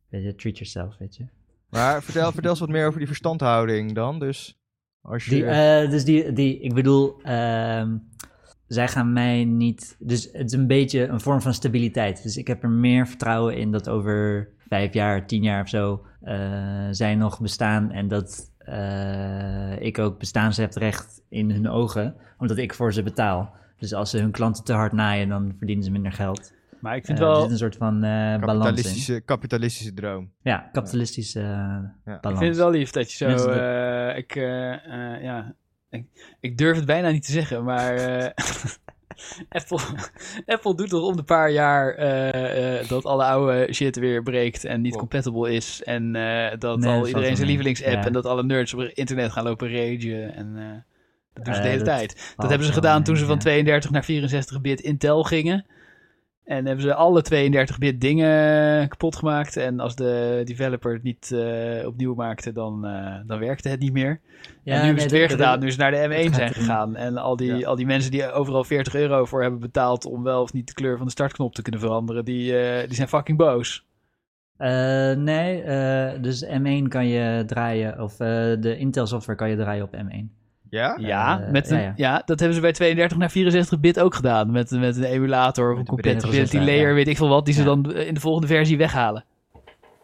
B: Weet je, treat yourself, weet je.
D: Maar vertel, vertel eens wat meer over die verstandhouding dan. Dus als je...
B: Die, eh, dus die, die, ik bedoel, ehm, zij gaan mij niet. Dus het is een beetje een vorm van stabiliteit. Dus ik heb er meer vertrouwen in dat over vijf jaar, tien jaar of zo eh, zij nog bestaan en dat eh, ik ook bestaansrecht in hun ogen, omdat ik voor ze betaal. Dus als ze hun klanten te hard naaien, dan verdienen ze minder geld.
C: Maar ik
B: Eh,
C: vind
B: Er
C: wel.
B: zit een soort van eh balans in.
D: kapitalistische, kapitalistische droom.
B: Ja, kapitalistische eh,
C: Ik
B: balans.
C: vind het wel lief dat je
B: Net als
C: zo.
B: dat-
C: eh, ik, eh, eh, ja, ik, ik durf het bijna niet te zeggen, maar eh, Apple, Apple doet toch om de paar jaar eh, eh, dat alle oude shit weer breekt en niet
D: Klopt.
C: compatible is. En eh, dat
B: Nee, dat
C: al
B: valt
C: iedereen
B: wel
C: zijn
B: mee.
C: lievelingsapp
B: Ja.
C: en dat alle nerds op internet gaan lopen ragen. En, eh, dat doen ze de
B: Eh,
C: hele
B: dat
C: tijd. Dat
B: valt
C: hebben ze
B: wel
C: gedaan
B: mee,
C: toen ze van
B: ja.
C: 32 naar 64 bit Intel gingen. En hebben ze alle 32 bit dingen kapot gemaakt. En als de developer het niet eh, opnieuw maakte, dan, eh, dan werkte het niet meer.
B: Ja,
C: en nu
B: nee,
C: is het
B: dat-
C: weer
B: dat-
C: gedaan. Nu ze naar de M1
B: gaat
C: zijn
B: er-
C: gegaan. En al die,
D: Ja.
C: al die mensen die overal 40 euro voor hebben betaald om wel of niet de kleur van de startknop te kunnen veranderen, die, eh, die zijn fucking boos.
B: Eh, nee, eh, dus M1 kan je draaien, of eh, de Intel software kan je draaien op M1.
D: Ja?
C: Ja,
B: Eh,
C: met
B: ja,
C: een,
B: ja.
C: ja, dat hebben ze bij 32 naar 64 bit ook gedaan. Met, met een emulator of een
B: Met een brede
C: compatibility
B: processor,
C: layer,
B: ja.
C: weet ik veel wat, die ze
B: Ja.
C: dan eh, in de volgende versie weghalen.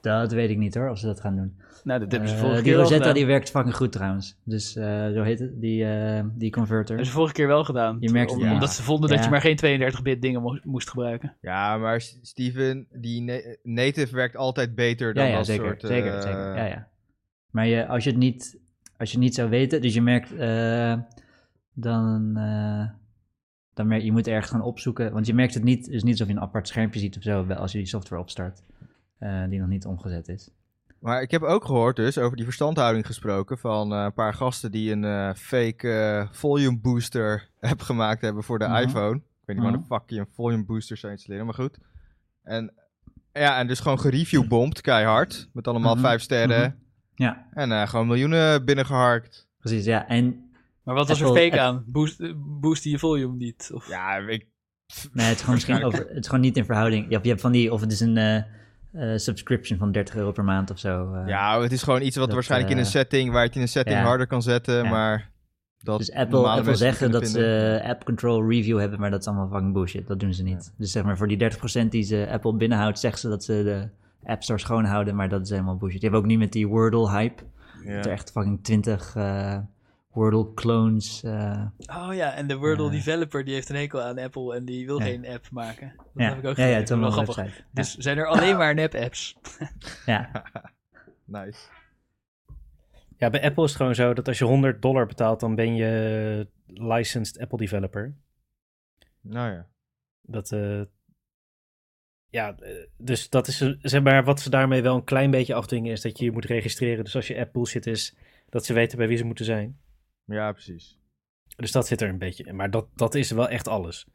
B: Dat weet ik niet hoor, of ze dat gaan doen.
C: Nou, dat hebben ze
B: Eh,
C: vorige
B: die
C: keer wel
B: Rosetta
C: gedaan.
B: die werkt fucking goed trouwens. Dus eh, zo heet het, die, eh, die converter.
C: hebben ze vorige keer wel gedaan.
B: Je merkt het
C: Om-
D: niet.
C: Omdat ze vonden dat
B: Ja.
C: je maar geen 32-bit dingen mo- moest gebruiken.
D: Ja, maar S- Steven, die na- native werkt altijd beter
B: ja,
D: dan
B: ja,
D: dat
B: zeker,
D: soort...
B: zeker,
D: eh,
B: zeker. Ja, ja. Maar je, als, je het niet, als je het niet zou weten, dus je merkt, eh, dan, eh, Dan merk, je moet ergens gaan opzoeken, want je merkt het niet. Het is niet alsof je een apart schermpje ziet of zo wel als je die software opstart, eh, die nog niet omgezet is.
D: Maar ik heb ook gehoord dus, over die verstandhouding gesproken, van eh, een paar gasten die een eh, fake eh, volume booster app gemaakt hebben voor de
B: Mhm.
D: iPhone. Ik weet niet waar
B: Mhm.
D: de fuck je een volume booster zou installeren, maar goed. En ja, en dus gewoon gereviewbomd, keihard, met allemaal
B: Mhm.
D: vijf sterren.
B: Mhm. Ja,
D: En eh, gewoon miljoenen binnengeharkt.
B: precies. Ja, en
C: Maar wat was er
B: Apple-
C: fake aan? Boost, eh, boost die je volume niet? Of...
D: Ja, ik...
B: Nee, het is gewoon, misschien over, het is gewoon niet in verhouding. Je hebt, je hebt van die, of het is een eh, eh, subscription van 30 euro per maand of zo. eh.
D: Ja, het is gewoon iets wat
B: Dat,
D: waarschijnlijk in een
B: eh,
D: setting, waar je het in een setting
B: ja.
D: harder kan zetten,
B: Ja.
D: maar... Dat
B: Dus Apple,
D: normale
B: Apple
D: mensen niet
B: zeggen
D: kunnen
B: dat
D: vinden.
B: ze eh, app control review hebben, maar dat is allemaal fucking bullshit. Dat doen ze niet. Dus zeg maar, voor die 30% die ze Apple binnenhoudt, zeggen ze dat ze de App Store schoonhouden, maar dat is helemaal bullshit. Je hebt ook niet met die Wordle-hype. Dat er echt fucking 20 eh, Wordle-clones... eh,
C: Oh ja, en de Wordle
B: Eh.
C: developer die heeft een hekel aan Apple en die wil
B: Ja.
C: geen app maken. Dat
B: ja,
C: heb ik ook
B: ja, ja,
C: gelezen.
B: het is allemaal
C: Wel
B: een
C: grappig.
B: website. Ja.
C: Dus zijn er alleen maar nep-apps.
B: ja.
D: Nice.
A: Ja, bij Apple is het gewoon zo dat als je 100 dollar betaalt, dan ben je licensed Apple developer.
D: Nou ja.
A: Dat, eh, ja, eh, dus dat is, een- zeg maar, wat ze daarmee wel een klein beetje afdwingen is dat je je moet registreren. Dus als je app bullshit is, dat ze weten bij wie ze moeten zijn.
D: Ja, precies.
A: Dus dat zit er een beetje in. Maar dat, dat is wel echt alles.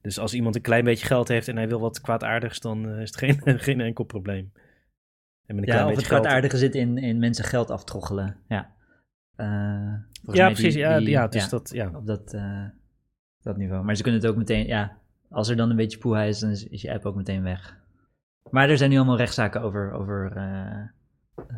A: Dus als iemand een klein beetje geld heeft en hij wil wat kwaadaardigs, dan eh, is het geen, geen enkel probleem. En met een
B: Ja,
A: klein
B: of
A: beetje
B: het
A: geld-
B: kwaadaardige zit in, in mensen geld aftroggelen. Ja, Eh, volgens
A: Ja,
B: mij
A: precies.
B: die-
A: ja,
B: die-
A: ja, dus dat, ja.
B: op dat, eh, op dat niveau. Maar ze kunnen het ook meteen, ja, als er dan een beetje poeha is, dan is, is je app ook meteen weg. Maar er zijn nu allemaal rechtszaken over, over eh, eh,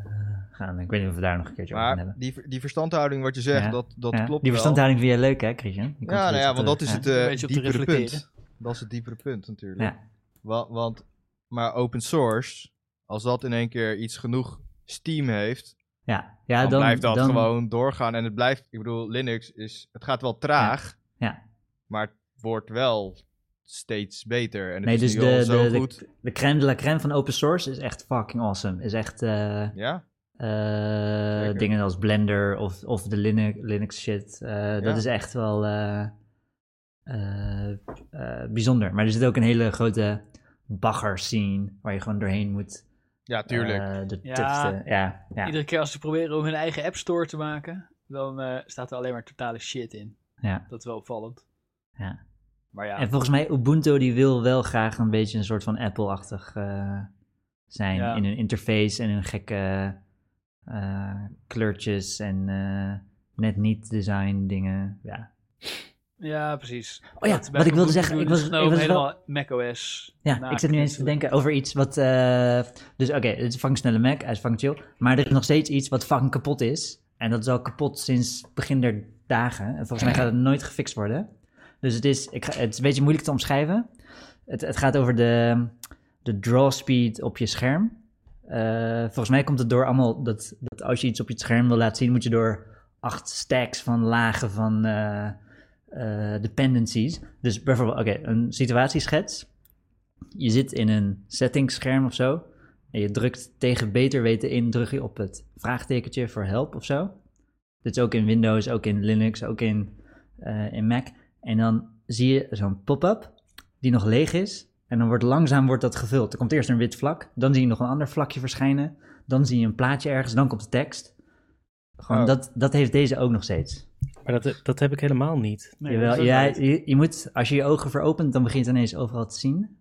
B: gaande. Ik weet niet of we daar nog een keertje over gaan
D: Maar
B: hebben.
D: die, ver- die verstandhouding wat je zegt,
B: Ja,
D: dat, dat
B: Ja,
D: klopt
B: die
D: wel.
B: verstandhouding vind je leuk, hè, Christian? Die komt
D: Ja,
B: er
D: nou
B: iets
D: ja,
B: op terug,
D: want dat is
B: ja.
D: het
C: Een
D: eh,
C: beetje op te
D: diepere punt.
C: reflecteren.
D: Dat is het diepere punt natuurlijk.
B: Ja.
D: Wa- want, maar open source, als dat in één keer iets genoeg steam heeft,
B: Ja, ja
D: dan,
B: dan,
D: blijft dat
B: dan-
D: gewoon doorgaan. En het blijft, ik bedoel, Linux is, het gaat wel traag,
B: Ja.
D: maar het wordt wel steeds beter. En het
B: Nee,
D: is
B: dus
D: nu al
B: de,
D: zo
B: de,
D: goed.
B: de, de crème de la crème van open source is echt fucking awesome. Is echt... eh,
D: Ja,
B: Eh, dingen als Blender of, of de Linux, Linux shit. Eh,
D: Ja.
B: Dat is echt wel eh, eh, eh, bijzonder. Maar er zit ook een hele grote bagger scene waar je gewoon doorheen moet.
D: ja, tuurlijk.
B: eh, de
C: Ja.
B: tufte. Ja, ja,
C: Iedere keer als ze proberen om hun eigen app store te maken, dan eh, staat er alleen maar totale shit in.
B: ja,
C: Dat is wel opvallend.
B: ja.
C: Maar ja,
B: En volgens mij Ubuntu die wil wel graag een beetje een soort van Apple-achtig eh, zijn
C: Ja.
B: in hun interface en hun gekke eh, kleurtjes en eh, net niet design dingen. Ja,
C: ja precies.
B: Oh ja,
C: Dat bij
B: wat ik wilde
C: Ubuntu
B: zeggen, ik
C: doen
B: was-
C: is gewoon
B: ik was wel-
C: helemaal macOS.
B: Ja,
C: Nou,
B: ik zit nu eens te
C: natuurlijk.
B: denken over iets wat. eh, dus oké, het is fucking snelle Mac, hij is fucking chill. Maar er is nog steeds iets wat fucking kapot is. En dat is al kapot sinds begin der dagen. En volgens mij gaat het nooit gefixt worden. Dus het is, ik ga, het is een beetje moeilijk te omschrijven. Het, het gaat over de, de draw speed op je scherm. Eh, volgens mij komt het door allemaal dat, dat als je iets op je scherm wil laten zien, moet je door acht stacks van lagen van eh, eh, dependencies. Dus bijvoorbeeld, oké, een situatieschets je zit in een settingsscherm of zo. En je drukt tegen beter weten in, druk je op het vraagtekentje voor help of zo. Dit is ook in Windows, ook in Linux, ook in, eh, in Mac. En dan zie je zo'n pop-up die nog leeg is. En dan wordt langzaam wordt dat gevuld. Er komt eerst een wit vlak, dan zie je nog een ander vlakje verschijnen. Dan zie je een plaatje ergens, dan komt de tekst. Gewoon,
D: Oh.
B: dat, dat heeft deze ook nog steeds.
A: Maar dat, dat heb ik helemaal niet.
C: Nee, dat
B: Jawel,
C: is ook
B: ja,
C: niet.
B: je, je moet, als je je ogen veropent, dan begint het ineens overal te zien.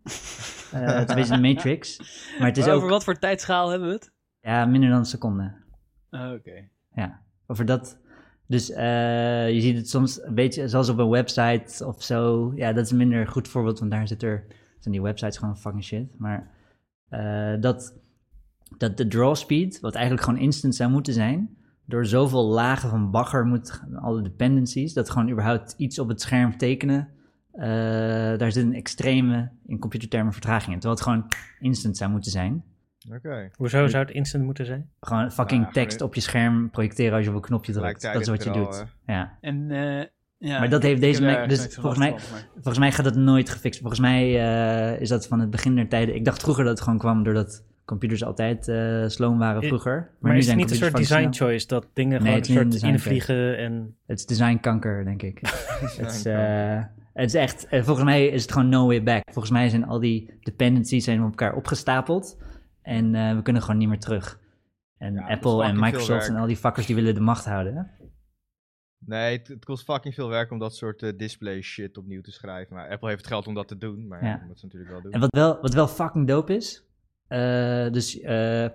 B: Eh, het is een beetje een matrix. Maar het is
C: Maar
B: ook
C: Over wat voor tijdschaal hebben we het?
B: ja, minder dan een seconde.
C: Oh, Oké.
B: Ja, over dat. Dus eh, je ziet het soms een beetje zoals op een website of zo. Ja, dat is een minder goed voorbeeld, want daar zit er, zijn die websites gewoon fucking shit. Maar eh, dat, dat de draw speed, wat eigenlijk gewoon instant zou moeten zijn, door zoveel lagen van bagger moet, alle dependencies, dat gewoon überhaupt iets op het scherm tekenen, eh, daar zit een extreme, in computertermen, vertraging in. Terwijl het gewoon instant zou moeten zijn
D: Oké.
A: Hoezo
B: Hm.
A: zou het instant moeten zijn?
B: gewoon fucking
D: Nou,
B: tekst
D: gewoon-
B: op je scherm projecteren als je op een knopje drukt. Dat
D: Gelijktijdig
B: is wat je
D: er al,
B: doet.
D: hè.
B: Ja.
C: En, eh, ja,
B: Maar dat heeft
C: ik
B: deze
C: heb
B: Mac-
C: daar
B: dus
C: nooit zo'n
B: volgens mij-
C: last van, maar-
B: Volgens mij gaat dat nooit gefixt. Volgens mij eh, is dat van het begin der tijden. Ik dacht vroeger dat het gewoon kwam doordat computers altijd eh sloom waren
A: Eh,
B: vroeger. Maar,
A: Maar,
B: nu
A: is het
B: zijn
A: niet een soort
B: computers
A: design
B: functioneel.
A: choice dat dingen
B: Nee,
A: gewoon
B: het is niet
A: een
B: een
A: soort
B: design choice.
A: invliegen en...
B: Het is designkanker, denk ik. het is, eh, Het is echt, eh, volgens mij is het gewoon no way back. Volgens mij zijn al die dependencies zijn op elkaar opgestapeld. En eh, we kunnen gewoon niet meer terug. En
D: Ja, dat is
B: Apple en
D: fucking veel
B: Microsoft en
D: werk.
B: al die fuckers die willen de macht houden. hè?
D: Nee, het, het kost fucking veel werk om dat soort eh, display shit opnieuw te schrijven. Maar Apple heeft het geld om dat te doen, maar ja.
B: Ja.
D: dat moet ze natuurlijk wel doen.
B: En wat wel, wat wel fucking dope is, eh, dus eh,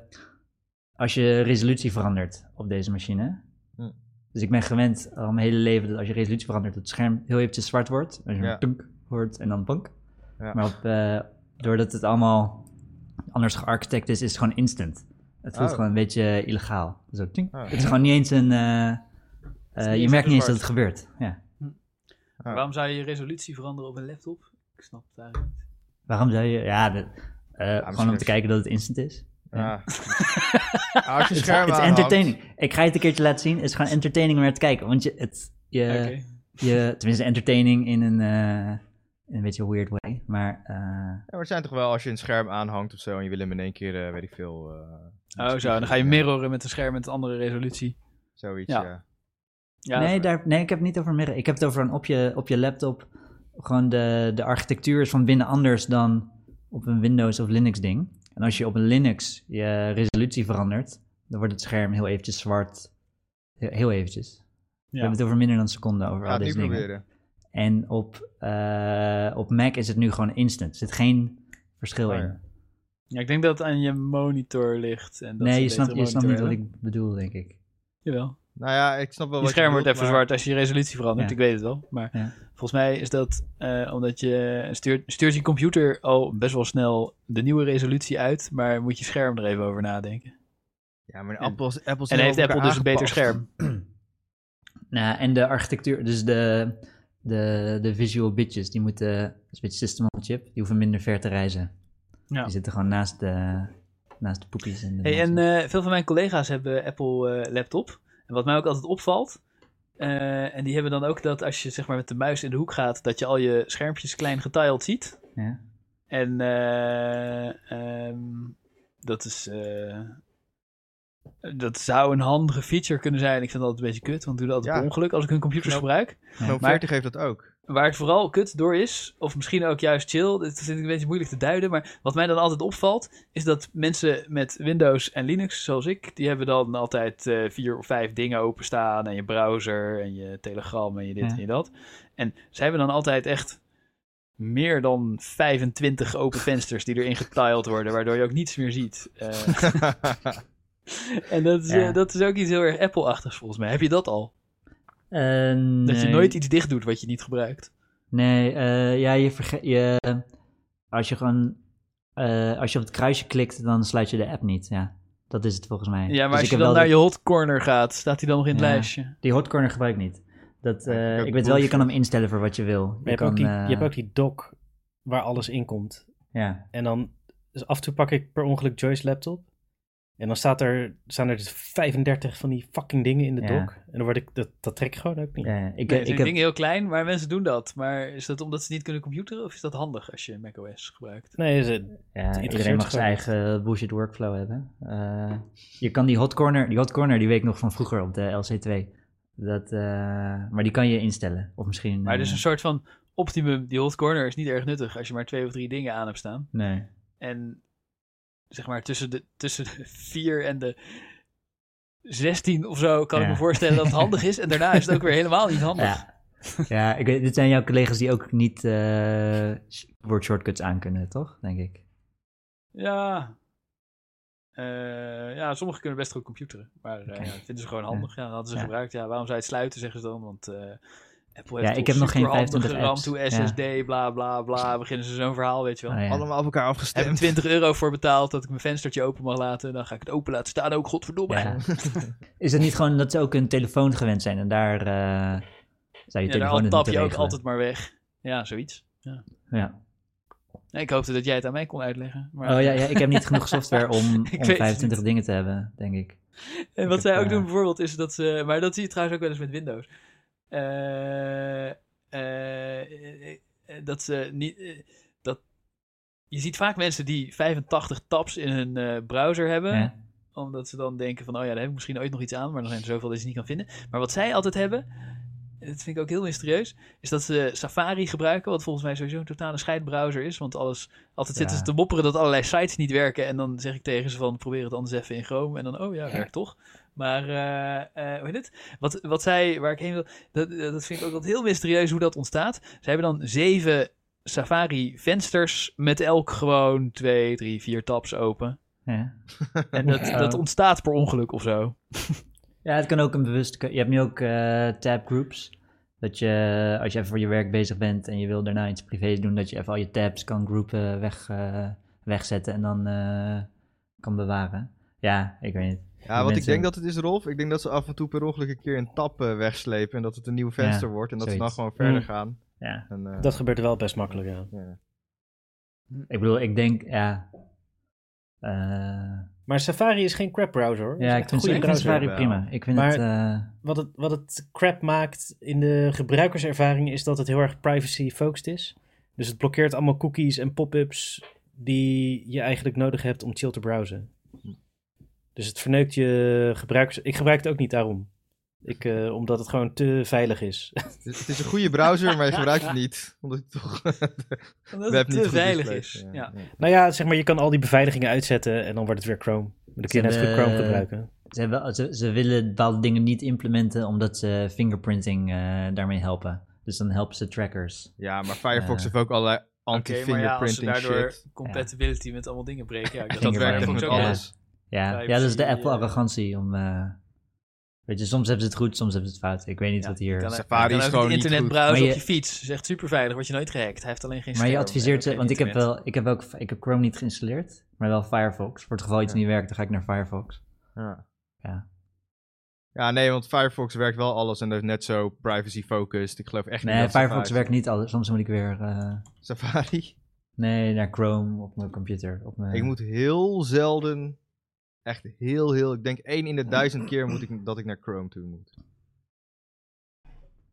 B: als je resolutie verandert op deze machine.
D: Hm.
B: Dus ik ben gewend al mijn hele leven dat als je resolutie verandert, dat het scherm heel eventjes zwart wordt. Als je
D: Ja.
B: een punk hoort en dan punk.
D: Ja.
B: Maar op, eh, doordat het allemaal anders gearchitect is, is het gewoon instant. Het voelt
D: Oh.
B: gewoon een beetje illegaal. Zo, tink.
D: Oh.
B: Het is gewoon niet eens een... eh, eh,
C: niet
B: je
C: eens
B: merkt niet eens
C: zwart.
B: dat het gebeurt. Ja.
D: Ja.
C: Waarom zou je je resolutie veranderen op een laptop? Ik snap het eigenlijk niet.
B: Waarom zou je... Ja, de- eh, gewoon om
D: misschien
B: te
D: is-
B: kijken dat het instant is.
D: Ja. Nou, als je
B: Het is- Het
D: scherm
B: is
D: aanhoudt-
B: entertaining. Ik ga je het een keertje laten zien. Het is gewoon entertaining om naar te kijken. Want je, het, je,
C: Oké.
B: je, tenminste entertaining in een, eh, in een beetje weird way. Maar eh,
D: Ja, maar het zijn toch wel als je een scherm aanhangt of zo en je wil hem in één keer, eh, weet ik veel. eh,
C: Oh zo, dan ga je mirroren met een scherm met een andere resolutie.
D: Zoiets,
C: Ja.
D: ja.
C: Ja,
B: nee, daar, nee, ik heb het niet over midden. Ik heb het over een op je, op je laptop. Gewoon de, de architectuur is van binnen anders dan op een Windows of Linux ding. En als je op een Linux je resolutie verandert, dan wordt het scherm heel eventjes zwart. Heel- Heel eventjes. We hebben het over minder dan een seconde over
D: Ga
B: al
D: het nu
B: deze dingen.
D: proberen.
B: En op, eh, op Mac is het nu gewoon instant. Er zit geen verschil
D: Oh ja.
B: in.
C: Ja, ik denk dat het aan je monitor ligt. En dat
B: nee,
C: ze
B: je
C: een
B: snapt, je
C: betere
B: snapt niet
C: monitor
B: wat
C: hebben.
B: ik bedoel, denk ik.
C: Jawel.
D: Nou ja, ik snap wel
C: Je
D: wat
C: scherm
D: je
C: wordt
D: bedoelt,
C: even
D: maar-
C: zwart als je je resolutie verandert.
B: Ja.
C: Ik weet het wel. Maar
B: Ja.
C: volgens mij is dat eh, omdat je stuurt, stuurt je computer al best wel snel de nieuwe resolutie uit. Maar moet je scherm er even over nadenken.
D: Ja, maar
C: En-
D: Apple's, Apple's
C: En
D: zijn
C: heeft
D: wel
C: Apple
D: elkaar
C: dus een beter
D: aangepast.
C: scherm.
B: Nou, en de architectuur, dus de, de, de visual bitches, die moeten, dat is een beetje system on a chip, die hoeven minder ver te reizen.
C: Ja.
B: Die zitten gewoon naast de, naast de poekies. En de
C: Hey,
B: nonsense.
C: en eh, veel van mijn collega's hebben Apple eh, laptop. En wat mij ook altijd opvalt. eh, en die hebben dan ook dat als je zeg maar met de muis in de hoek gaat, dat je al je schermpjes klein getiled ziet.
B: Ja.
C: En eh, ehm, dat is. eh, dat zou een handige feature kunnen zijn. Ik vind dat altijd een beetje kut, want ik doe dat altijd
D: Ja.
C: per ongeluk als ik hun computers
D: Knop.
C: gebruik.
D: Gnome
C: Maar-
D: 40 heeft dat ook.
C: Waar het vooral kut door is, of misschien ook juist chill, dit vind ik een beetje moeilijk te duiden, maar wat mij dan altijd opvalt, is dat mensen met Windows en Linux, zoals ik, die hebben dan altijd eh, vier of vijf dingen openstaan en je browser en je telegram en je dit
B: Ja.
C: en je dat. En zij hebben dan altijd echt meer dan 25 open vensters die erin getiled worden, waardoor je ook niets meer ziet. Eh, en dat is,
B: Ja.
C: eh, dat is ook iets heel erg Apple-achtigs volgens mij. Heb je dat al?
B: Eh,
C: Dat je
B: nee.
C: nooit iets dicht doet wat je niet gebruikt.
B: Nee, eh, ja, je vergeet. Je, als je gewoon. eh, als je op het kruisje klikt, dan sluit je de app niet. Ja, dat is het volgens
C: Ja,
B: mij.
C: maar
B: Dus
C: als
B: ik
C: je
B: heb
C: dan
B: wel
C: naar
B: de-
C: je hot corner gaat, staat hij dan nog in het
B: Ja.
C: lijstje.
B: Die hotcorner gebruik ik niet. Dat, eh,
D: Ja, ik ook
B: ik weet wel, je
D: bullshit.
B: kan hem instellen voor wat je wil.
A: Je, hebt ook
B: kan,
A: die,
B: eh,
A: je hebt ook die dock waar alles in komt.
B: Ja,
A: En dan, dus af en toe pak ik per ongeluk Joy's laptop. En dan staat er, staan er dus 35 van die fucking dingen in de
B: Ja.
A: dock. En dan word ik, dat, dat trek ik gewoon ook niet.
B: ja, ik,
C: Nee,
B: ik
C: zijn
B: heb,
C: dingen heel klein, maar mensen doen dat. Maar is dat omdat ze niet kunnen computeren of is dat handig als je macOS gebruikt?
A: Nee, ze,
B: ja, iedereen
A: interesseert
B: mag zijn
A: gewoon niet.
B: eigen bullshit workflow hebben. Eh, je kan die hotcorner, die hotcorner die weet ik nog van vroeger op de LC2. Dat, eh, maar die kan je instellen. Of misschien.
C: Maar
B: eh,
C: dus een soort van optimum, die hot corner is niet erg nuttig als je maar twee of drie dingen aan hebt staan.
B: Nee.
C: En zeg maar tussen de, tussen de vier en de 16 of zo kan ik
B: Ja.
C: me voorstellen dat het handig is. En daarna is het ook weer helemaal niet handig.
B: Ja, ja ik weet, dit zijn jouw collega's die ook niet eh woord shortcuts aan kunnen, toch? Denk ik.
C: Ja. Eh, ja, sommigen kunnen best goed computeren. Maar eh, ja, dat vinden ze gewoon handig. Ja, dat hadden ze
B: Ja.
C: gebruikt. Ja, waarom zou je het sluiten, zeggen ze dan. Want eh, Apple
B: Ja,
C: heeft
B: ik heb nog geen 25
C: RAM
B: apps.
C: to
B: Ja. Dus-
C: SSD, bla bla bla. Beginnen ze zo'n verhaal, weet je wel.
B: Oh, ja.
D: Allemaal op elkaar
C: Heb ik
D: afgestemd.
C: 20 euro voor betaald dat ik mijn venstertje open mag laten. Dan ga ik het open laten staan ook, godverdomme.
B: Ja. Is het niet gewoon dat ze ook hun telefoon gewend zijn en daar eh, zou je
C: Ja, daar
B: telefoon in
C: tap
B: moeten
C: je ook
B: regelen?
C: altijd maar weg. Ja, zoiets.
B: Ja.
C: Nee, ik hoopte dat jij het aan mij kon uitleggen. Maar...
B: Oh ja, ja, ik heb niet genoeg software om, om
C: weet het
B: 25 dingen te hebben, denk ik.
C: En
B: heb,
C: wat zij ook
B: eh,
C: doen bijvoorbeeld is dat ze... Maar dat zie je trouwens ook wel eens met Windows. Eh, eh, eh, eh, dat ze niet... eh, dat, je ziet vaak mensen die 85 tabs in hun eh, browser hebben.
B: Ja.
C: Omdat ze dan denken van... Oh ja, daar heb ik misschien ooit nog iets aan. Maar dan zijn er zoveel dat je niet kan vinden. Maar wat zij altijd hebben... en dat vind ik ook heel mysterieus, is dat ze Safari gebruiken, wat volgens mij sowieso een totale scheidbrowser is. Want alles, altijd zitten
B: Ja.
C: ze te mopperen dat allerlei sites niet werken. En dan zeg ik tegen ze van, probeer het anders even in Chrome. En dan, oh ja,
A: Ja.
C: werkt toch. Maar, eh, eh, hoe heet het? Wat, wat zij, waar ik heen wil, dat, dat vind ik ook altijd heel mysterieus hoe dat ontstaat. Ze hebben dan zeven Safari-vensters met elk gewoon twee, drie, vier tabs open.
B: Ja.
C: En dat,
D: Ehm,
B: Ja.
C: dat ontstaat per ongeluk of zo.
B: Ja, het kan ook een bewust. Je hebt nu ook eh, tab groups. Dat je, als je even voor je werk bezig bent en je wil daarna iets privés doen, dat je even al je tabs kan groepen, weg, eh, wegzetten en dan eh, kan bewaren. Ja, ik weet niet.
D: Ja, wat ik
B: mensen-
D: denk dat het is, Rolf, ik denk dat ze af en toe per ongeluk een keer een tap eh, wegslepen en dat het een nieuw venster wordt en dat
B: zoiets.
D: ze dan gewoon verder
A: Mm.
D: gaan.
B: Ja.
D: En, eh,
A: Dat gebeurt wel best makkelijk, ja.
D: ja.
B: Ik bedoel, ik denk, ja. Eh,
A: Maar Safari is geen crap browser. hoor. Het is
B: ja,
A: echt
B: ik vind,
A: een goede
B: ik vind
A: browser.
B: Safari
D: wel.
B: prima. Ik vind
A: Maar-
B: het. eh,
A: Wat het, wat het crap maakt in de gebruikerservaring is dat het heel erg privacy-focused is. Dus het blokkeert allemaal cookies en pop-ups die je eigenlijk nodig hebt om chill te browsen. Dus het verneukt je gebruikers... Ik gebruik het ook niet daarom. Ik, eh, omdat het gewoon te veilig is.
D: Het is- het is een goede browser, maar je gebruikt het niet. Omdat het toch
C: Omdat
D: web
C: het
D: niet
C: te
D: goed
C: veilig
D: displayt.
C: is. Ja.
A: nou ja, zeg maar, je kan al die beveiligingen uitzetten en dan wordt het weer Chrome. Maar dan kun je net zo goed
D: eh,
A: Chrome gebruiken.
B: Ze, hebben, ze, ze willen bepaalde dingen niet implementen omdat ze fingerprinting eh, daarmee helpen. Dus dan helpen ze trackers.
D: Ja, maar Firefox
B: Ja.
D: heeft ook allerlei
C: Oké, maar ja, als ze
D: anti-fingerprinting
C: daardoor
D: shit.
C: compatibility met allemaal dingen breken. Ja, ik dacht
D: Dat werkt echt
C: Firefox
D: met
C: ook wel.
D: alles.
B: Ja, ja dat is
C: Privacy,
B: de Apple
C: eh,
B: arrogantie om... eh, weet je, soms hebben ze het goed, soms hebben ze het fout. Ik weet niet
C: Ja,
B: wat
C: je
B: hier...
C: kan-
D: Safari
C: je kan
D: is
C: ook
D: gewoon
C: het
D: niet
C: internet
D: goed.
C: browsen
B: Maar
C: op
B: je-
C: je fiets. Is echt super veilig, word je nooit gehackt. Hij heeft alleen geen
B: Maar je
C: scherm
B: adviseert
C: en
B: ze,
C: ook
B: want ik
C: geen
B: heb, wel, ik, heb ook, ik heb Chrome niet geïnstalleerd, maar wel Firefox. Voor het geval iets
D: Ja.
B: niet werkt, dan ga ik naar Firefox.
D: Ja.
B: Ja.
D: ja, nee, want Firefox werkt wel alles en dat is net zo privacy-focused. Ik geloof echt
B: Nee,
D: niet dat
B: Firefox
D: Safari-
B: werkt niet alles. Soms moet ik weer... eh,
D: Safari.
B: nee, naar Chrome op mijn computer. Op mijn,
D: Ik moet heel zelden, echt heel, heel, ik denk één in de duizend keer moet ik, dat ik naar Chrome toe moet.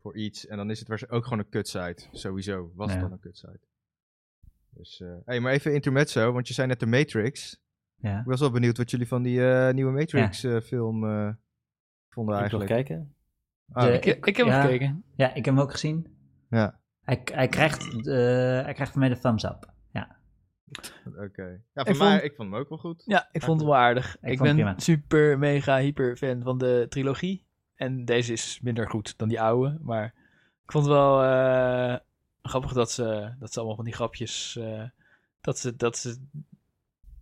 D: Voor iets. En dan is het waarschijnlijk ook gewoon een kutsite. Sowieso was
B: Ja.
D: het dan een kutsite. Dus, eh, hey, maar even intermezzo, want je zei net de Matrix.
B: Ja.
D: Ik was wel benieuwd wat jullie van die eh, nieuwe Matrix-film vonden
A: Moet ik nog
D: eigenlijk.
A: kijken?
D: Ah,
B: De-
C: Ik, ik heb
B: ja.
C: hem gekeken.
B: Ja, ik heb hem ook gezien.
D: Ja.
B: Hij, hij, krijgt, eh, hij krijgt van mij de thumbs up. Ja,
D: Oké. Ja, van
C: Ik
D: mij,
C: vond-
D: ik vond hem ook wel goed.
C: Ja, ik vond het wel aardig. Ik,
B: vond het
C: ben
B: prima.
C: super, mega, hyper fan van de trilogie. En deze is minder goed dan die oude. Maar ik vond het wel eh, grappig dat ze, dat ze allemaal van die grapjes... eh, dat, ze, dat ze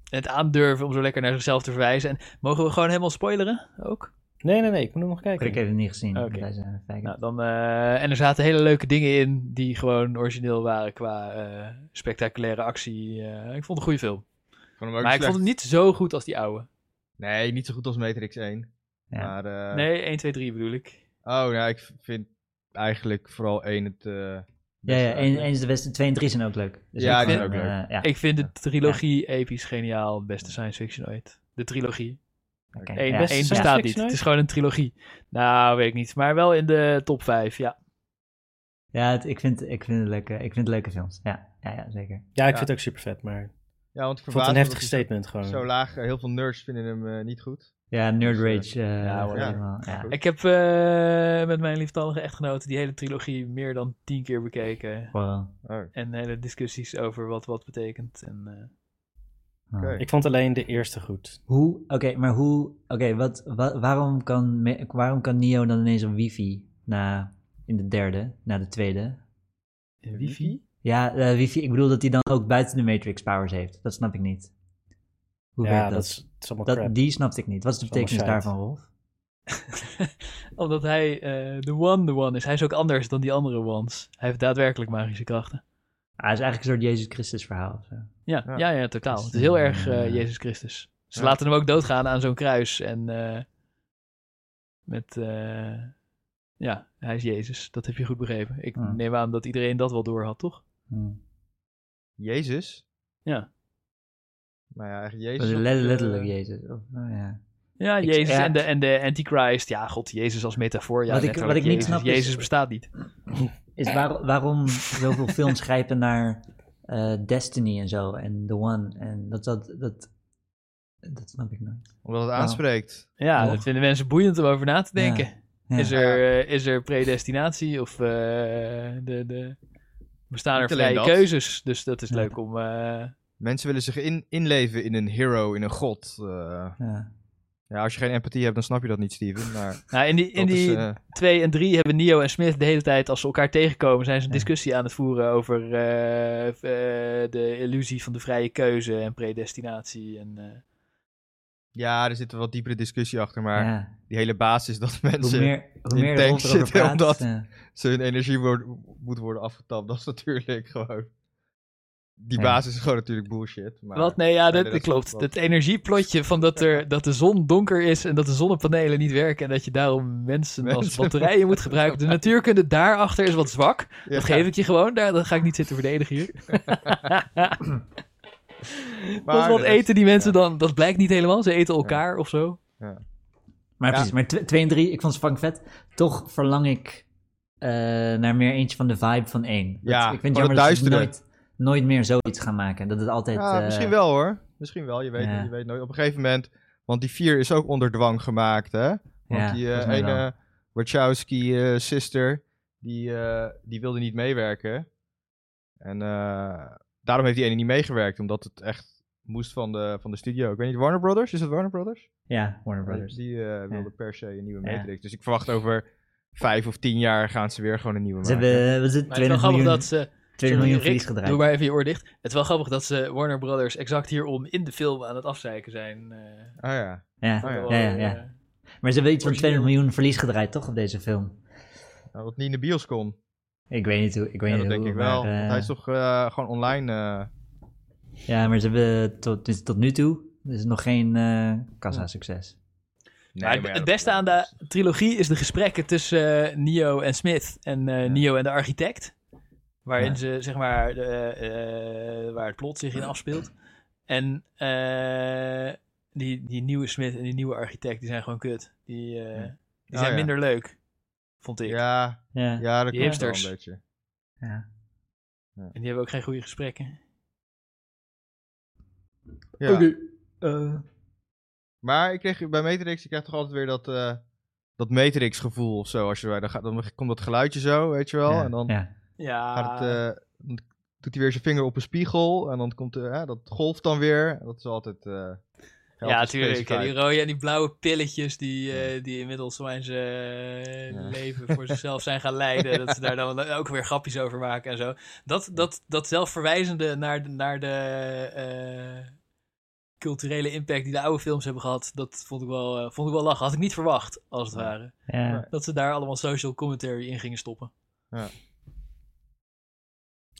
C: het aandurven om zo lekker naar zichzelf te verwijzen. En mogen we gewoon helemaal spoileren ook?
A: Nee, nee, nee, ik moet nog kijken.
B: ik heb hem niet gezien.
C: Oké.
B: Wij zijn kijken.
C: Nou, dan, eh, en er zaten hele leuke dingen in die gewoon origineel waren qua eh, spectaculaire actie. Eh, ik vond het een goede film.
D: Ik vond hem
C: maar
D: ook
C: ik
D: slecht.
C: vond hem niet zo goed als die oude.
D: Nee, niet zo goed als Matrix 1.
B: Ja.
D: Maar, eh,
C: Nee, 1, 2, 3 bedoel ik.
D: Oh, ja, ik vind eigenlijk vooral 1 het eh,
B: ja,
D: beste
B: ja, één
D: eigenlijk.
B: één is de beste. Twee en drie zijn ook leuk. Dus
D: Ja,
B: ik
C: die
B: vond
D: zijn
B: hem,
D: ook
B: eh, ja,
C: Ik vind de trilogie episch geniaal. Beste science fiction ooit. De trilogie.
B: oké,
C: Eén,
B: ja.
A: Beste
C: één
A: science
C: bestaat
A: fiction
C: niet. Het
A: ooit?
C: is gewoon een trilogie. Nou, weet ik niet. Maar wel in de top 5, ja.
B: Ja, het- ik, vind, ik, vind het leuke, ik vind het leuke films. Ja, ja, ja zeker.
A: Ja, ik
D: Ja.
A: vind het ook super vet, maar ik
D: Ja,
A: vond
D: want ik
A: het
D: verbaas
A: een
D: me
A: heftig
D: dat hij
A: statement gewoon.
D: Zo zo laag, eh, heel veel nerds vinden hem eh, niet goed.
B: Ja, Nerd Rage. eh,
C: ja, hoor,
D: ja.
B: helemaal, ja.
D: Goed.
C: Ik heb eh, met mijn lieftallige echtgenoten die hele trilogie meer dan tien keer bekeken.
B: Wow.
D: Oh, oké.
C: En hele discussies over wat wat betekent. En, eh,
B: Wow.
A: Ik vond alleen de eerste goed.
B: Hoe, oké, maar hoe, oké, wat, wa- waarom, kan, me- waarom kan Neo dan ineens op wifi na, in de derde, na de tweede?
C: wifi?
B: Ja, eh, wifi, ik bedoel dat hij dan ook buiten de Matrix powers heeft. Dat snap ik niet. Hoe
A: ja,
B: werkt
A: dat?
B: dat?
A: is, het is allemaal
B: Dat-
A: crap.
B: die snapte ik niet. Wat is de
A: Dat is
B: betekenis
A: allemaal
B: daarvan, Rolf?
C: Omdat hij eh, de one, de one is. Hij is ook anders dan die andere ones. Hij heeft daadwerkelijk magische krachten.
B: Ah, het is eigenlijk een soort Jezus Christus verhaal. of zo.
C: Ja,
D: Ja.
C: ja. ja,
B: Dus,
C: totaal. Het is heel erg eh, Jezus Christus. Ze laten hem ook doodgaan aan zo'n kruis. En eh, met, eh, ja, hij is Jezus. Dat heb je goed begrepen. Ik
B: Hmm.
C: neem aan dat iedereen dat wel door had, toch?
B: Hmm.
D: Jezus?
C: Ja.
D: Nou ja, eigenlijk
B: Dat
D: Jezus.
B: is
D: had
B: let-
D: ik, eh,
B: letterlijk Jezus. Of, nou ja.
C: Ja,
B: Ik-
C: Jezus
B: ja.
C: en, de, en de Antichrist. Ja, god, Jezus als metafoor. Ja,
B: Wat ik-
C: letterlijk
B: wat ik niet
C: Jezus.
B: snap is-
C: Jezus bestaat niet.
B: Is waar- waarom zoveel films grijpen naar eh, Destiny en zo en The One. En dat, dat, dat, dat snap ik nooit.
D: Omdat het aanspreekt.
C: Ja,
B: Toch?
C: dat vinden mensen boeiend om over na te
B: Oh. Ja.
C: denken.
B: Ja.
C: Is, er, eh, is er predestinatie of eh, de, de, bestaan er
D: Niet alleen
C: vrije
D: dat.
C: keuzes? Dus dat is
B: Ja.
C: leuk om... eh,
D: Mensen willen zich in, inleven in een hero, in een god. eh.
B: Ja.
D: ja, als je geen empathie hebt, dan snap je dat niet, Steven. Maar
C: nou, in die, in
D: dat is,
C: die
D: eh,
C: twee en drie hebben Neo en Smith de hele tijd, als ze elkaar tegenkomen, zijn ze een
B: Ja.
C: discussie aan het voeren over eh, v- eh, de illusie van de vrije keuze en predestinatie. En, eh,
D: ja, er zit een wat diepere discussie achter. Maar
B: Ja.
D: die hele basis dat
B: Hoe
D: mensen
B: meer, hoe
D: in
B: meer
D: tanks
B: Rolf erover
D: zitten,
B: praat,
D: omdat-
B: eh,
D: zijn energie wordt, moet worden afgetapt. Dat is natuurlijk gewoon... Die
B: Ja.
D: basis is gewoon natuurlijk bullshit. Maar...
C: wat? Nee, ja,
D: nee,
C: dat,
D: dat
C: dat
D: snap ik
C: klopt.
D: wel.
C: Het energieplotje van dat, er, dat de zon donker is en dat de zonnepanelen niet werken en dat je daarom mensen, als
D: Mensen
C: batterijen moet gebruiken. De natuurkunde daarachter is wat zwak.
D: Ja.
C: Dat geef ik je gewoon. Daar, dat ga ik niet zitten verdedigen hier.
D: Maar
C: Want wat
D: de rest-
C: eten die mensen dan? Dat blijkt niet helemaal. Ze eten elkaar of zo.
B: Maar
D: Ja.
B: precies, maar 2 en 3, ik vond ze fucking vet. Toch verlang ik eh, naar meer eentje van de vibe van 1.
D: Ja,
B: ik vind
D: van
B: het jammer
D: het
B: dat ze
D: duistere.
B: nooit, nooit meer zoiets gaan maken. Dat het altijd...
D: Ja,
B: eh,
D: misschien wel hoor. Misschien wel, je weet,
B: ja.
D: je weet nooit. Op een gegeven moment, want die vier is ook onder dwang gemaakt, hè? Want
B: Ja,
D: die
B: volgens
D: eh,
B: mij
D: ene
B: wel.
D: Wachowski-sister, die, eh, die wilde niet meewerken. En eh, daarom heeft die ene niet meegewerkt, omdat het echt moest van de, van de studio. Ik weet niet, Warner Brothers? Is het Warner Brothers?
B: Ja, Warner Brothers.
D: Die eh, wilde per se een nieuwe
B: Ja.
D: Matrix. Dus ik verwacht over vijf of tien jaar gaan ze weer gewoon een nieuwe
B: Ze
D: maken.
B: hebben, eh, wat is het,
C: Maar het is wel
B: 20
C: grappig
B: miljoen,
C: dat ze...
B: 20 miljoen
C: Sorry, Rick,
B: verlies gedraaid.
C: Doe maar even je oor dicht. Het is wel grappig dat ze Warner Brothers exact hierom in de film aan het afzeiken zijn. eh.
D: Oh ja.
B: Ja.
D: Oh ja.
C: Wel,
B: Ja, ja,
C: eh,
B: ja. Maar ze hebben iets van
C: Origineel.
B: 20 miljoen verlies gedraaid, toch, op deze film?
D: Nou, wat niet in de bios kon.
B: Ik weet niet hoe, ik weet
D: Ja,
B: niet
D: dat denk
B: hoe,
D: ik wel.
B: maar, eh,
D: Want hij is toch eh, gewoon online... eh,
B: Ja, maar ze hebben tot, dus tot nu toe is het nog geen eh kassa-succes.
D: Nee,
C: maar het- het beste aan de trilogie is de gesprekken tussen eh, Neo en Smith en eh, Neo en de architect. Waarin
B: Ja.
C: ze, zeg maar, de, eh, waar het plot zich in afspeelt. En eh, die, die nieuwe Smith en die nieuwe architect, die zijn gewoon kut. Die, eh, die
D: Oh,
C: zijn
D: ja.
C: minder leuk, vond ik.
D: Ja,
B: Ja.
D: ja, dat
C: Die
D: klopt wel
C: hipsters.
D: een beetje.
B: ja.
C: En die hebben ook geen goede gesprekken.
D: Ja. eh, Maar ik kreeg bij Matrix, ik krijg toch altijd weer dat, eh, dat Matrix gevoel of zo. Als je, dan, gaat, dan komt dat geluidje zo, weet je wel.
B: Ja,
D: en dan
B: ja.
C: Ja,
D: gaat het, eh, dan doet hij weer zijn vinger op een spiegel. En dan komt eh, ja, dat golft dan weer. Dat is altijd... eh, geldt voor
C: Ja, tuurlijk.
D: Space
C: hè. Die
D: Vibe.
C: rode en die blauwe pilletjes die, eh, die inmiddels zijn ze eh,
D: Ja.
C: leven voor zichzelf zijn gaan leiden. Dat ze daar dan ook weer grapjes over maken en zo. Dat, dat, dat zelfverwijzende naar de, naar de eh, culturele impact die de oude films hebben gehad, dat vond ik wel, eh, vond ik wel lachen. Had ik niet verwacht, als het ware.
B: ja.
C: Dat ze daar allemaal social commentary in gingen stoppen.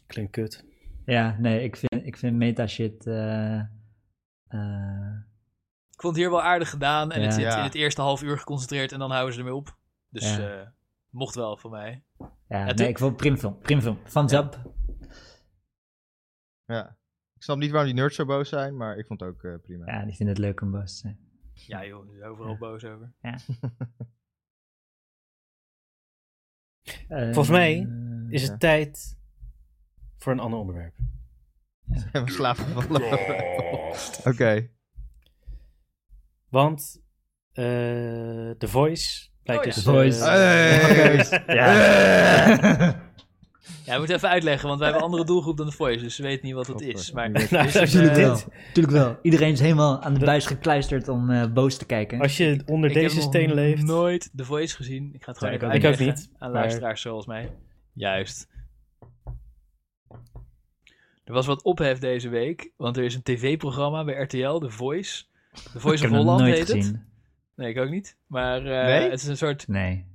A: Klinkt kut.
B: Ja, nee, ik vind, ik vind meta shit. eh, eh,
C: Ik vond het hier wel aardig gedaan en het
B: Ja.
C: zit
D: Ja.
C: in het eerste half uur geconcentreerd en dan houden ze ermee op. Dus
B: Ja.
C: eh, mocht wel van mij.
B: ja,
C: Het-
B: nee, ik vond primfilm. Primfilm. Thumbs up.
D: Ja. Ik snap niet waarom die nerds zo boos zijn, maar ik vond het ook eh, prima.
B: Ja, die vinden het leuk om boos te zijn.
C: Ja joh, nu overal
B: Ja.
C: boos over.
B: Eh,
A: Volgens mij Is
D: Ja.
A: het tijd voor een ander onderwerp?
D: En we slapen vallen. Oké.
A: Want eh, The Voice blijkt
C: Oh ja.
A: dus...
B: The Voice.
A: eh,
D: Hey!
B: Ja.
C: Ja, we moeten even uitleggen, want wij hebben een andere doelgroep dan de Voice, dus we weten niet wat het
B: Oh,
C: is. Maar dus
D: Godver-
A: nou, als je,
B: Tuurlijk
A: dit-
B: wel. Eh, Tuurlijk wel. Iedereen is helemaal aan de buis gekluisterd om eh, boos te kijken.
A: als je onder
C: ik heb
A: deze
C: nog
A: steen leeft...
C: nooit de Voice gezien. Ik ga het gewoon
B: Nee,
C: even
A: ik ook
C: uitleggen
A: niet.
C: aan
A: maar-
C: luisteraars zoals mij. Juist. Er was wat ophef deze week, want er is een tv-programma bij RTL, The Voice. The
B: ik
C: Voice
B: heb
C: of
B: hem
C: Holland
B: nooit
C: heet
B: gezien.
C: het. Nee, ik ook niet. Maar eh,
D: Nee?
C: het is een soort...
B: Nee.
C: Nee.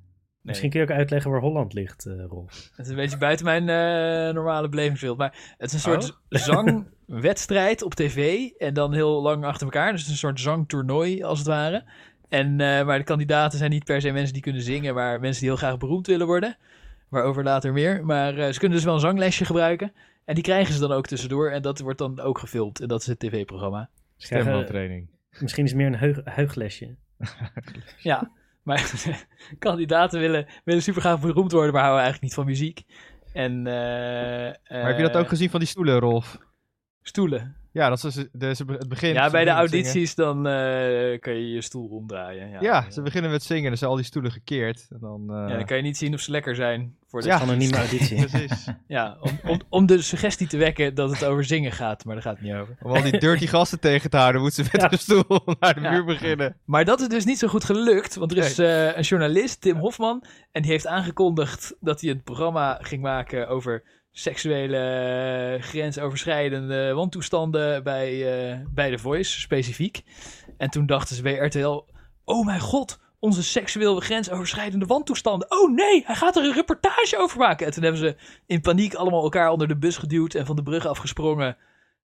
A: Misschien kun je ook uitleggen waar Holland ligt, eh Rolf.
C: Het is een beetje buiten mijn eh, normale belevingsveld. Maar het is een soort
D: Oh.
C: zangwedstrijd op tv. En dan heel lang achter elkaar. Dus het is een soort zangtoernooi als het ware. En, eh, maar de kandidaten zijn niet per se mensen die kunnen zingen. Maar mensen die heel graag beroemd willen worden. Waarover later meer. Maar eh, ze kunnen dus wel een zanglesje gebruiken. En die krijgen ze dan ook tussendoor. En dat wordt dan ook gefilmd. En dat is het tv-programma.
D: Stembaltraining.
A: Misschien is het meer een heug, heuglesje.
C: Ja, maar kandidaten willen, willen super graag beroemd worden. Maar houden eigenlijk niet van muziek. En, eh,
D: Maar heb je dat
C: eh,
D: ook gezien van die stoelen, Rolf?
C: Stoelen.
D: Ja, dat is dus- de- ze be- het begin.
C: Ja,
D: ze
C: bij de
D: beginnen met zingen.
C: audities dan eh, kan je je stoel omdraaien. Ja,
D: Ja, ze beginnen met zingen. Dan zijn al die stoelen gekeerd. En dan, eh,
C: Ja, dan kan je niet zien of ze lekker zijn. Voor de,
D: Ja.
C: ja.
A: Anonieme auditie.
D: Precies.
C: om, om, om de suggestie te wekken dat het over zingen gaat, maar daar gaat het niet over.
D: Om al die dirty gasten tegen te houden, moeten ze met
A: Ja.
D: hun stoel naar de
C: Ja.
D: muur beginnen.
C: Maar dat is dus niet zo goed gelukt, want er is eh, een journalist, Tim Hofman, en die heeft aangekondigd dat hij een programma ging maken over seksuele eh, grensoverschrijdende wantoestanden bij, eh, bij The Voice specifiek. En toen dachten ze bij RTL, oh mijn god, onze seksueel grensoverschrijdende wantoestanden. Oh nee, hij gaat er een reportage over maken. En toen hebben ze in paniek allemaal elkaar onder de bus geduwd en van de brug afgesprongen.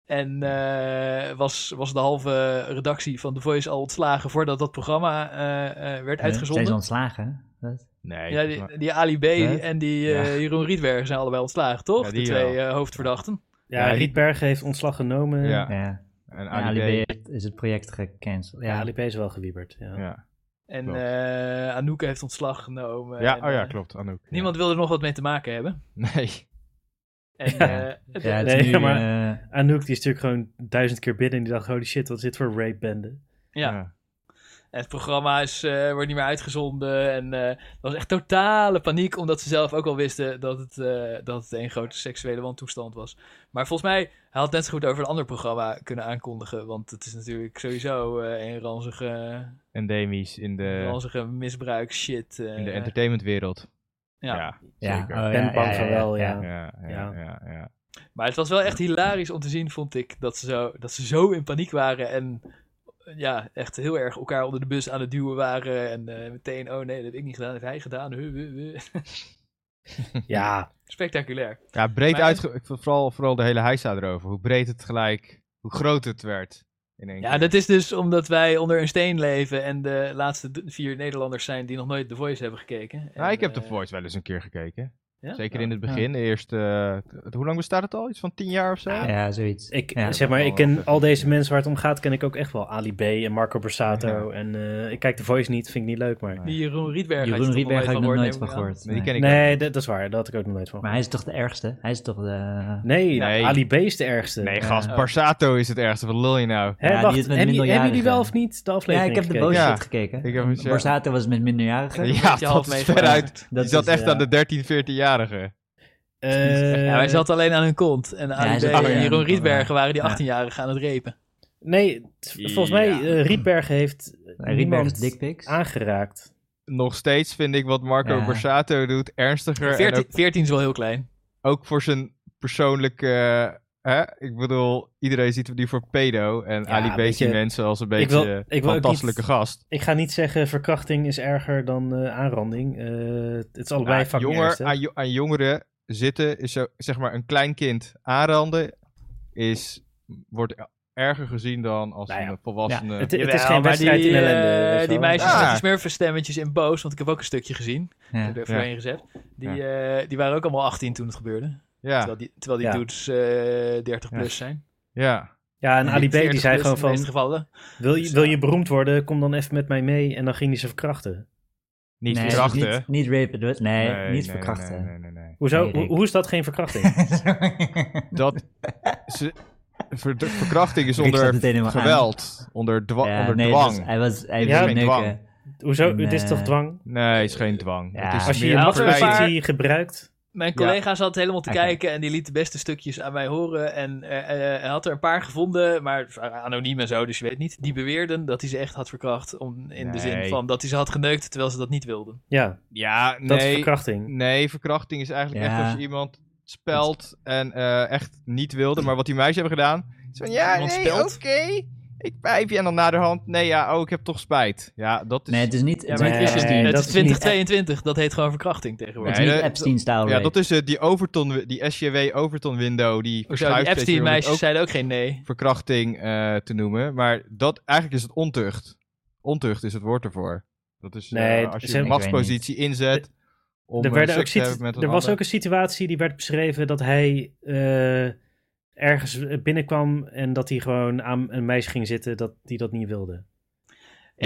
C: En eh, was, was de halve redactie van The Voice al ontslagen voordat dat programma eh, eh, werd
B: Zijn ze
C: uitgezonden.
B: ontslagen? Wat?
D: Nee.
C: Ja, die, die Ali B
B: Hè?
C: en die eh, Jeroen Rietberg zijn allebei ontslagen, toch?
D: Ja, die
C: de twee
D: wel.
C: eh, hoofdverdachten.
A: Ja,
D: Ja,
A: Rietberg heeft ontslag genomen.
D: Ja.
A: Ja,
B: Ja.
D: En
B: En
D: Ali,
B: Ali B
D: B.
B: heeft- is het project gecanceld. Ja,
A: Ali B is wel gewieberd. Ja.
D: Ja.
C: En
D: Klopt.
C: eh Anouk heeft ontslag genomen.
D: ja,
C: En,
D: oh ja,
C: eh,
D: klopt, Anouk. Ja.
C: Niemand wil er nog wat mee te maken hebben.
D: Nee.
C: En,
B: Ja.
C: eh, het-
B: ja, het
A: Nee,
B: is nu,
A: maar-
B: eh,
A: Anouk die is natuurlijk gewoon duizend keer binnen en die dacht, holy shit, wat is dit voor rape bende?
C: ja. En het programma is, eh, wordt niet meer uitgezonden. En eh er was echt totale paniek, omdat ze zelf ook al wisten dat het, eh, dat het een grote seksuele wantoestand was. Maar volgens mij, hij had net zo goed over een ander programma kunnen aankondigen. Want het is natuurlijk sowieso eh, een ranzige,
D: Endemisch in de,
C: ranzige misbruik shit. eh.
D: Eh. in de entertainmentwereld.
C: ja.
B: ja,
D: zeker.
B: oh,
A: Ik
B: ja,
A: ben
B: ja,
A: bang
B: ja,
A: van
B: ja,
A: wel, ja.
B: ja.
D: Ja, ja,
A: Ja.
D: ja. ja,
C: Maar het was wel echt hilarisch om te zien, vond ik, dat ze zo, dat ze zo in paniek waren en ja, echt heel erg elkaar onder de bus aan het duwen waren. En eh, meteen, oh nee, dat heb ik niet gedaan, dat heeft hij gedaan. Huh, huh, huh.
A: Ja,
C: Spectaculair.
D: Ja, breed
C: Maar-
D: uitge... ik vond Vooral, vooral de hele heisa erover. Hoe breed het gelijk... Hoe groot het werd. In één
C: Ja,
D: keer.
C: dat is dus omdat wij onder een steen leven en de laatste d- vier Nederlanders zijn die nog nooit The Voice hebben gekeken.
D: Nou,
C: En,
D: ik heb The
C: eh,
D: Voice wel eens een keer gekeken.
C: ja?
D: Zeker
C: Nou,
D: in het begin. Eerst... eh, t- hoe lang bestaat het al? Iets van tien jaar of zo?
B: Ja, zoiets.
A: ik,
B: Ja.
A: zeg maar,
D: wel
A: ik ken
D: wel.
A: al deze mensen waar het om gaat, ken ik ook echt wel. Ali B en Marco Borsato. En eh, ik kijk de Voice niet, vind ik niet leuk, maar...
C: Die Jeroen Rietberg had je
B: Jeroen
C: toch
B: Rietberg heb ik nog
C: gehoord,
B: nooit
C: neem
B: van
C: ik aan?
B: gehoord.
D: Nee, die
B: nee.
D: ken ik ook.
A: Nee, dat, dat is waar, daar had ik ook nog nooit van.
B: Maar hij is toch de ergste? Hij is toch eh, de...
A: Nee, nou,
D: Nee.
A: Ali B is de ergste.
D: Nee,
B: Ja.
D: gast. Barsato is het ergste. Wat lul je nou?
A: Hè,
B: Ja, die
A: wacht,
B: is met
A: hebben, jullie- hebben jullie
B: minderjarigen.
A: wel of niet de
B: Ja,
A: aflevering
B: ik heb de
A: gekeken?
B: boze
D: Ja.
B: shit gekeken.
D: Ik heb hem zo-
B: Borsato was met minderjarigen.
D: Ja,
C: Beetje half
D: dat is
C: meegemaakt.
D: veruit.
A: Dat
D: Die zat
A: is,
D: echt
A: ja.
D: aan de 13, 14-jarige.
A: Eh,
C: Ja, hij zat alleen aan hun kont. En Ali
B: hij
C: B
B: zat alleen
C: en
B: aan
C: Jeroen
B: hun kont,
C: Rietberg
B: ja.
C: waren die
B: Ja.
C: 18-jarigen aan het repen.
A: Nee, t- volgens mij,
D: Ja.
A: eh, Rietbergen heeft
B: Rietberg
A: niemand
B: is dickpics.
A: aangeraakt.
D: Nog steeds vind ik wat Marco
B: Ja.
D: Borsato doet ernstiger. En
C: 14,
D: ook,
C: 14 is wel heel klein.
D: ook voor zijn persoonlijke... eh, hè? Ik bedoel, iedereen ziet hem nu voor pedo. En
A: Ja,
D: Ali
A: weet
D: B zien
A: je,
D: mensen als een
A: ik wil-
D: beetje
A: ik wil ook
D: fantastische
A: niet-
D: gast.
A: Ik ga niet zeggen verkrachting is erger dan eh, aanranding. Eh, het is allebei
D: Nou,
A: fucking
D: jonger-
A: ernstig.
D: aan, jo- aan jongeren zitten is zo, zeg maar een klein kind aanranden is, wordt erger gezien dan als
A: Nou ja.
D: een volwassene.
A: Het, het is
C: Jawel,
A: geen
C: maar
A: wedstrijd
C: die,
A: in ellende.
C: eh,
A: weet je
C: die
A: wel.
C: meisjes
D: Ja.
C: met die smurfenstemmetjes in boos, want ik heb ook een stukje gezien. Ik
B: Ja.
C: heb er voorheen gezet. Die, eh, die waren ook allemaal 18 toen het gebeurde.
D: ja,
C: Terwijl die, terwijl die
A: Ja.
C: dudes eh, 30
D: Ja.
C: plus zijn.
D: ja.
A: Ja, en Ali B die
C: 40
A: zei
C: plus
A: gewoon
C: in de meeste
A: van,
C: gevallen.
A: wil je, wil je beroemd worden, kom dan even met mij mee. En dan ging hij ze verkrachten.
D: Niet
B: Nee,
D: verkrachten.
B: Niet, niet rapen. dus- Nee,
D: Nee,
B: niet
D: nee,
B: verkrachten.
D: Nee, nee, nee, nee.
A: Hoezo,
B: Nee, Rick.
A: hoe, hoe is dat geen verkrachting?
D: Dat ze, ver- verkrachting is
B: Ik zat
D: Dus onder
B: meteen helemaal aan.
D: geweld, onder, dwa-
B: Ja,
D: onder
B: nee, het was-
D: dwang.
B: hij was, hij
A: Ja,
B: was
D: geen
B: neuken.
A: Hoezo,
B: Nee.
A: dit is toch dwang?
D: Nee, is geen dwang.
B: Ja.
D: Het is
A: Als je
D: meer
A: je
C: Ja, als er een
D: verleiding.
A: machtspositie gebruikt.
C: Mijn
D: Ja.
C: collega zat helemaal te
B: Oké.
C: kijken en die liet de beste stukjes aan mij horen. En eh, eh, hij had er een paar gevonden, maar anoniem en zo, dus je weet niet. Die beweerden dat hij ze echt had verkracht. Om, in de zin
D: Nee.
C: van dat hij ze had geneukt terwijl ze dat niet wilden.
A: Ja,
D: Ja,
A: dat is
D: nee,
A: verkrachting.
D: Nee, verkrachting is eigenlijk
B: Ja.
D: echt als je iemand spelt en eh, echt niet wilde. Maar wat die meisjes hebben gedaan, is van ja,
C: Iemand
D: nee, oké,
C: spelt?
D: ik pijp je. En dan naderhand, nee ja, oh, ik heb toch spijt. Ja, dat is,
B: Nee, het is niet,
C: Ja,
B: het
C: maar
B: is
C: het is,
B: niet-
C: dus
A: Nee,
C: het
A: dat
C: is
A: is niet-
C: 2022, dat heet gewoon verkrachting
B: het
C: tegenwoordig.
B: is
D: Nee,
B: niet
D: dat-
B: Epstein-style
D: ja,
B: rape.
D: dat is eh, die Overton, die SJW Overton window, die
C: Hoezo, Oh, die
D: verschuift steeds meer om het
C: Epstein-meisjes
D: ook
C: zeiden ook geen nee.
D: verkrachting eh, te noemen. Maar dat, eigenlijk is het ontucht. Ontucht is het woord ervoor. Dat is eh,
A: Nee,
D: als je
A: ze-
D: je
A: Ik
D: machtspositie inzet om
A: Er,
D: er,
A: werden ook
D: te
A: situ-
D: hebben met een
A: er was
D: ander.
A: ook een situatie die werd beschreven dat hij eh, ergens eh, binnenkwam en dat hij gewoon aan een meisje ging zitten dat, die dat niet wilde.
B: Ja,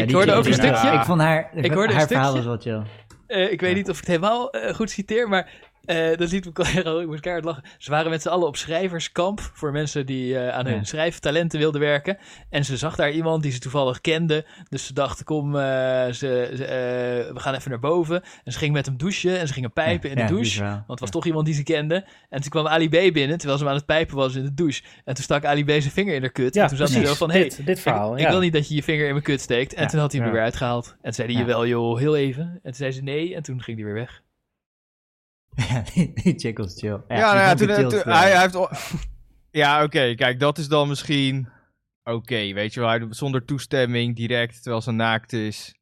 C: ik
B: die-
C: hoorde
B: die-
C: ook een
B: die-
D: ja.
C: stukje.
B: Ik vond haar,
C: Ik hoorde een
B: haar verhaal was
C: stukje.
B: wel chill.
C: Eh, ik weet niet of ik het helemaal eh, goed citeer, maar Eh, dat liet me collega, ik moest keihard lachen. Ze waren met z'n allen op schrijverskamp voor mensen die eh, aan hun
B: Ja.
C: schrijftalenten wilden werken. En ze zag daar iemand die ze toevallig kende. Dus ze dacht, kom, eh, ze, ze, eh, we gaan even naar boven. En ze ging met hem douchen en ze gingen pijpen in
B: Ja,
C: de
B: die
C: douche.
B: is wel.
C: Want het was toch iemand die ze kende. En toen kwam Ali B binnen, terwijl ze hem aan het pijpen was in de douche. En toen stak Ali B zijn vinger in haar kut. en toen zat ze
A: precies.
C: zo van, hey,
A: dit, dit verhaal.
C: ik,
A: ja.
C: ik wil niet dat je je vinger in mijn kut steekt. En
B: Ja,
C: toen had hij hem
B: ja.
C: er weer uitgehaald. En toen zei hij,
B: Ja.
C: jawel joh, heel even. En toen zei ze nee, en toen ging hij weer weg.
B: Ja, die die eh. chick was chill.
D: Ja, nou ja, toen,
B: die chillt
D: toen-
B: wel.
D: hij, hij heeft... al- ja, oké, kijk, dat is dan misschien... Oké, weet je wel, hij doet zonder toestemming direct, terwijl ze naakt is.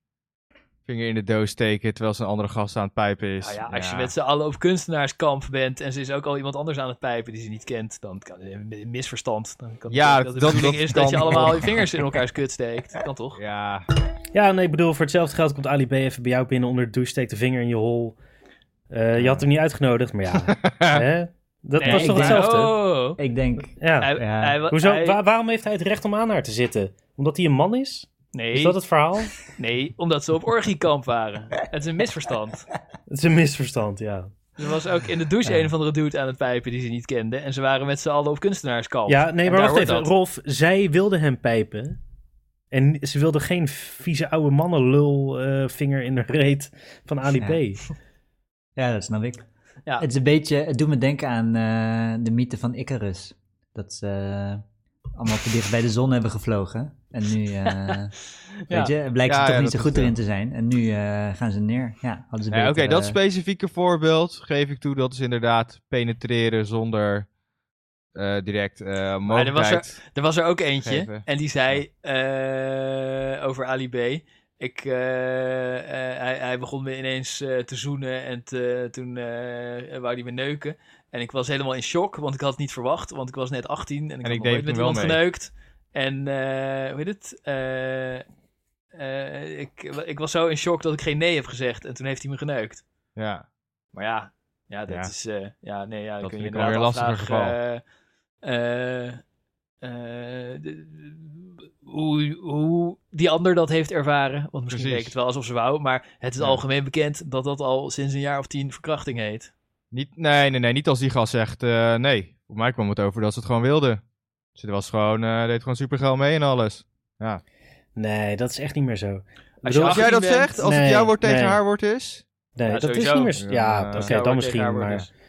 D: Vinger in de doos steken, terwijl ze een andere gast aan het pijpen is.
C: Nou ja, als je met z'n allen op kunstenaarskamp bent... en ze is ook al iemand anders aan het pijpen die ze niet kent... dan kan een misverstand. Dan kan
D: Ja,
C: dat de
D: dat-
C: bedoeling
D: dat
C: is dat je
D: kan.
C: allemaal je vingers in elkaars kut steekt. Dat kan toch?
D: Ja,
A: Ja, nee, ik bedoel, voor hetzelfde geld komt Ali B even bij jou binnen onder de douche, steekt de vinger in je hol. Eh, je had hem niet uitgenodigd, maar ja. hè? Dat
C: Nee,
A: was
C: ik
A: toch
B: denk-
A: hetzelfde?
C: Oh.
B: Ik denk...
A: Ja.
C: Hij-
B: Ja.
C: hij-
A: Hoezo?
C: hij-
A: Wa- waarom heeft hij het recht om aan haar te zitten? Omdat hij een man is? Is
C: nee,
A: dat het verhaal?
C: nee, omdat ze op orgiekamp waren. Het is een misverstand.
A: Het is een misverstand, ja.
C: Er was ook in de douche een of andere dude aan het pijpen die ze niet kende. En ze waren met z'n allen op kunstenaarskamp.
A: Ja, nee,
C: En
A: maar
C: daar
A: wacht even.
C: hoort dat.
A: Rolf, zij wilde hem pijpen. En ze wilde geen vieze oude mannenlul eh, vinger in de reet van Ali
B: Ja.
A: B.
B: Ja, dat snap ik.
C: Ja.
B: Het is een beetje... Het doet me denken aan eh, de mythe van Icarus. Dat ze eh, allemaal te dicht bij de zon hebben gevlogen. En nu... eh, Weet je, blijkt
D: Ja,
B: ze toch
D: ja,
B: niet
D: dat
B: zo
D: is
B: goed
D: wel.
B: erin te zijn. En nu eh, gaan ze neer. Ja, hadden ze
D: Ja, Oké,
B: beter,
D: dat
B: eh,
D: specifieke voorbeeld geef ik toe. Dat is inderdaad penetreren zonder eh, direct eh
C: er was er-
D: mogelijkheid.
C: Er was er ook eentje
D: Geven.
C: en die zei eh, over Ali B. Ik, eh, eh, hij, hij begon me ineens eh, te zoenen en te- toen eh, wou hij me neuken. En ik was helemaal in shock, want ik had het niet verwacht, want ik was net 18 en ik had
D: En
C: nog
D: ik
C: nooit
D: deed
C: met
D: toen
C: iemand
D: wel mee.
C: geneukt. En eh, hoe heet het? Eh, eh, ik, ik was zo in shock dat ik geen nee heb gezegd en toen heeft hij me geneukt.
D: Ja.
C: Maar ja, ja dat
D: Ja.
C: is. eh, ja, nee, ja, dan
D: Dat
C: kun je
D: vind ik wel
C: inderdaad
D: weer een lastiger
C: afvragen, eh, eh, eh, de- de- hoe, hoe die ander dat heeft ervaren. Want misschien
D: Precies.
C: leek het wel alsof ze wou. Maar het is
D: Ja.
C: algemeen bekend dat dat al sinds een jaar of tien verkrachting heet.
D: Niet, nee, nee, nee. Niet als die gast zegt eh, nee. Voor mij kwam het over dat ze het gewoon wilden. Ze was gewoon, eh, deed gewoon supergeil mee en alles.
A: Nee, dat is echt niet meer zo. Ik
C: Als je
A: bedoel,
D: Als jij dat
C: bent-
D: zegt, als
A: Nee,
D: het jouw woord tegen
A: nee.
D: haar woord is.
A: nee,
C: Ja,
A: dat is
C: sowieso.
A: niet meer zo.
D: Ja,
A: Ja, oké,
D: als
C: Zou
A: dan
C: wordt tegen
A: misschien.
C: haar wordt
A: Maar...
C: dus-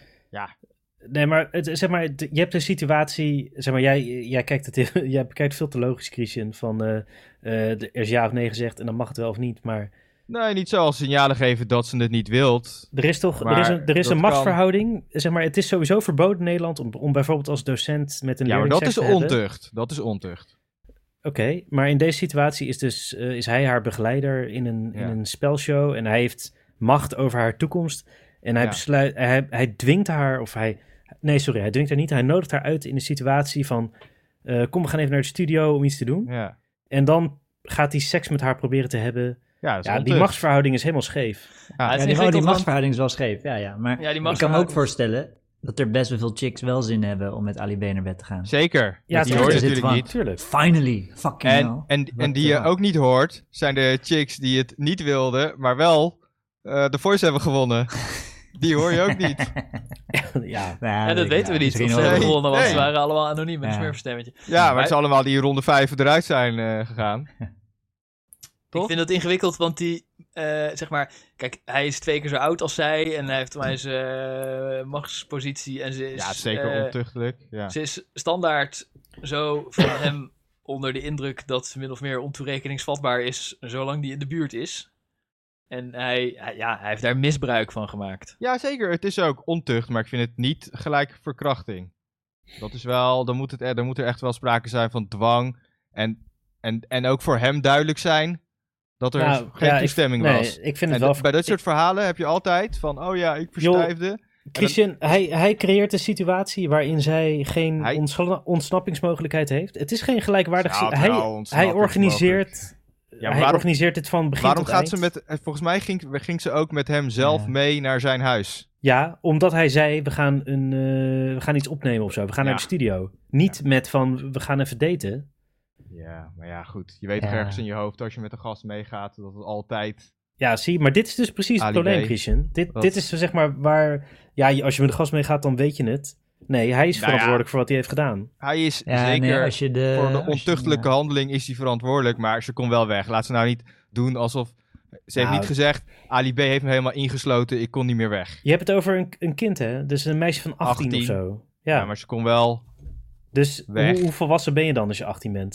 A: Nee, maar, het, zeg maar het- je hebt een situatie. Zeg maar, jij, jij, kijkt het, heel- jij bekijkt veel te logisch, Christian. Van eh, eh, er is ja of nee gezegd en dan mag het wel of niet. Maar
D: Nee, niet zo als signalen geven dat ze het niet wilt.
A: Er is toch er
D: Maar
A: is een, er is
D: dat
A: een machtsverhouding. Zeg maar, het is sowieso verboden in Nederland om, om bijvoorbeeld als docent met een
D: ja, maar
A: leerling
D: dat
A: seks
D: is
A: te hebben.
D: ontucht. Dat is ontucht.
A: Oké, maar in deze situatie is, dus, eh, is hij haar begeleider in een,
D: Ja.
A: in een spelshow en hij heeft macht over haar toekomst. En hij,
D: Ja.
A: besluit, hij, hij dwingt haar, of hij... Nee, sorry, hij dwingt haar niet. Hij nodigt haar uit in een situatie van... eh, kom, we gaan even naar de studio om iets te doen.
D: Ja,
A: En dan gaat hij seks met haar proberen te hebben.
D: ja dat is
A: Ja, die
D: ontucht.
A: machtsverhouding is helemaal scheef.
D: Ja,
C: het is
B: Ja, die, oh, die
C: ingewikkeld, want-
B: machtsverhouding is wel scheef. Ja, ja. Maar
C: Ja, die
B: ik kan me
C: machtsverhouding.
B: ook voorstellen dat er best wel veel chicks wel zin hebben om met Ali B naar bed te gaan.
D: Zeker.
A: Ja,
D: Ja, die
A: tuurlijk.
D: hoor je
B: Er zit
D: natuurlijk
B: van-
D: niet.
A: Tuurlijk.
B: Finally, fucking
D: En,
B: hell.
D: en,
B: Wat
D: en die je
B: ervan.
D: ook niet hoort, zijn de chicks die het niet wilden, maar wel eh, de voice hebben gewonnen. Die hoor je ook niet.
A: ja,
B: Nou,
C: Ja, dat
B: ik-
C: weten we
B: ja,
C: niet. Of
B: misschien
C: ze
B: wel.
C: hebben
D: Nee.
C: gewonnen, want ze
D: Nee.
C: waren allemaal anoniem met een
B: Ja.
C: smurfstemmetje.
D: Ja, maar
C: Maar-
D: het zijn allemaal die ronde vijf eruit zijn eh, gegaan. Toch?
C: Ik vind dat ingewikkeld, want die, eh, zeg maar, kijk, hij is twee keer zo oud als zij en hij heeft maar zijn eh, machtspositie en ze is,
D: Ja, het is zeker
C: eh,
D: ontuchtelijk. Ja.
C: ze is standaard zo van hem onder de indruk dat ze min of meer ontoerekeningsvatbaar is, zolang die in de buurt is. En hij, hij- ja, hij heeft daar misbruik van gemaakt.
D: ja, zeker. Het is ook ontucht, maar ik vind het niet gelijk verkrachting. Dat is wel, dan moet, het, er- dan moet er echt wel sprake zijn van dwang. En, en, en ook voor hem duidelijk zijn dat er
A: Nou,
D: geen
A: ja, ik-
D: toestemming
A: nee,
D: was.
A: ik vind
D: En
A: het wel...
D: dat- bij dat soort verhalen heb je altijd van, oh ja, ik
A: Joh,
D: verstijfde.
A: Christian, hij, hij creëert een situatie waarin zij geen
D: Hij-
A: ontsla- ontsnappingsmogelijkheid heeft. Het is geen gelijkwaardig...
D: Ja,
A: si- hij,
D: nou,
A: hij
D: ontsnapping
A: organiseert...
D: Ja, maar
A: hij
D: waarom-
A: organiseert dit van begin
D: Waarom
A: tot
D: gaat
A: eind.
D: ze met. eh, Volgens mij ging, ging ze ook met hem zelf
B: Ja.
D: mee naar zijn huis.
A: Ja, omdat hij zei, we gaan, een, eh, we gaan iets opnemen of zo. We gaan naar
D: Ja.
A: de studio. Niet met van, we gaan even daten.
D: Ja, maar ja, goed. Je weet
B: Ja.
D: toch ergens in je hoofd als je met een gast meegaat dat het altijd.
A: Ja, zie, maar dit is dus precies het
D: Ali
A: probleem,
D: B.
A: Christian. Dit,
D: Wat?
A: dit is dus zeg maar waar... Ja, je- als je met de gast meegaat, dan weet je het. Nee, hij is
D: Nou ja.
A: verantwoordelijk voor wat hij heeft gedaan.
D: Hij is
B: Ja,
D: zeker
B: nee, als je de,
D: voor
B: Eh, als
D: de
B: je-
D: ontuchtelijke handeling is hij verantwoordelijk, maar ze kon wel weg. Laat ze nou niet doen alsof... Ze heeft
A: Nou,
D: niet gezegd, Ali B heeft me helemaal ingesloten, ik kon niet meer weg.
A: Je hebt het over een, een kind, hè? Dus een meisje van 18, of
D: 18.
A: zo. Ja,
D: Ja, maar ze kon wel...
A: dus hoe,
D: weg.
A: hoe volwassen ben je dan als je 18 bent?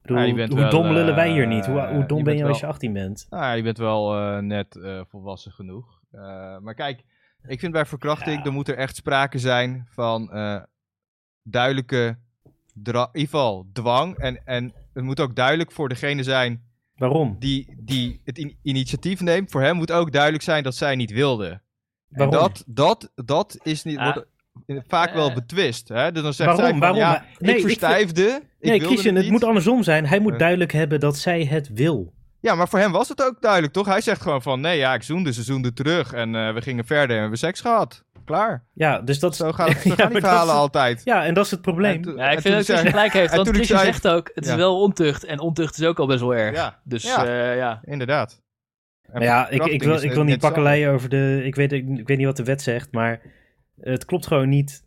A: Ik bedoel,
D: Ja, je bent
A: hoe
D: wel,
A: dom lullen wij
D: eh,
A: hier niet? Hoe, hoe
D: je
A: dom ben
D: bent
A: je als je
D: wel-
A: 18 bent?
D: Nou, ja, je bent wel eh, net eh, volwassen genoeg. Eh, maar kijk, ik vind bij verkrachting,
A: Ja.
D: dan moet er echt sprake zijn van eh, duidelijke... dra- In ieder geval dwang. En, en het moet ook duidelijk voor degene zijn
A: Waarom?
D: die, die het in- initiatief neemt, voor hem moet ook duidelijk zijn dat zij niet wilde. En
A: Waarom?
D: dat, dat, dat is niet,
C: Ah.
D: wordt vaak wel
C: Eh.
D: betwist. Hè? Dus dan zegt
A: Waarom?
D: zij
A: Waarom?
D: van, ja,
A: Nee, ik
D: ik
A: vind-
D: verstijfde, ik,
A: nee,
D: wilde
A: Christian, het
D: niet.
A: moet andersom zijn. Hij moet
D: Eh.
A: duidelijk hebben dat zij het wil.
D: Ja, maar voor hem was het ook duidelijk, toch? Hij zegt gewoon van, nee, ja, ik zoende, ze zoende terug en eh, we gingen verder en we hebben seks gehad. Klaar.
A: Ja, dus dat is...
D: Zo gaan, zo
A: Ja,
D: gaan
A: maar dat
D: die verhalen
A: is-
D: altijd.
A: Ja, en dat is het probleem.
D: En toen-
C: Ja, ik
D: en
C: vind
D: toen
C: ook dat je
D: zei-
C: gelijk heeft,
D: en
C: want
D: toen ik
C: Christian
D: zei-
C: zegt ook, het is
D: Ja.
C: wel ontucht. En ontucht is ook al best wel erg.
D: Ja,
C: Dus
D: Ja.
C: eh, ja.
D: inderdaad. En
A: Maar Nou ja, ik, ik
D: verkrachting
A: wil,
D: is
A: ik
D: net-
A: wil niet
D: net zo.
A: bakkeleien over de... Ik weet, ik, weet niet wat de wet zegt, maar het klopt gewoon niet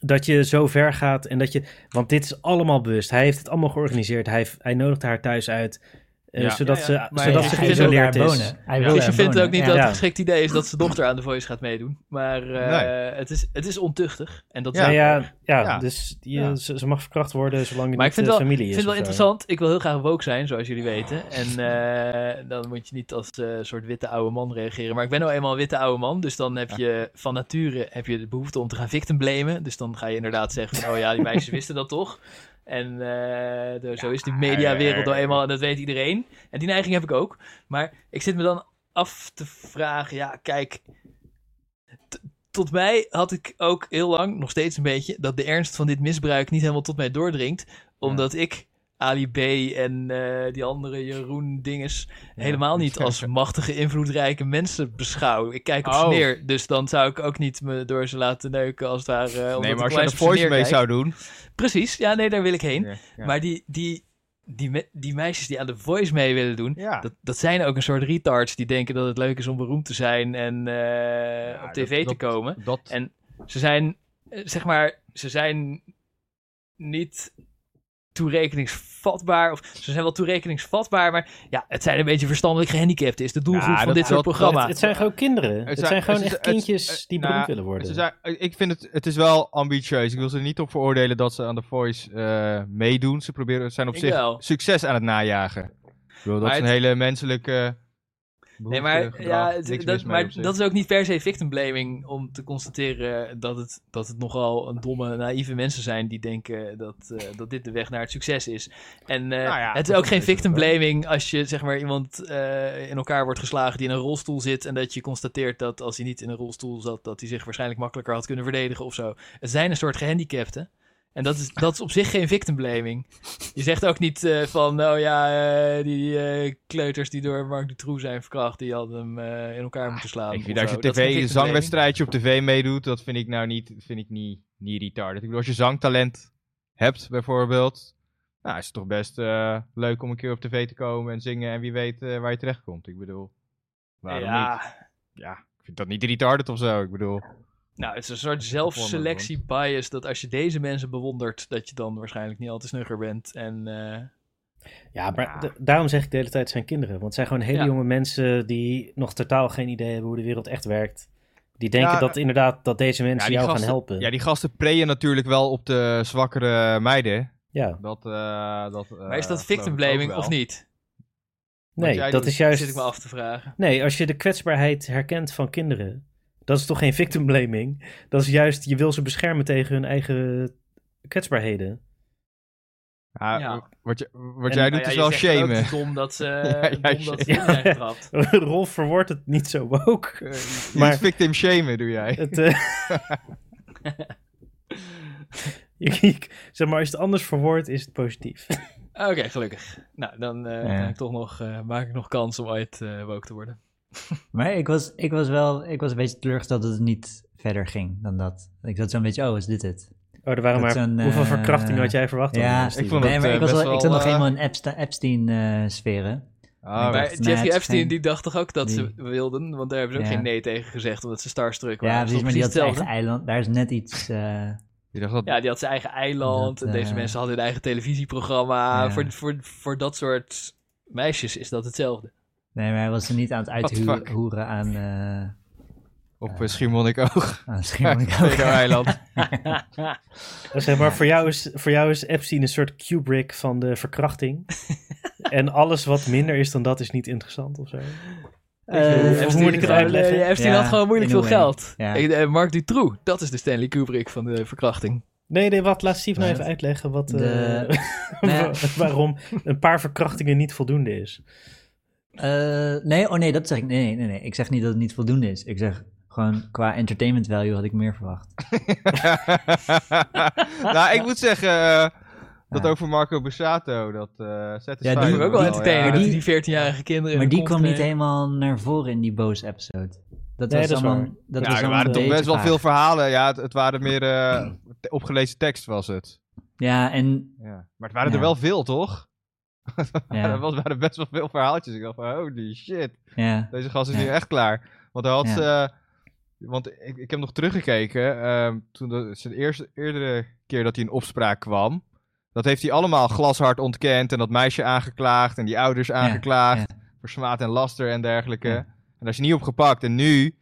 A: dat je zo ver gaat en dat je... Want dit is allemaal bewust. Hij heeft het allemaal georganiseerd. Hij, heeft- hij nodigt haar thuis uit, eh,
D: Ja.
A: zodat
C: Ja, ja.
A: ze,
C: Maar
A: zodat
C: ja,
A: ze
C: hij wil daar
A: geïsoleerd is.
B: Hij
D: Ja.
B: wil
C: Dus je
B: daar
C: vindt
B: wonen.
C: ook niet
B: Ja.
C: dat
A: Ja.
C: het geschikt idee is dat zijn dochter aan de voice gaat meedoen. Maar eh, het, is, het is ontuchtig. En dat is
D: Ja.
A: Nou
C: ook
A: Ja,
C: erg.
A: ja,
D: Ja.
A: dus die,
D: Ja.
A: eh, Ze, ze mag verkracht worden zolang je
C: Maar
A: niet
C: ik vind
A: eh,
C: wel-
A: familie
C: Ik
A: is.
C: vind het wel
A: of zo.
C: interessant. Ik wil heel graag woke zijn, zoals jullie weten. En eh, dan moet je niet als eh, soort witte oude man reageren. Maar ik ben nou eenmaal een witte oude man. Dus dan heb je van nature heb je de behoefte om te gaan victim blamen. Dus dan ga je inderdaad zeggen: van, Oh ja, die meisjes wisten dat toch. En eh, de- zo is die mediawereld nou eenmaal. En dat weet iedereen. En die neiging heb ik ook. Maar ik zit me dan af te vragen: ja, kijk. t- Tot mij had ik ook heel lang, nog steeds een beetje, dat de ernst van dit misbruik niet helemaal tot mij doordringt. Omdat ik Ali B en eh, die andere Jeroen dinges helemaal niet als machtige, invloedrijke mensen beschouw. Ik kijk op
D: Oh.
C: ze neer, dus dan zou ik ook niet me door ze laten neuken als daar. eh omdat
D: Nee,
C: ik
D: maar als je
C: wijs
D: de
C: op ze
D: voice mee
C: neerkijk.
D: zou doen...
C: Precies, ja, nee, daar wil ik heen.
D: Ja, ja.
C: Maar die, die, die, me- die meisjes die aan de voice mee willen doen,
D: Ja.
C: dat, dat zijn ook een soort retards die denken dat het leuk is om beroemd te zijn en eh,
D: Ja,
C: op tv
D: dat-
C: te komen.
D: Dat,
C: En- Ze zijn, eh, zeg maar, ze zijn niet toerekeningsvatbaar. Of ze zijn wel toerekeningsvatbaar, maar ja, het zijn een beetje verstandelijk gehandicapten, is de doelgroep
D: Nou,
C: van
D: dat-
C: dit soort
D: dat- dat-
C: programma.
A: Het, het zijn gewoon kinderen. Het,
D: zijn-
A: zijn gewoon
D: het is-
A: echt
D: het-
A: kindjes
D: het-
A: die
D: nou,
A: beroemd willen worden.
D: Ze zijn- eh, ik vind het, het is wel ambitieus. Ik wil ze er niet op veroordelen dat ze aan The Voice eh, meedoen. Ze proberen, zijn op
C: Ik
D: zich
C: wel.
D: succes aan het najagen. Ik bedoel, dat
C: Maar
D: is een
C: het-
D: hele menselijke eh,
C: Nee,
D: behoefte,
C: maar,
D: gedrag,
C: ja,
D: niks
C: het-
D: mis
C: dat,
D: mee op
C: maar
D: zich.
C: dat is ook niet per se victim blaming om te constateren dat het, dat het nogal een domme, naïeve mensen zijn die denken dat, eh, dat dit de weg naar het succes is. En eh,
D: Nou ja,
C: het is
D: dat
C: ook
D: is
C: geen
D: natuurlijk
C: victim
D: wel.
C: blaming als je zeg maar iemand eh, in elkaar wordt geslagen die in een rolstoel zit en dat je constateert dat als hij niet in een rolstoel zat, dat hij zich waarschijnlijk makkelijker had kunnen verdedigen of zo. Het zijn een soort gehandicapten. En dat is, dat is op zich geen victim blaming. Je zegt ook niet eh, van, oh ja, eh, die eh, kleuters die door Mark Dutroux zijn verkracht, die hadden hem eh, in elkaar moeten slaan.
D: Ik vind
C: of
D: dat je
C: zo. is geen
D: tv, een
C: victim blaming.
D: zangwedstrijdje op tv meedoet, dat vind ik nou niet, vind ik niet, niet retarded. Ik bedoel, als je zangtalent hebt, bijvoorbeeld, nou, is het toch best eh, leuk om een keer op tv te komen en zingen en wie weet eh, waar je terechtkomt. Ik bedoel, waarom
C: ja,
D: niet? Ja, ik vind dat niet retarded of zo. Ik bedoel,
C: nou, het is een soort zelfselectie bias dat als je deze mensen bewondert, dat je dan waarschijnlijk niet al te snugger bent. En eh,
A: Ja, maar
D: Ja.
A: d- daarom zeg ik de hele tijd zijn kinderen. Want het zijn gewoon hele
C: Ja.
A: jonge mensen die nog totaal geen idee hebben hoe de wereld echt werkt. Die denken
D: Ja,
A: dat inderdaad dat deze mensen
D: die
A: jou
D: gasten-
A: gaan helpen.
D: Ja, die gasten preyen natuurlijk wel op de zwakkere meiden.
A: Ja.
D: Dat, eh, dat,
C: maar is dat victim blaming of niet?
A: nee,
D: jij
A: dat
D: doet,
A: is
C: Dat
A: juist...
C: zit ik me af te vragen.
A: Nee, als je de kwetsbaarheid herkent van kinderen, dat is toch geen victim blaming? Dat is juist, je wil ze beschermen tegen hun eigen kwetsbaarheden.
C: Ja.
D: Wat, je- wat
A: En-
D: jij
A: nou
D: doet
C: Nou ja,
D: is
C: je
D: wel
C: zegt ook,
D: shamen.
C: het is Dom dat ze,
D: Ja, ja,
C: dom dat ze
A: ja.
C: in zijn getrapt.
A: Rolf verwoordt het niet zo ook.
D: Eh, je
A: Maar-
D: doet victim shamen doe jij.
A: Het, eh, je- je- zeg maar, als je het anders verwoordt, is het positief.
C: Ah, Oké, gelukkig. Nou, dan eh,
B: Ja.
C: kan ik toch nog, eh, maak ik nog kans om ooit eh woke te worden.
B: Maar ik was, ik was wel ik was een beetje teleurgesteld dat het niet verder ging dan dat. Ik zat zo'n beetje, oh, is dit het?
A: Oh, er waren
B: Dat
A: maar...
B: is een, eh,
A: hoeveel verkrachtingen had jij verwacht? dan,
B: ja,
A: eh, Steven?
D: ik vond het,
B: nee, maar
D: eh,
B: ik, was
D: best
B: wel, ik zat
D: wel,
B: nog helemaal in Epstein-sferen.
D: Ah,
B: Maar-
D: maar...
C: Maar
B: dacht, nee,
C: Jeffrey
B: het is
C: Epstein
B: geen-
C: die dacht toch ook dat ze
B: die-
C: wilden, want daar hebben ze ook
B: Ja.
C: geen nee tegen gezegd omdat ze starstruck waren.
B: Ja,
C: Dat is
B: precies, maar die had
C: toch
B: zijn
C: precies
B: eigen eiland. Daar is net iets... eh,
D: Je dacht dat...
C: Ja, die had zijn eigen eiland.
B: Dat,
C: en deze
B: eh,
C: mensen hadden hun eigen televisieprogramma.
B: ja.
C: Voor, voor, voor dat soort meisjes is dat hetzelfde.
B: nee, maar hij was er niet aan het
D: What the fuck?
B: uithoeren aan, eh
D: Op uh, Schiermonnikoog.
B: aan
D: Tweede
B: Schiermonnikoog.
D: eiland.
A: Ja, Zeg maar, voor jou, is, voor jou is Epstein een soort Kubrick van de verkrachting. en alles wat minder is dan dat is niet interessant of zo.
B: Eh,
A: hoe- hoe
C: Epstein-
A: moet ik het uitleggen?
C: eh, Epstein
B: Ja,
C: had gewoon moeilijk
B: in a
C: veel
B: way.
C: geld.
B: Ja.
C: Ik- eh, Mark Dutroux, dat is de Stanley Kubrick van de verkrachting.
A: Nee, nee, wat? Laat Steve nou
B: Wat?
A: even uitleggen wat, eh,
B: De- Nou ja.
A: wa- waarom een paar verkrachtingen niet voldoende is.
B: Eh, nee, oh nee, dat zeg ik. Nee, nee, nee. Ik zeg niet dat het niet voldoende is. Ik zeg gewoon qua entertainment value had ik meer verwacht.
D: nou, ik moet zeggen... eh, dat
B: Ja.
D: over Marco Bussato, dat eh Satisfyer
B: die-
C: Die
B: Ja,
C: ook wel
D: al,
C: entertainer,
D: ja.
C: dat hij
B: Die-
C: die 14-jarige kinderen... in
B: Maar
C: de
B: die
C: kont
B: kwam niet
C: neemt.
B: helemaal naar voren in die boze episode. Dat
A: Nee,
B: was
A: dat is
B: allemaal.
A: waar.
B: Dat was
D: ja, er
B: allemaal
D: waren
B: een
D: toch best
B: beetje
D: wel veel
B: vaag.
D: verhalen. Ja, het, het waren meer eh, te- opgelezen tekst was het.
B: Ja, en
D: Ja. Maar het waren
B: Ja.
D: er wel veel, toch?
B: Ja.
D: er was- waren best wel veel verhaaltjes. Ik dacht van, holy shit,
B: ja,
D: deze gast is
B: Ja.
D: nu echt klaar. Want hij had...
B: Ja.
D: ze- want ik, ik heb nog teruggekeken. ehm, toen de, zijn eerste, eerdere keer dat hij in opspraak kwam. Dat heeft hij allemaal glashard ontkend. En dat meisje aangeklaagd. En die ouders aangeklaagd. Voor smaad en laster en dergelijke.
B: Ja.
D: En daar is hij niet op gepakt. En nu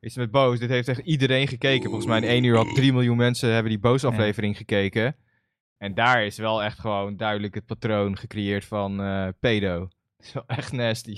D: is hij met Boos. Dit heeft echt iedereen gekeken. Volgens mij in één uur had 3 miljoen mensen hebben die Boos aflevering gekeken. En daar is wel echt gewoon duidelijk het patroon gecreëerd van eh, pedo. Dat is wel echt nasty.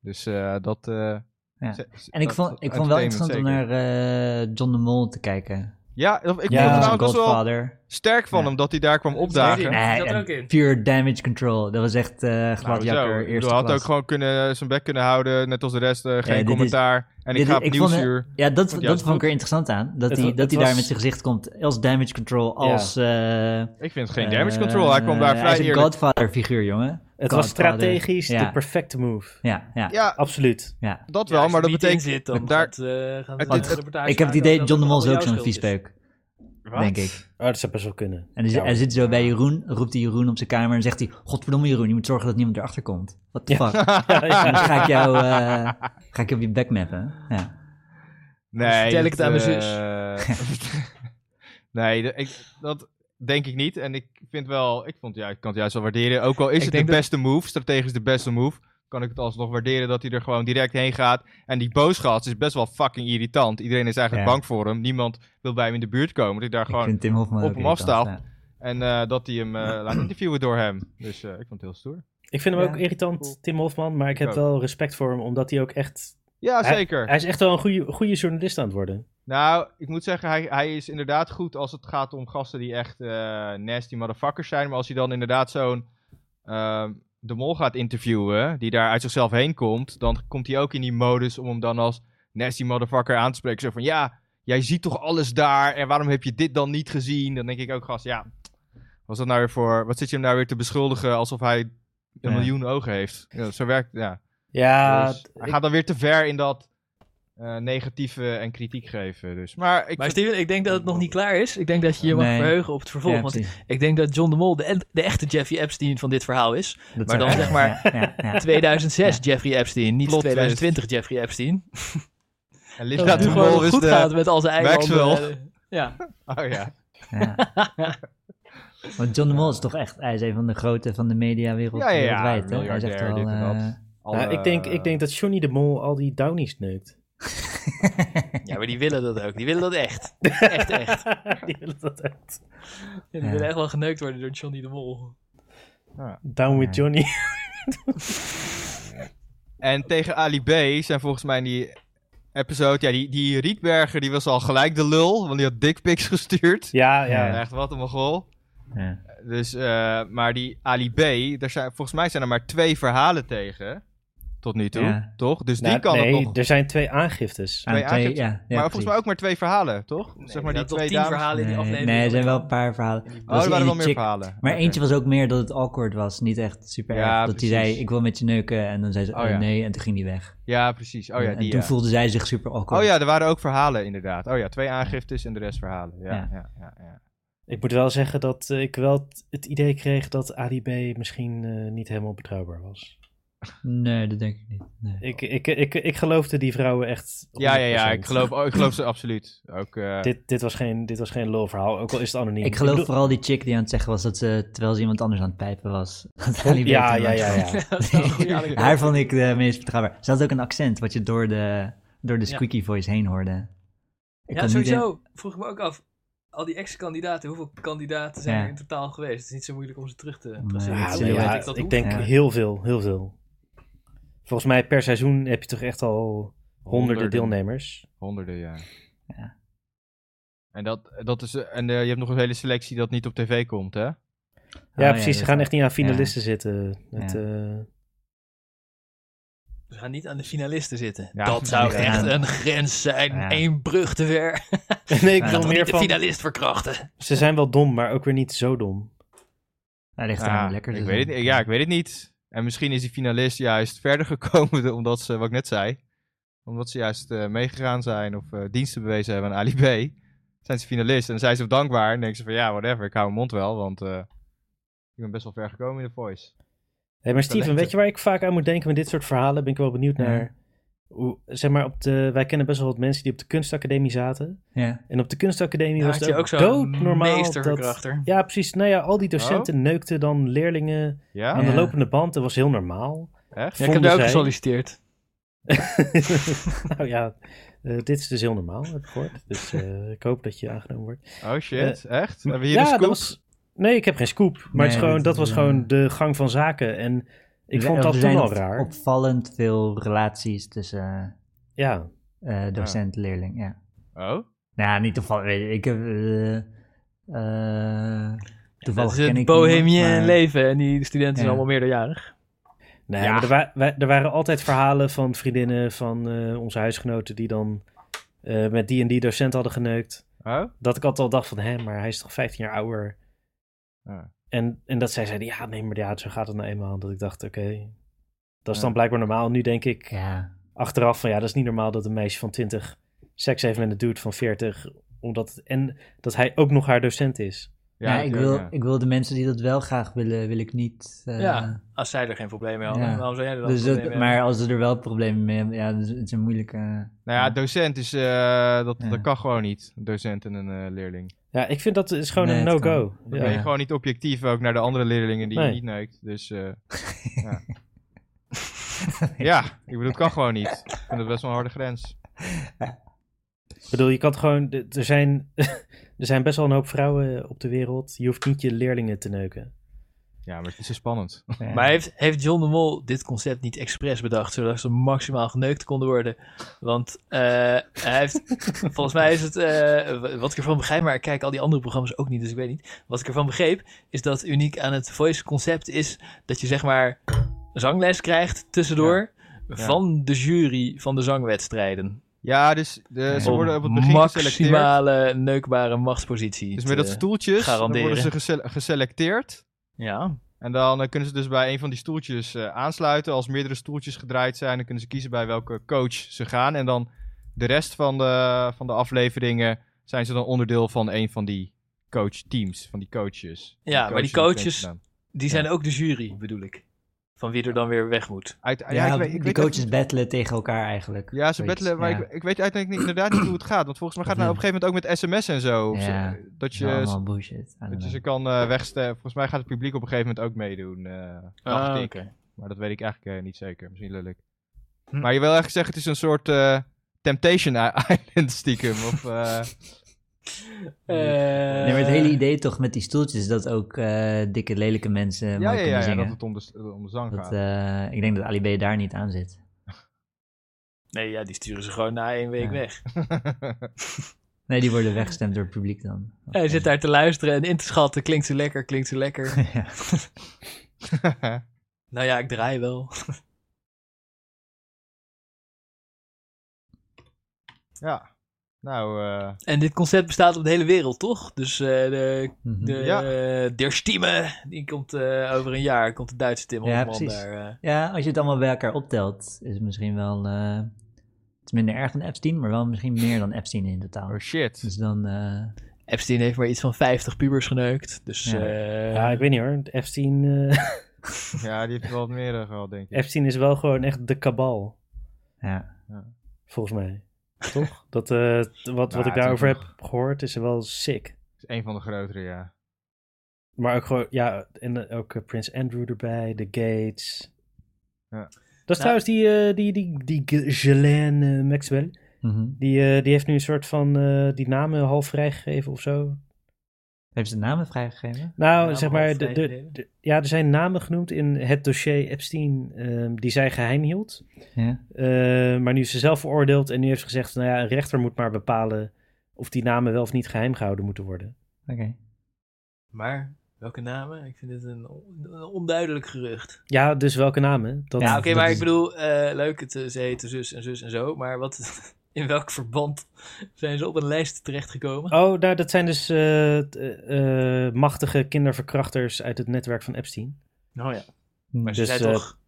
D: Dus eh, dat... eh, ze- ze-
B: en ik
D: dat-
B: vond,
D: dat
B: ik vond wel
D: entertainment
B: interessant om
D: zeker.
B: naar eh, John de Mol te kijken.
D: Ja, of- ik
A: Ja,
D: vond het
B: Als een
D: trouwens best wel
B: Godfather.
D: sterk van
B: Ja.
D: hem dat hij daar kwam
C: Zeker.
D: opdagen.
C: Ja,
B: Nee,
C: zat er
B: en
C: ook in.
B: pure damage control. Dat was echt eh
D: Nou,
B: gladjakker,
D: zo. Ik bedoel,
B: eerste
D: hij had
B: klas.
D: ook gewoon kunnen, zijn bek kunnen houden, net als de rest. eh, geen
B: dit is-
D: commentaar. en ik
B: dit-
D: ga op
B: ik vond het-
D: nieuwsuur.
B: Ja, dat,
D: Want ja,
B: dat
D: het
B: vond ik er interessant aan. Dat
A: Het
B: hij
A: wa-
B: dat
A: het
B: hij daar
A: was-
B: met zijn gezicht komt als damage control, als... eh,
D: Ik vind het geen damage control. Hij kwam daar
B: eh,
D: vrij
B: Hij is een
D: eerlijk.
B: godfather figuur, jongen.
A: Het was
B: Godfather.
A: strategisch
B: Ja.
A: de perfecte move.
B: Ja, ja, ja.
D: Ja,
A: Absoluut.
D: dat
C: Ja,
D: wel,
C: als
D: maar
C: je
D: dat
C: er niet in
D: betekent...
C: zit, dan
D: daar-
C: gaat, eh, gaat
D: het-
C: een
D: het-
C: reportage
B: Ik heb
C: maken
B: het idee,
C: dat
B: John de Mol is
C: allemaal
B: ook
C: jouw
B: zo'n
C: schuld dus. is.
B: viespeuk, denk ik.
A: Oh, dat zou best wel kunnen.
B: En hij, zit-
A: Ja.
B: hij zit zo bij Jeroen, roept hij Jeroen op zijn kamer en zegt hij... Godverdomme Jeroen, je moet zorgen dat niemand erachter komt. What the fuck?
A: Ja, ja.
B: Anders ga ik jou eh, ga ik je op je back mappen. Ja.
D: Nee.
C: vertel ik
D: dat,
C: het aan mijn
D: eh, nee, dat- ik, dat denk ik niet. En ik vind wel... Ik, vond, ja, ik kan het juist wel waarderen. Ook al is
C: Ik
D: het de
C: denk dat-
D: beste move, strategisch de beste move... kan ik het alsnog waarderen dat hij er gewoon direct heen gaat. En die boosgast is best wel fucking irritant. Iedereen is eigenlijk
B: Ja.
D: bang voor hem. Niemand wil bij hem in de buurt komen. Dat ik daar
B: Ik
D: gewoon...
B: vind Tim Hofman
D: op
B: ook
D: hem
B: irritant,
D: afstaat.
B: ja.
D: En eh, dat hij hem eh, laat interviewen door hem. Dus eh, ik vond het heel stoer.
A: Ik vind hem
B: Ja,
A: ook irritant,
D: cool.
A: Tim Hofman, maar ik
D: Ik
A: heb
D: ook.
A: wel respect voor hem, omdat hij ook echt...
D: Ja, zeker.
A: Hij is echt wel een goede, goede journalist aan het worden.
D: Nou, ik moet zeggen, hij, hij is inderdaad goed als het gaat om gasten die echt eh, nasty motherfuckers zijn. Maar als hij dan inderdaad zo'n ehm, de mol gaat interviewen, die daar uit zichzelf heen komt, dan komt hij ook in die modus om hem dan als nasty motherfucker aan te spreken. Zo van, ja, jij ziet toch alles daar en waarom heb je dit dan niet gezien? Dan denk ik ook, gast, ja, was dat nou weer voor, wat zit je hem nou weer te beschuldigen alsof hij een
B: Ja.
D: miljoen ogen heeft? Ja, zo werkt, ja.
A: Ja,
D: Dus hij gaat dan weer te ver in dat eh, negatieve en kritiek geven. Dus. Maar ik
C: Maar Steven, ik denk dat het nog niet klaar is. Ik denk dat je je mag
B: Nee.
C: verheugen op het vervolg.
B: Ja,
C: want
B: precies.
C: ik denk dat John de Mol de, de echte Jeffrey Epstein van dit verhaal is.
B: Dat
C: maar
B: zou-
C: dan zeg maar-
B: Ja, ja, ja.
C: 2006 Jeffrey Epstein, niet
D: Plot
C: 2020 Jeffrey Epstein.
D: En
C: Dat
D: Linda
C: het
D: de
C: nu gewoon
D: Mol is
C: goed
D: de...
C: gaat met al zijn eilanden.
D: Maxwell.
C: Eh, Ja,
D: Oh ja.
B: Ja. Want John de Mol is toch echt, hij is een van de grote van de mediawereld
D: Ja, ja, ja,
B: wereldwijd. hè? Hij is echt
D: miljardair,
B: wel,
D: dit en dat.
B: eh,
A: nou, ik, denk, ik denk dat Johnny de Mol al die Downies neukt.
C: eh. ja, maar die willen dat ook. Die willen dat echt. Echt, echt.
A: die willen dat echt.
C: Ja, die willen echt wel geneukt worden door Johnny de Mol.
A: Down with
B: Ja.
A: Johnny.
D: En tegen Ali B zijn volgens mij in die episode... Ja, die, die Rietberger die was al gelijk de lul, want die had dickpics gestuurd.
A: Ja, ja.
B: Ja.
D: Echt wat een mogol.
B: ja.
D: Dus, eh, maar die Ali B, daar zijn, volgens mij zijn er maar twee verhalen tegen. Tot nu toe,
B: Ja.
D: toch? Dus
A: Nou,
D: die kan
A: nee,
D: het nog...
A: er zijn twee aangiftes.
B: Aan
D: Twee
B: twee,
D: aangiftes.
B: ja, ja,
D: maar
B: precies.
D: volgens mij ook maar twee verhalen, toch? zeg maar die
C: dat
D: twee
C: tien
D: dames.
C: verhalen in die
B: Nee,
C: aflevering.
B: Nee, er zijn wel een paar verhalen. Er was
D: Oh, er
B: die
D: waren wel
B: ene
D: meer
B: chick-
D: verhalen.
B: Maar
D: Oké.
B: eentje was ook meer dat het awkward was. Niet echt super
D: Ja,
B: erg. Dat hij
D: precies.
B: zei, ik wil met je neuken. En dan zei ze,
D: Oh,
B: oh,
D: ja.
B: nee. En toen ging hij weg.
D: Ja, precies. Oh ja,
B: en
D: die
B: toen
D: ja.
B: voelde zij zich super awkward.
D: Oh ja, er waren ook verhalen inderdaad. Oh ja, twee aangiftes en de rest verhalen. Ja,
B: Ja.
D: ja, ja. ja,
A: Ik moet wel zeggen dat eh, ik wel t- het idee kreeg dat Ali B misschien eh, niet helemaal betrouwbaar was.
B: Nee, dat denk ik niet. Nee.
A: Ik, ik, ik, ik, geloofde die vrouwen echt.
D: Ja, ja, ja,
A: 100%.
D: ik geloof, oh, ik geloof ze absoluut. Ook, eh,
A: Dit, dit, was geen, dit was geen lulverhaal, ook al is het anoniem.
B: Ik geloof
A: bedoel-
B: vooral die chick die aan het zeggen was dat ze, terwijl ze iemand anders aan het pijpen was, dat Ali
A: Ja,
B: beter
A: ja,
B: was.
A: ja, ja.
C: dat is wel een goede anekdote.
B: Haar vond ik de meest betrouwbaar. Ze had ook een accent wat je door de, door de
C: Ja.
B: squeaky voice heen hoorde. Ik
C: Ja,
B: kon niet in-
C: sowieso vroeg ik me ook af. Al die ex-kandidaten, hoeveel kandidaten zijn
B: Ja.
C: er in totaal geweest? Het is niet zo moeilijk om ze terug te
B: Nee,
C: traceren.
B: het
A: Ja,
C: Zo
B: is
A: maar
B: heel
A: ja,
C: weet ik dat
A: ik
C: hoe.
A: denk
B: Ja.
A: heel veel, heel veel. Volgens mij per seizoen heb je toch echt al honderden
D: Honderden.
A: deelnemers.
D: Honderden, ja.
B: Ja.
D: En, dat, dat is, eh, en eh, je hebt nog een hele selectie dat niet op tv komt, hè?
B: Oh,
A: ja, precies.
B: dat
A: Ze
B: is
A: gaan
B: waar.
A: echt niet aan finalisten zitten. Het,
B: Ja.
A: eh,
C: We gaan niet aan de finalisten zitten.
D: Ja,
C: dat zou
B: ja.
C: echt een grens zijn.
B: Ja.
C: Eén brug te ver.
A: nee, ik
C: Ik
A: wil
C: wil
A: meer
C: niet de
A: van.
C: finalist verkrachten.
A: Ze zijn wel dom, maar ook weer niet zo dom.
B: Hij ligt
D: Ja,
B: daar lekker.
D: ik
B: dus
D: weet
B: dan-
D: het, niet- ja, ik weet het niet. En misschien is die finalist juist verder gekomen, omdat ze, wat ik net zei, omdat ze juist eh, meegegaan zijn of eh, diensten bewezen hebben aan Ali B. Zijn ze finalist en dan zijn ze ook dankbaar en denken ze van ja, whatever, ik hou mijn mond wel, want eh, ik ben best wel ver gekomen in de voice.
A: Hey, maar Steven,
D: Talenten.
A: weet je waar ik vaak aan moet denken met dit soort verhalen? Ben ik wel benieuwd
B: Ja.
A: naar. Hoe, zeg maar, op de, wij kennen best wel wat mensen die op de kunstacademie zaten.
B: Ja.
A: En op de kunstacademie
C: Dan
A: was
C: had
A: het
C: je
A: ook,
C: ook zo'n
A: doodnormaal dat...
C: meesterverkrachter.
A: Ja, precies. Nou ja, al die docenten neukten dan leerlingen
D: Ah, Ja?
A: aan de
B: Ja.
A: lopende band. Dat was heel normaal.
D: Echt?
C: Ja, ik heb
A: Vonden
C: daar ook
A: zij-
C: gesolliciteerd.
A: nou ja, eh, dit is dus heel normaal, heb ik gehoord. Dus eh, ik hoop dat je aangenomen wordt.
D: Oh shit, echt? Hebben we hier
A: ja,
D: een scoop?
A: dat was... Nee, ik heb geen scoop. Maar
B: Nee,
A: het is gewoon,
B: dat
A: dat
B: is,
A: was
B: eh,
A: gewoon de gang van zaken. En ik
B: Er-
A: vond dat
B: er
A: toen
B: zijn
A: al
B: op-
A: raar.
B: Opvallend veel relaties tussen
A: Ja,
B: eh, docent en leerling. Ja.
D: Oh?
B: Nou, ja, niet toevallig. weet je, Ik heb. eh, eh,
C: Dat
B: toevallig
C: is
B: ken
C: het
B: ik iemand,
C: bohemien
B: maar-
C: leven. En die studenten zijn
B: Ja.
C: allemaal meerderjarig.
A: nee,
D: Ja.
A: maar er, wa- wa- er waren altijd verhalen van vriendinnen van eh, onze huisgenoten die dan eh, met die en die docent hadden geneukt.
D: Oh?
A: Dat ik altijd al dacht van, hè, maar hij is toch 15 jaar ouder.
D: Ja.
A: En, en dat zij zeiden, ja, nee, maar ja, zo gaat het nou eenmaal. Dat ik dacht, oké, dat is
D: Ja.
A: dan blijkbaar normaal. Nu denk ik
B: Ja.
A: achteraf van, ja, dat is niet normaal dat een meisje van 20 seks heeft met een dude van 40. Omdat het- en dat hij ook nog haar docent is.
B: Ja, ik,
D: natuurlijk,
B: wil,
D: ja.
B: ik wil de mensen die dat wel graag willen, wil ik niet. eh,
C: Ja. Als zij er geen probleem mee hadden,
B: Ja.
C: waarom zou jij er dan
B: dus dat-
C: probleem mee
B: maar als ze er wel problemen mee hebben, ja, dus het is een moeilijke.
D: Nou ja, docent is, eh, dat,
B: Ja.
D: dat kan gewoon niet, een docent en een eh, leerling.
A: Ja, ik vind dat is gewoon
B: Nee,
A: een
B: het
A: no-go.
D: Dan ben
A: Ja.
D: je gewoon niet objectief ook naar de andere leerlingen die
A: Nee.
D: je niet neukt. Dus eh, ja. ja, ik bedoel, het kan gewoon niet. Ik vind het best wel een harde grens.
A: Ik bedoel, je kan het gewoon, d- er zijn, er zijn best wel een hoop vrouwen op de wereld. Je hoeft niet je leerlingen te neuken.
D: Ja, maar het is zo spannend.
B: eh, ja.
C: Maar heeft, heeft John de Mol dit concept niet expres bedacht, zodat ze maximaal geneukt konden worden? Want eh, hij heeft, volgens mij is het, eh, w- wat ik ervan begrijp, maar ik kijk al die andere programma's ook niet, dus ik weet niet. Wat ik ervan begreep, is dat uniek aan het voice concept is dat je zeg maar zangles krijgt tussendoor
D: Ja.
C: van de jury van de zangwedstrijden.
D: Ja, dus de- ze
B: Om
D: worden op het begin geselecteerd.
C: maximale neukbare machtspositie.
D: Dus
C: te-
D: met dat stoeltjes,
C: eh,
D: dan
C: garanderen.
D: worden ze gesele- geselecteerd.
C: Ja,
D: En dan eh, kunnen ze dus bij een van die stoeltjes eh, aansluiten. Als meerdere stoeltjes gedraaid zijn, dan kunnen ze kiezen bij welke coach ze gaan. En dan de rest van de, van de afleveringen zijn ze dan onderdeel van een van die coachteams, van die coaches.
C: Ja, maar die coaches-
D: dan.
C: die zijn ook de jury, bedoel ik. Van wie er dan weer weg moet.
D: Uit, ja,
B: Ja,
D: ik weet, ik
B: die
D: weet
B: coaches
D: even-
B: battelen tegen elkaar eigenlijk.
D: Ja, ze
B: Zoiets,
D: battelen, maar
B: ja.
D: ik, ik weet uiteindelijk niet- inderdaad niet hoe het gaat. Want volgens mij gaat het nou op een gegeven moment ook met sms en zo. of
B: Ja.
D: zo, dat je,
B: Ja, allemaal bullshit. I don't
D: dat je ze
B: know.
D: kan eh wegstellen. Volgens mij gaat het publiek op een gegeven moment ook meedoen. eh,
C: Ah,
D: dacht ik. Maar dat weet ik eigenlijk eh, niet zeker. Misschien lul ik.
C: Hm.
D: Maar je wil eigenlijk zeggen, het is een soort eh, Temptation I- Island stiekem. Of, eh,
C: Eh,
B: Nee, maar het hele idee toch met die stoeltjes is dat ook eh, dikke, lelijke mensen
D: ja,
B: mooi
D: ja, ja,
B: kunnen
D: ja, dat
B: zingen.
D: het om de, s- om de zang
B: dat,
D: gaat.
B: eh, ik denk dat Ali B daar niet aan zit.
C: Nee, ja, die sturen ze gewoon na één week
B: Ja.
C: weg.
B: Nee, die worden weggestemd door het publiek dan.
C: Hij zit daar te luisteren en in te schatten. Klinkt ze lekker, klinkt ze lekker.
B: ja.
C: nou ja, ik draai wel.
D: ja. Nou, eh,
C: En dit concept bestaat op de hele wereld, toch? Dus eh, de,
B: Mhm.
C: de
D: Ja.
C: eh, Der Stimme, die komt eh, over een jaar, komt de Duitse Tim
B: Ja,
C: Hofman
B: precies.
C: daar. eh.
B: Ja, als je het allemaal bij elkaar optelt, is het misschien wel. eh, het is minder erg dan Epstein, maar wel misschien meer dan Epstein in totaal.
D: oh shit.
B: Dus dan. eh,
C: Epstein heeft maar iets van 50 pubers geneukt. Dus
B: Ja.
C: eh,
A: Ja, ik weet niet hoor. Epstein, eh
D: Ja, die heeft wel wat meer eh, gehad, denk ik.
A: Epstein is wel gewoon echt de kabal,
B: Ja.
A: volgens mij. Toch? Dat, eh, t- wat, wat
D: Nou,
A: ik daarover
D: toch
A: heb gehoord is wel sick.
D: Is een van de grotere, ja.
A: Maar ook gewoon, ja, en eh, ook eh, Prins Andrew erbij, The Gates.
D: Ja.
A: Dat is
C: Nou-
A: trouwens die, eh, die, die, die, G- Ghislaine eh, Maxwell.
B: Mhm.
A: Die, eh, die heeft nu een soort van eh, die namen half vrijgegeven of zo.
B: Heeft ze de namen vrijgegeven?
A: Nou,
C: Namen
A: zeg
C: half
A: maar, de, de,
C: vrijgegeven?
A: de- ja, er zijn namen genoemd in het dossier Epstein ehm, die zij geheim hield.
B: Ja.
A: Eh, maar nu is ze zelf veroordeeld en nu heeft ze gezegd, nou ja, een rechter moet maar bepalen of die namen wel of niet geheim gehouden moeten worden.
B: Oké.
C: Maar welke namen? Ik vind dit een, on- een onduidelijk gerucht.
A: Ja, dus welke namen? Dat,
C: Ja, Nou, oké,
B: dat
C: maar
B: is-
C: ik bedoel, eh, leuk, het, eh, ze heten zus en zus en zo. Maar wat, in welk verband zijn ze op een lijst terechtgekomen?
A: Oh, nou, dat zijn dus eh, t- eh, eh, machtige kinderverkrachters uit het netwerk van Epstein.
C: Nou ja.
B: Hm.
C: Maar ze
A: Dus,
C: zei
A: eh,
C: toch,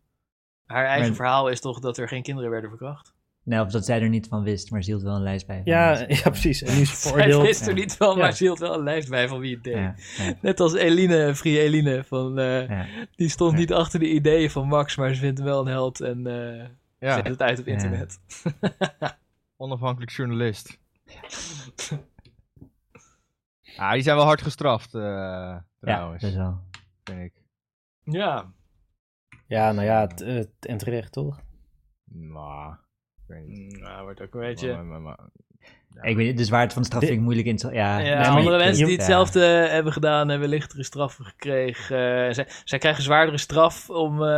C: haar eigen
B: maar-
C: verhaal is toch dat er geen kinderen werden verkracht?
B: Nou, of dat zij er niet van wist, maar ze hield wel een lijst bij. van
A: Ja,
B: mensen.
A: ja, precies. En nu is ze
C: Zij
A: veroordeeld.
C: wist er niet van,
A: Ja.
C: maar ze hield wel een lijst bij van wie het deed.
B: Ja, ja,
C: Net als Eline, Free Eline, van, eh,
B: ja.
C: die stond
B: Ja.
C: niet achter de ideeën van Max, maar ze vindt hem wel een held en eh
D: Ja,
C: zet het uit op
B: Ja.
C: internet.
D: onafhankelijk journalist. Ah, die zijn wel hard gestraft, eh,
B: ja
D: trouwens,
B: dat is wel.
D: vind ik.
C: Ja,
A: Ja, nou ja, t- eh, t- en terecht, toch?
D: Nou, ik weet niet.
C: nou, wordt ook een beetje...
D: Maar- maar- maar- Ja.
B: Ik weet niet, de zwaarte van de straf
A: Dit-
B: vind ik moeilijk in te... Ja,
C: Ja,
B: nee, maar
C: andere
B: je-
C: mensen
B: je-
C: die
B: ja.
C: hetzelfde eh, hebben gedaan hebben lichtere straffen gekregen. Eh, zij, zij krijgen zwaardere straf om eh,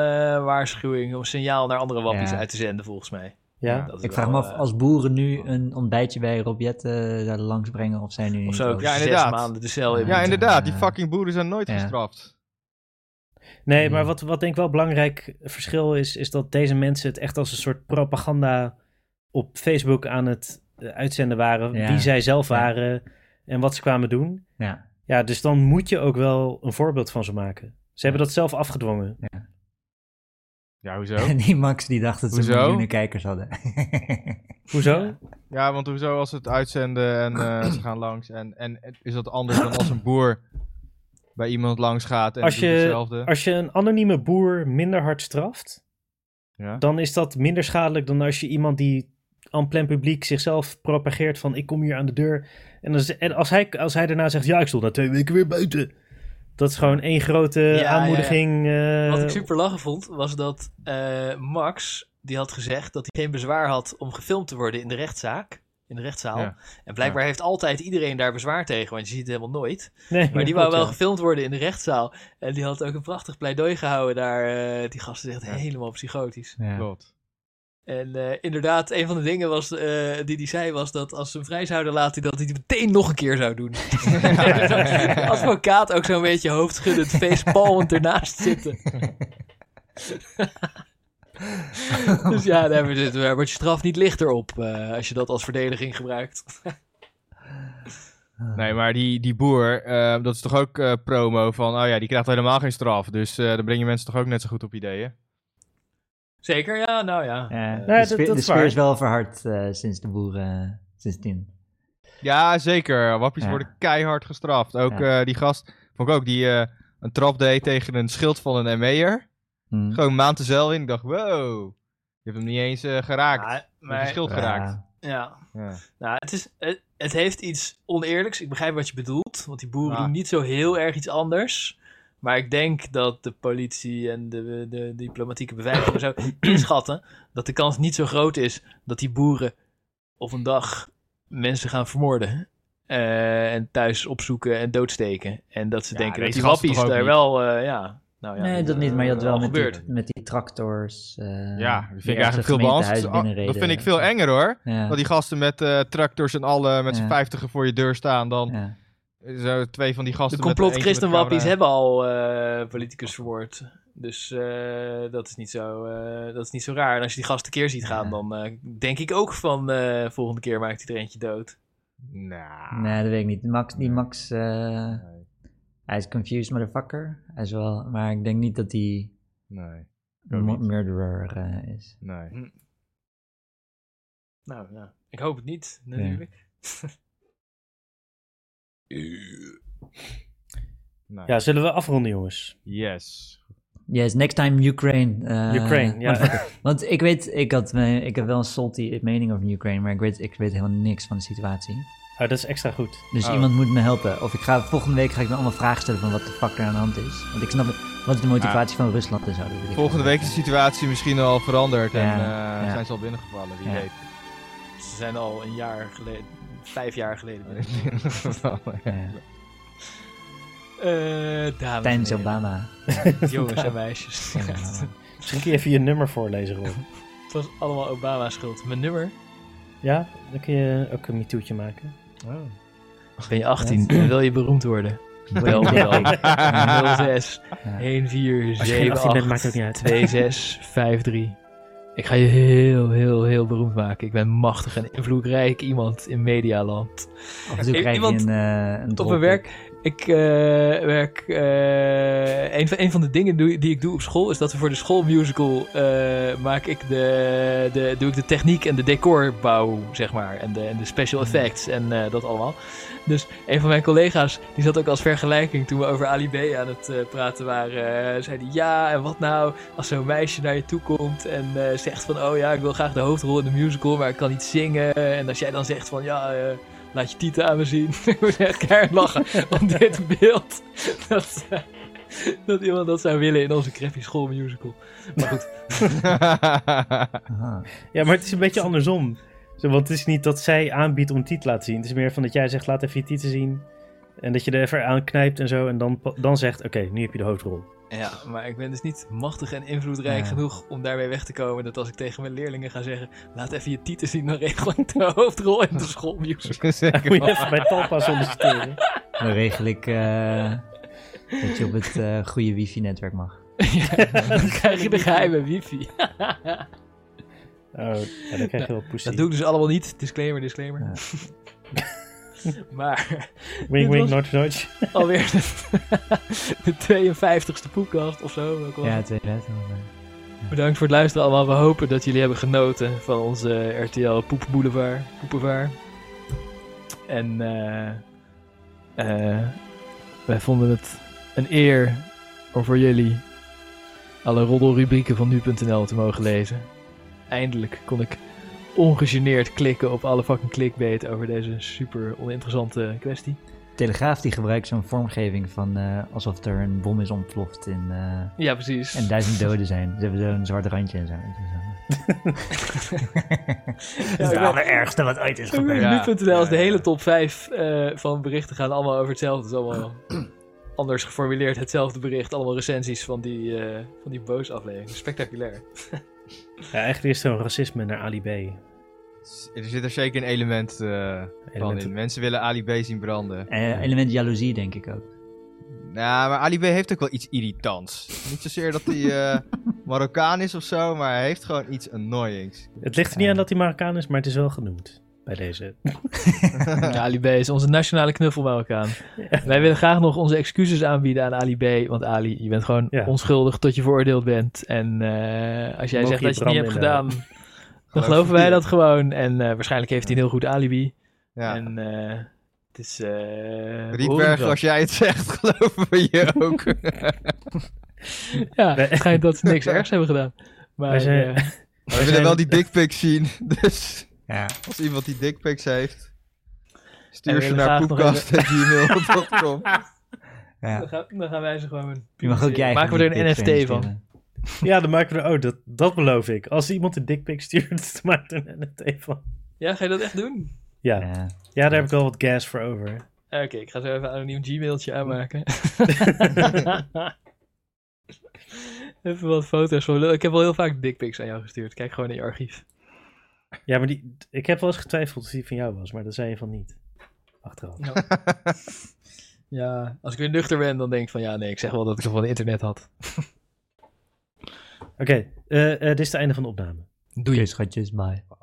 C: waarschuwing, om signaal naar andere wappies
B: Ja.
C: uit te zenden, volgens mij.
A: Ja.
D: Ja.
C: Dat is
B: Ik vraag
C: wel,
B: me af,
C: eh,
B: als boeren nu een ontbijtje bij Robjette zouden langsbrengen, of zij nu
C: Of
B: niet
C: zo,
B: ook-
C: ja, zes
D: inderdaad.
C: maanden de cel in.
D: Ja,
C: moeten.
D: inderdaad, die
B: Ja.
D: fucking boeren zijn nooit
B: Ja.
D: gestraft.
A: Nee,
B: Ja.
A: maar wat, wat denk ik wel belangrijk verschil is, is dat deze mensen het echt als een soort propaganda op Facebook aan het eh, uitzenden waren.
B: Ja.
A: Wie zij zelf
B: Ja.
A: waren en wat ze kwamen doen.
B: Ja.
A: Ja, dus dan moet je ook wel een voorbeeld van ze maken. Ze hebben dat zelf afgedwongen.
D: Ja, hoezo?
B: En die Max die dacht dat ze
D: Hoezo?
B: miljoenen kijkers hadden.
A: Hoezo?
C: Ja.
D: Ja, want hoezo als ze het uitzenden en eh, ze gaan langs en, en is dat anders dan als een boer bij iemand langs gaat en
A: Als
D: doet
A: je-
D: hetzelfde?
A: Als je een anonieme boer minder hard straft,
D: Ja.
A: dan is dat minder schadelijk dan als je iemand die aan plein publiek zichzelf propageert van ik kom hier aan de deur. En als, en als, hij, als hij daarna zegt ja, ik stond na twee weken weer buiten. Dat is gewoon één grote
C: ja, ja.
A: aanmoediging. eh,
C: Wat ik super lachen vond, was dat eh, Max, die had gezegd dat hij geen bezwaar had om gefilmd te worden in de rechtszaak. In de rechtszaal.
D: Ja.
C: En blijkbaar heeft altijd iedereen daar bezwaar tegen, want je ziet het helemaal nooit.
A: nee,
C: Maar die
A: ja,
C: wou
A: klopt,
C: wel
A: ja.
C: gefilmd worden in de rechtszaal. En die had ook een prachtig pleidooi gehouden daar. eh, die gast is echt
D: Ja.
C: helemaal psychotisch.
B: ja.
D: Klopt.
C: En eh, inderdaad, een van de dingen was, eh, die hij zei was dat als ze hem vrij zouden laten, dat hij het meteen nog een keer zou doen. Advocaat ook zo'n beetje hoofdschuddend, facepalmend ernaast zitten. Dus ja, daar wordt het- daar wordt je straf niet lichter op eh, als je dat als verdediging gebruikt.
D: Nee, maar die, die boer, eh, dat is toch ook eh, promo van, oh ja, die krijgt helemaal geen straf. Dus eh, dan breng je mensen toch ook net zo goed op ideeën.
C: Zeker, ja, nou ja.
B: Ja,
A: Nee,
B: de
A: dat-
B: sfeer,
A: dat
B: de
A: is
B: sfeer
A: waar.
B: is wel verhard eh, sinds de boeren, sindsdien.
D: Ja, zeker. Wappies
B: Ja.
D: worden keihard gestraft. Ook
B: Ja.
D: eh, die gast, vond ik ook, die eh, een trap deed tegen een schild van een ME'er.
B: Hm.
A: Hmm.
D: Gewoon een maand de zeil in. Ik dacht, wow, je hebt hem niet eens eh, geraakt.
C: Maar,
D: Je hebt een schild
B: Ja.
D: geraakt.
C: ja.
D: Ja.
C: Nou, het, is, het, het heeft iets oneerlijks. Ik begrijp wat je bedoelt, want die boeren
D: Ja.
C: doen niet zo heel erg iets anders. Maar ik denk dat de politie en de, de diplomatieke beveiliging en zo inschatten dat de kans niet zo groot is dat die boeren op een dag mensen gaan vermoorden. eh, en thuis opzoeken en doodsteken. En dat ze
D: Ja,
C: denken dat
D: deze
C: die
D: gasten
C: wappies
D: toch ook
C: daar wel,
D: niet?
C: eh, ja. Nou, ja,
B: Nee, dat niet, maar je had wel
C: al
B: met
C: gebeurd.
B: die, met die tractors. eh,
D: Ja, dat
B: die ergens
D: vind ik
B: een
D: eigenlijk veel
B: gemeentehuis
D: beantwoord. Dat
B: binnenreden. eh.
D: vind ik veel enger hoor.
B: Ja,
D: Dat die gasten met eh, tractors en alle met z'n
B: Ja.
D: vijftigen voor je deur staan. Dan
B: ja.
D: zo twee van
C: De
D: die gasten. met eentje met
C: complotchristenwappies
D: camera.
C: hebben al eh, politicus verwoord. Dus eh, dat, is niet zo, eh, dat is niet zo raar. En als je die gast keer ziet gaan,
B: Ja.
C: dan eh, denk ik ook van eh, volgende keer maakt hij er eentje dood.
D: Nou.
B: Nee, dat weet ik niet. Max, die
D: Nee.
B: Max, eh,
D: Nee.
B: hij is confused motherfucker. Hij is wel, maar ik denk niet dat hij
D: Nee. Ook
B: mu-
D: niet.
B: murderer eh, is.
D: nee.
C: Nou ja, ik hoop het niet, natuurlijk.
D: nee.
A: Ja, zullen we afronden, jongens?
D: Yes.
B: Yes, next time Ukraine. eh,
A: Ukraine, ja.
B: motherfucker. Want ik weet, ik, had, mijn- ik heb wel een salty mening over Ukraine, maar ik weet, ik weet helemaal niks van de situatie.
A: Oh, dat is extra goed.
B: Dus
D: Oh.
B: iemand moet me helpen. Of ik ga, volgende week ga ik me allemaal vragen stellen van wat de fuck er aan de hand is. Want ik snap het, wat is de motivatie van Rusland en zo. dat weet ik
D: Ah. Volgende
B: wel.
D: week is de situatie misschien al veranderd en
B: Ja,
D: eh,
B: ja.
D: zijn ze al binnengevallen, wie
B: Ja.
D: weet.
C: Ze zijn al een jaar geleden, vijf jaar geleden.
D: Binnengevallen, ja.
B: Ja.
C: Eh dames
B: Tijdens
C: en heren,
B: Obama.
C: Jongens en meisjes.
B: Ja, Obama.
A: Misschien kun je even je nummer voorlezen, Rob.
C: Het was allemaal Obama's schuld. Mijn nummer?
A: Ja, dan kun je ook een MeToo'tje maken.
D: Oh.
C: Ben je 18 en wil je beroemd worden? Wel
B: Ja.
C: dan.
B: Ja.
C: 06 14
A: Als je geen 18 bent,
C: 78
A: maakt het ook niet uit.
C: 2653. Ik ga je heel, heel, heel beroemd maken. Ik ben machtig en invloedrijk iemand in medialand.
B: Af en toe
C: I-
B: krijg je
C: iemand
B: een, eh een
C: Op
B: drop.
C: mijn werk, ik eh, werk... eh, een, van, een van de dingen doe- die ik doe op school... is dat we voor de schoolmusical... eh, maak ik de, de, doe ik de techniek en de decorbouw, zeg maar. En de, en de special effects en eh, dat allemaal. Dus een van mijn collega's, die zat ook als vergelijking... toen we over Ali B aan het eh, praten waren... eh, zei die, ja, en wat nou als zo'n meisje naar je toe komt... en eh, zegt van, oh ja, ik wil graag de hoofdrol in de musical... maar ik kan niet zingen. En als jij dan zegt van, ja... eh, Laat je tieten aan me zien. Ik moet echt keihard lachen om dit beeld. Dat, eh, dat iemand dat zou willen in onze crappy schoolmusical. Maar goed,
B: Aha.
A: Ja, maar het is een beetje andersom. Zo, Want het is niet dat zij aanbiedt om tiet te laten zien. Het is meer van dat jij zegt, laat even je tieten zien. En dat je er even aan knijpt en zo. En dan, pa- dan zegt, oké, nu heb je de hoofdrol.
C: ja, maar ik ben dus niet machtig en invloedrijk
B: Ja.
C: genoeg om daarmee weg te komen. Dat als ik tegen mijn leerlingen ga zeggen, laat even je tieten zien, dan regel ik de hoofdrol in de schoolmusical.
D: Zeker.
A: Moet je even bij Talpa solliciteren.
B: Dan regel ik eh, dat je op het eh, goede wifi-netwerk mag.
C: Dan krijg je de geheime wifi.
A: Oh, ja, dan krijg je wel poesie.
C: Dat doe ik dus allemaal niet. Disclaimer, disclaimer.
B: Ja.
C: maar...
A: Wing,
C: Dit
A: wing,
C: was-
A: notch, notch.
C: alweer de, de 52ste podcast of zo. Welkom.
B: Ja, 2000. eh.
C: Bedankt voor het luisteren allemaal. We hopen dat jullie hebben genoten van onze eh, RTL Poep Boulevard. Poepenvaar. En eh, eh, wij vonden het een eer om voor jullie alle roddelrubrieken van nu.nl te mogen lezen. Eindelijk kon ik ongegeneerd klikken op alle fucking clickbait over deze super oninteressante kwestie.
B: Telegraaf die gebruikt zo'n vormgeving van eh, alsof er een bom is ontploft in, eh,
C: Ja, precies.
B: en duizend doden zijn. Ze hebben zo'n zwart randje en zo. Het is, eh,
C: Ja, ik
B: Het is
C: ben-
B: het allerergste wat ooit is gebeurd.
D: Ja.
C: Nu.nl is de
D: Ja, ja.
C: hele top 5 eh, van berichten gaan allemaal over hetzelfde. Het is allemaal anders geformuleerd, hetzelfde bericht. Allemaal recensies van die, eh, van die boos aflevering. Spectaculair.
A: Ja, eigenlijk is zo'n racisme naar Ali B.
D: Er zit er zeker een element eh, van in.
A: Elementen.
D: Mensen willen Ali B zien branden.
B: Eh, element jaloezie, denk ik ook.
D: Nou, maar Ali B heeft ook wel iets irritants. Niet zozeer dat hij eh, Marokkaan is of zo, maar hij heeft gewoon iets annoyings.
A: Het ligt er niet aan dat hij Marokkaan is, maar het is wel genoemd. Bij deze.
C: Ja, Ali B is onze nationale knuffelmelk aan. Wij willen graag nog onze excuses aanbieden aan Ali B. Want Ali, je bent gewoon
A: Ja.
C: onschuldig tot je veroordeeld bent. En eh, als jij
A: Mogen
C: zegt
A: je
C: dat je het niet
A: branden in
C: hebt
A: eh,
C: gedaan, dan geloven wij dat gewoon. En eh, waarschijnlijk heeft hij een heel goed alibi.
D: Ja.
C: En eh, het is... eh, behoorlijk
D: Rietberg,
C: wel.
D: als jij het zegt, geloven we je ook.
C: Ja,
A: Wij-
C: het schijnt dat ze niks ergs hebben gedaan. Maar
A: Wij zijn-
C: eh,
D: we willen
A: zijn-
D: wel die dickpics zien, dus
B: Ja.
D: als iemand die dickpics heeft,
C: En
D: stuur
C: Eh, we
D: ze
C: willen
D: naar
C: graag nog
D: poepkast.gmail.com.
C: dan, gaan, dan gaan wij ze gewoon...
B: Je mag ook jij.
C: Maken we er een NFT van.
A: Ja, dan maken we er... Oh, dat, dat beloof ik. Als iemand een dikpik stuurt, dan maakt er een NFT van.
C: Ja, ga je dat echt doen?
A: Ja.
B: Ja.
A: ja, daar heb ik wel wat gas voor over.
C: Oké, ik ga zo even een anoniem gmailtje aanmaken. even wat foto's van... Ik heb al heel vaak dickpics aan jou gestuurd. Kijk gewoon in je archief.
A: Ja, maar die, ik heb wel eens getwijfeld of die van jou was, maar dat zei je van niet. Achteraf.
C: Ja, als ik weer nuchter ben, dan denk ik van... Ja, nee, ik zeg wel dat ik hem van het internet had.
A: Oké, eh, eh, dit is het einde van de opname.
C: Doei.
B: Kus, schatjes, bye.